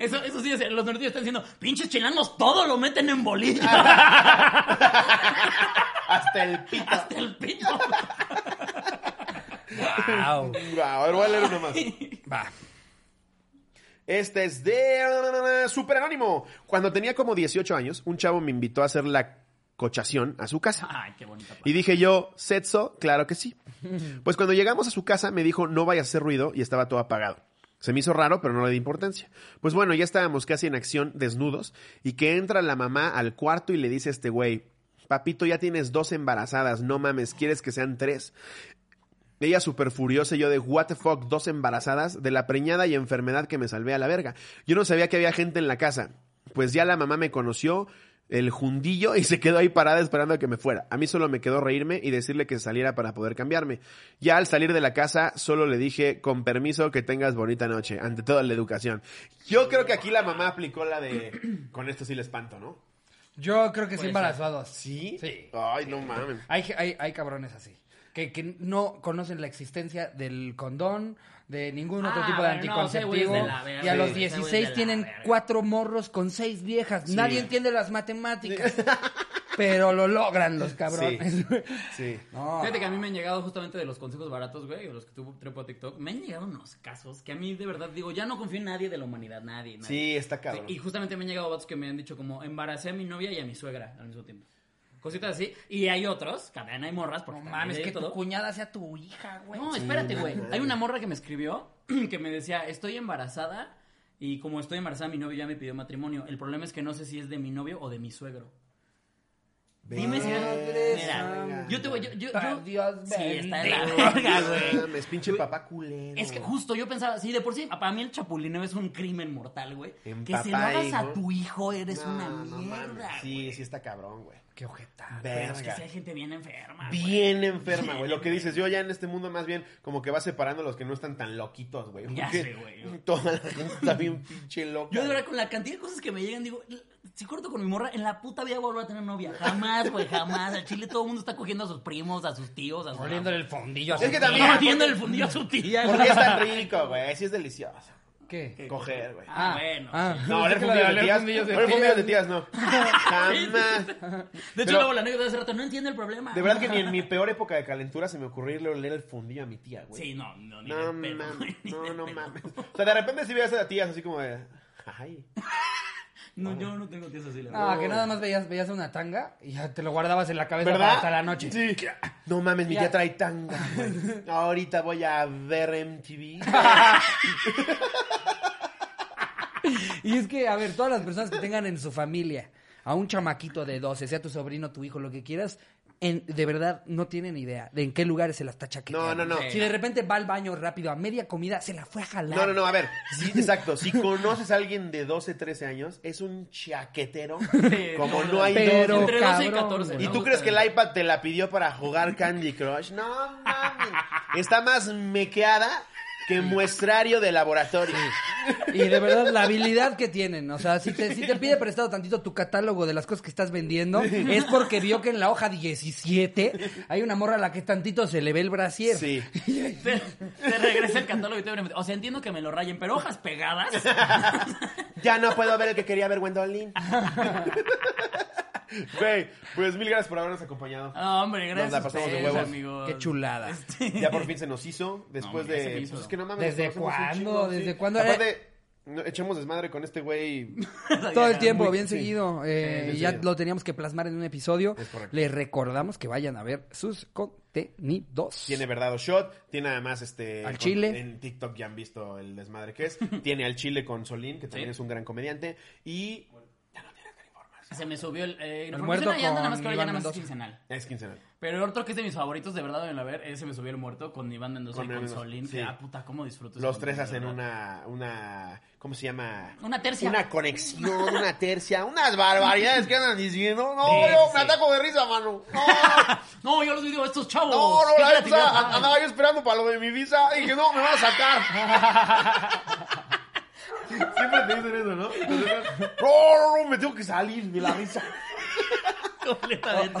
Speaker 3: Eso, eso sí, o sea, los norteños están diciendo, pinches chilangos, todo lo meten en bolillo.
Speaker 2: Ah, Hasta el pito.
Speaker 3: Hasta el pito.
Speaker 1: Wow.
Speaker 2: A ver, voy a leer uno más.
Speaker 1: Va.
Speaker 2: Este es de Super Anónimo. Cuando tenía como 18 años, un chavo me invitó a hacer la cochación a su casa.
Speaker 3: Ay, qué bonita.
Speaker 2: Y dije yo, ¿sexo? Claro que sí. Pues cuando llegamos a su casa me dijo, no vayas a hacer ruido y estaba todo apagado. Se me hizo raro, pero no le di importancia. Pues bueno, ya estábamos casi en acción, desnudos, y que entra la mamá al cuarto y le dice a este güey, papito, ya tienes dos embarazadas, no mames, ¿quieres que sean tres? Ella súper furiosa y yo de what the fuck, dos embarazadas de la preñada y enfermedad que me salvé a la verga. Yo no sabía que había gente en la casa. Pues ya la mamá me conoció, el jundillo, y se quedó ahí parada esperando a que me fuera. A mí solo me quedó reírme y decirle que saliera para poder cambiarme. Ya al salir de la casa, solo le dije, con permiso, que tengas bonita noche. Ante toda la educación. Yo creo que aquí la mamá aplicó la de, con esto sí le espanto, ¿no?
Speaker 1: Yo creo que sí
Speaker 3: Puede
Speaker 1: embarazados.
Speaker 2: ¿Sí?
Speaker 1: Sí.
Speaker 2: Ay, no mames.
Speaker 1: Hay, hay, hay cabrones así. Que, que no conocen la existencia del condón, de ningún otro
Speaker 3: Ah,
Speaker 1: tipo de
Speaker 3: bueno, no, ese güey es
Speaker 1: anticonceptivo.
Speaker 3: de la verga,
Speaker 1: y a
Speaker 2: sí.
Speaker 1: los
Speaker 2: Ese
Speaker 3: güey es de
Speaker 1: 16
Speaker 3: la
Speaker 1: tienen
Speaker 3: verga.
Speaker 1: cuatro morros con seis viejas.
Speaker 2: Sí.
Speaker 1: Nadie entiende las matemáticas. pero lo logran los cabrones.
Speaker 2: Sí.
Speaker 1: No.
Speaker 3: Fíjate que a mí me han llegado justamente de los consejos baratos, güey, o los que tuvo Trepo a TikTok. Me han llegado unos casos que a mí de verdad digo, ya no confío en nadie de la humanidad, nadie. nadie.
Speaker 2: Sí, está cabrón.
Speaker 3: Y justamente me han llegado vatos que me han dicho como embaracé a mi novia y a mi suegra al mismo tiempo. Cositas así. Y hay otros, también hay morras,
Speaker 1: No
Speaker 3: porque también
Speaker 1: mames,
Speaker 3: hay
Speaker 1: que
Speaker 3: todo.
Speaker 1: tu cuñada sea tu hija, güey.
Speaker 3: No, espérate, güey. Hay una morra que me escribió que me decía, estoy embarazada y como estoy embarazada, mi novio ya me pidió matrimonio. El problema es que no sé si es de mi novio o de mi suegro. Dime si...
Speaker 1: Madre
Speaker 3: Mira,
Speaker 1: santa.
Speaker 3: yo te voy... Yo, yo, yo-
Speaker 1: Ah, Dios
Speaker 3: sí, está de la
Speaker 1: bendito.
Speaker 3: verga, güey.
Speaker 2: Mames, pinche papá culero.
Speaker 3: Es que justo yo pensaba, sí, de por sí, para mí el chapulineo es un crimen mortal, güey.
Speaker 2: En
Speaker 3: Que se lo
Speaker 2: papá e
Speaker 3: hagas a
Speaker 2: hijo.
Speaker 3: tu hijo, eres
Speaker 2: No,
Speaker 3: una
Speaker 2: no
Speaker 3: mierda.
Speaker 2: mames.
Speaker 3: güey. Ah,
Speaker 2: Sí, sí está cabrón, güey.
Speaker 1: Qué ojeta.
Speaker 3: Pero es que
Speaker 2: Verga.
Speaker 3: sí hay gente bien enferma. güey.
Speaker 2: Bien enferma, güey. Lo que dices, yo ya en este mundo más bien como que va separando a los que no están tan loquitos, güey.
Speaker 3: Ya
Speaker 2: Porque
Speaker 3: sé, güey.
Speaker 2: Toda la gente está bien pinche loca.
Speaker 3: Yo de
Speaker 2: güey.
Speaker 3: verdad con la cantidad de cosas que me llegan digo, si corto con mi morra, en la puta vida voy a volver a tener novia. Jamás, güey, jamás. Al chile todo el mundo está cogiendo a sus primos, a sus tíos, a sus...
Speaker 1: Oliéndole el fondillo. a
Speaker 2: Es
Speaker 1: su
Speaker 2: que
Speaker 1: tía.
Speaker 2: también-
Speaker 3: No, metiendo el fundillo a su Ah, tía.
Speaker 2: ¿Por
Speaker 3: güey.
Speaker 2: qué es tan rico, güey? Sí es delicioso.
Speaker 1: ¿Qué?
Speaker 2: Coger, güey.
Speaker 3: Ah, bueno.
Speaker 1: Ah.
Speaker 2: No,
Speaker 1: Pensé que
Speaker 2: oler
Speaker 1: la
Speaker 2: fundillos
Speaker 1: de oler
Speaker 2: de tías.
Speaker 1: fundillos de
Speaker 2: Oler fundillos de
Speaker 1: tías.
Speaker 2: tías, no. Jamás.
Speaker 3: De hecho,
Speaker 2: ah. Pero-
Speaker 3: luego la anécdota de hace rato, no entiendo el problema.
Speaker 2: De verdad que ni en mi peor época de calentura se me ocurrió irle a oler el fundillo a mi tía, güey.
Speaker 3: Sí, no, no, ni de
Speaker 2: No
Speaker 3: pedo, güey,
Speaker 2: mames,
Speaker 3: ni
Speaker 2: no,
Speaker 3: de
Speaker 2: no
Speaker 3: pedo.
Speaker 2: mames. O sea, de repente si veas a tías así como de. Ay.
Speaker 3: No, yo no tengo tías así, la verdad.
Speaker 1: No, Ah, que nada más veías, veías una tanga y ya te lo guardabas en la cabeza
Speaker 2: ¿Verdad?
Speaker 1: hasta la noche.
Speaker 2: Sí. No mames, mi
Speaker 1: Ya.
Speaker 2: tía trae tanga. güey. Ahorita voy a ver MTV.
Speaker 1: Y es que, a ver, todas las personas que tengan en su familia a un chamaquito de 12, sea tu sobrino, tu hijo, lo que quieras, en- de verdad no tienen idea de en qué lugares se la está chaqueteando.
Speaker 2: No, no, no.
Speaker 1: Si de repente va al baño rápido a media comida, se la fue a jalar.
Speaker 2: No, no, no, a ver. Sí, exacto. Si conoces a alguien de 12, 13 años, es un chaquetero.
Speaker 3: Sí,
Speaker 2: como
Speaker 3: no,
Speaker 2: no hay
Speaker 1: Pero,
Speaker 2: dos.
Speaker 3: Entre 12 y
Speaker 1: cabrón,
Speaker 3: 14.
Speaker 1: güey.
Speaker 2: ¿Y
Speaker 3: ¿no?
Speaker 2: tú crees que el iPad te la pidió para jugar Candy Crush? No mames. Está más mequeada que muestrario de laboratorio.
Speaker 1: Y de verdad, la habilidad que tienen. O sea, si te, si te pide prestado tantito tu catálogo de las cosas que estás vendiendo, es porque vio que en la hoja 17 hay una morra a la que tantito se le ve el brasier.
Speaker 2: Sí.
Speaker 3: Te, te regresa el catálogo y te abre- O sea, entiendo que me lo rayen, pero hojas pegadas.
Speaker 2: Ya no puedo ver el que quería ver Gwendolyn. Güey, pues mil gracias por habernos acompañado.
Speaker 3: No, hombre,
Speaker 2: Nos
Speaker 3: gracias.
Speaker 2: la
Speaker 3: a
Speaker 2: pasamos de
Speaker 3: ustedes,
Speaker 2: huevos.
Speaker 3: amigos.
Speaker 1: Qué chulada.
Speaker 3: Este-
Speaker 2: Ya por fin se nos hizo. Después
Speaker 3: No, hombre, ya se
Speaker 2: de.
Speaker 3: me hizo.
Speaker 2: pues es que no mames,
Speaker 1: ¿Desde
Speaker 2: nos conocemos un
Speaker 1: cuándo?
Speaker 2: chingo,
Speaker 1: ¿Desde cuándo era?
Speaker 2: Aparte, no, echamos desmadre con este güey.
Speaker 1: Todo el
Speaker 3: Ya,
Speaker 1: tiempo,
Speaker 2: muy-
Speaker 1: bien
Speaker 2: sí.
Speaker 1: seguido. Eh,
Speaker 2: bien
Speaker 1: ya
Speaker 2: seguido.
Speaker 1: lo teníamos que plasmar en un episodio.
Speaker 2: Es correcto.
Speaker 1: Les recordamos que vayan a ver sus contenidos.
Speaker 2: Tiene verdad o shot. Tiene además este.
Speaker 1: Al
Speaker 2: con-
Speaker 1: chile.
Speaker 2: En TikTok ya han visto el desmadre que es. tiene al chile con Solín, que también
Speaker 3: Sí.
Speaker 2: es un gran comediante. Y.
Speaker 3: Se me subió el. Eh,
Speaker 1: El
Speaker 3: no,
Speaker 1: muerto
Speaker 3: ya nada más
Speaker 1: con
Speaker 3: que ahora ya
Speaker 1: Iván
Speaker 3: nada más es
Speaker 1: Mendoza.
Speaker 3: quincenal.
Speaker 2: Es quincenal.
Speaker 3: Pero el otro que es de mis favoritos, de verdad, en la ver, eh, se me subió el muerto con Iván Mendoza
Speaker 2: Con
Speaker 3: y con
Speaker 2: Iván Mendoza,
Speaker 3: Solín.
Speaker 2: sí.
Speaker 3: Que, ah, puta, cómo disfruto. ese
Speaker 2: Los tres
Speaker 3: contenido,
Speaker 2: hacen
Speaker 3: de verdad.
Speaker 2: una, una, ¿cómo se llama?
Speaker 3: Una tercia.
Speaker 2: Una conexión, una tercia, unas barbaridades que andan diciendo. No,
Speaker 3: Sí,
Speaker 2: yo me
Speaker 3: sí.
Speaker 2: ataco de risa, mano. No,
Speaker 3: No, yo los digo a estos chavos.
Speaker 2: no, no,
Speaker 3: qué
Speaker 2: la vez
Speaker 3: creatividad
Speaker 2: pasada
Speaker 3: hay.
Speaker 2: a- andaba yo esperando para lo de mi visa y dije, no, me van a sacar. Siempre te dicen eso, ¿no? No, no, no, me tengo que salir de la risa.
Speaker 3: Ah, Completamente.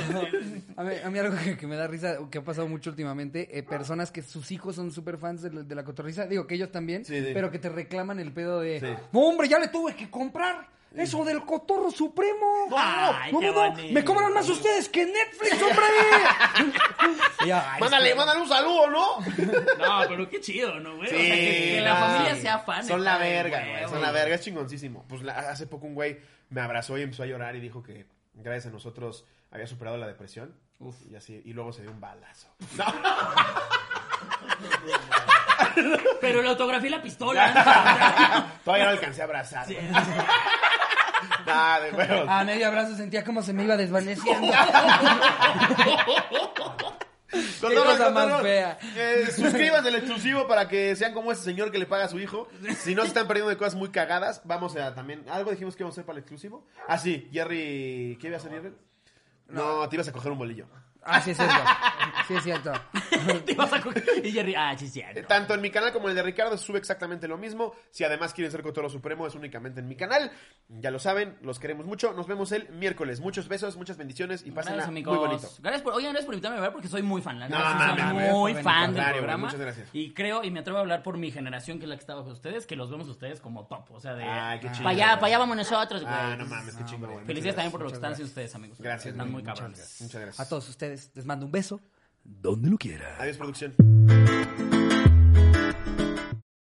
Speaker 3: sí, sí, sí.
Speaker 1: A mí, a mí algo que, que me da risa, que ha pasado mucho últimamente, eh, personas que sus hijos son súper fans de, la- de la cotorriza, digo que ellos también,
Speaker 2: Sí, sí.
Speaker 1: pero que te reclaman el pedo de,
Speaker 2: Sí.
Speaker 1: no hombre, ya le tuve que comprar eso del cotorro supremo.
Speaker 3: Ay,
Speaker 1: No,
Speaker 3: qué
Speaker 1: no, no,
Speaker 3: bonito.
Speaker 1: me cobran más ustedes que Netflix, hombre. Y yo, "Ay,
Speaker 2: Mándale,
Speaker 1: espera".
Speaker 2: mándale un saludo, ¿no?
Speaker 3: No, pero qué chido, ¿no, güey? o sea, que, que la
Speaker 2: no,
Speaker 3: familia
Speaker 2: sí.
Speaker 3: sea fan.
Speaker 2: Son la
Speaker 3: está de
Speaker 2: verga, güey.
Speaker 3: huevo.
Speaker 2: Son la verga, es chingoncísimo. Pues la- hace poco un güey me abrazó y empezó a llorar y dijo que gracias a nosotros había superado la depresión.
Speaker 3: Uf.
Speaker 2: Y así, y luego se dio un balazo.
Speaker 3: Pero le autografié la pistola.
Speaker 2: Todavía no alcancé a abrazar. güey. Nah, de huevos.
Speaker 1: A medio abrazo sentía como se me iba desvaneciendo.
Speaker 2: Con
Speaker 1: Qué
Speaker 2: todo
Speaker 1: cosa
Speaker 2: respeto,
Speaker 1: más
Speaker 2: no.
Speaker 1: fea.
Speaker 2: Eh, suscríbanse al exclusivo para que sean como ese señor que le paga a su hijo. Si no se están perdiendo de cosas muy cagadas, vamos a también. ¿Algo dijimos que íbamos a hacer para el exclusivo? Ah, sí, Jerry. ¿Qué iba a hacer Jerry? No, te ibas a coger un bolillo.
Speaker 1: Ah, sí es cierto. Sí es cierto.
Speaker 3: Te vas a coger- Y Jerry, ah, sí, sí. ah,
Speaker 2: Eh,
Speaker 3: no.
Speaker 2: Tanto en mi canal como en el de Ricardo se sube exactamente lo mismo. Si además quieren ser Toro Supremo, es únicamente en mi canal. Ya lo saben, los queremos mucho. Nos vemos el miércoles. Muchos besos, muchas bendiciones y pásenla
Speaker 3: Gracias,
Speaker 2: muy
Speaker 3: amigos.
Speaker 2: bonito.
Speaker 3: Gracias por, oigan, gracias por invitarme a hablar porque soy muy fan. La
Speaker 2: No,
Speaker 3: verdad, sí,
Speaker 2: mames,
Speaker 3: soy
Speaker 1: güey,
Speaker 3: muy
Speaker 1: joven,
Speaker 3: fan del
Speaker 2: contrario, güey,
Speaker 3: programa.
Speaker 2: muchas gracias.
Speaker 3: Y creo, y me atrevo a hablar por mi generación, que es la que está bajo ustedes, que los vemos ustedes como top. O sea, de.
Speaker 2: Ay, qué chido,
Speaker 3: Para allá,
Speaker 2: gracias.
Speaker 3: para allá vamos nosotros, güey.
Speaker 2: Ah, no mames, qué chingo, güey.
Speaker 3: Felicidades
Speaker 2: Muchas
Speaker 3: también por lo que están haciendo ustedes, amigos.
Speaker 2: Gracias,
Speaker 3: Están
Speaker 2: güey,
Speaker 3: muy
Speaker 2: muchas
Speaker 3: cabrones.
Speaker 2: gracias. Muchas
Speaker 1: A
Speaker 2: gracias.
Speaker 1: todos ustedes les mando un beso.
Speaker 5: donde lo quiera.
Speaker 2: Adiós, producción.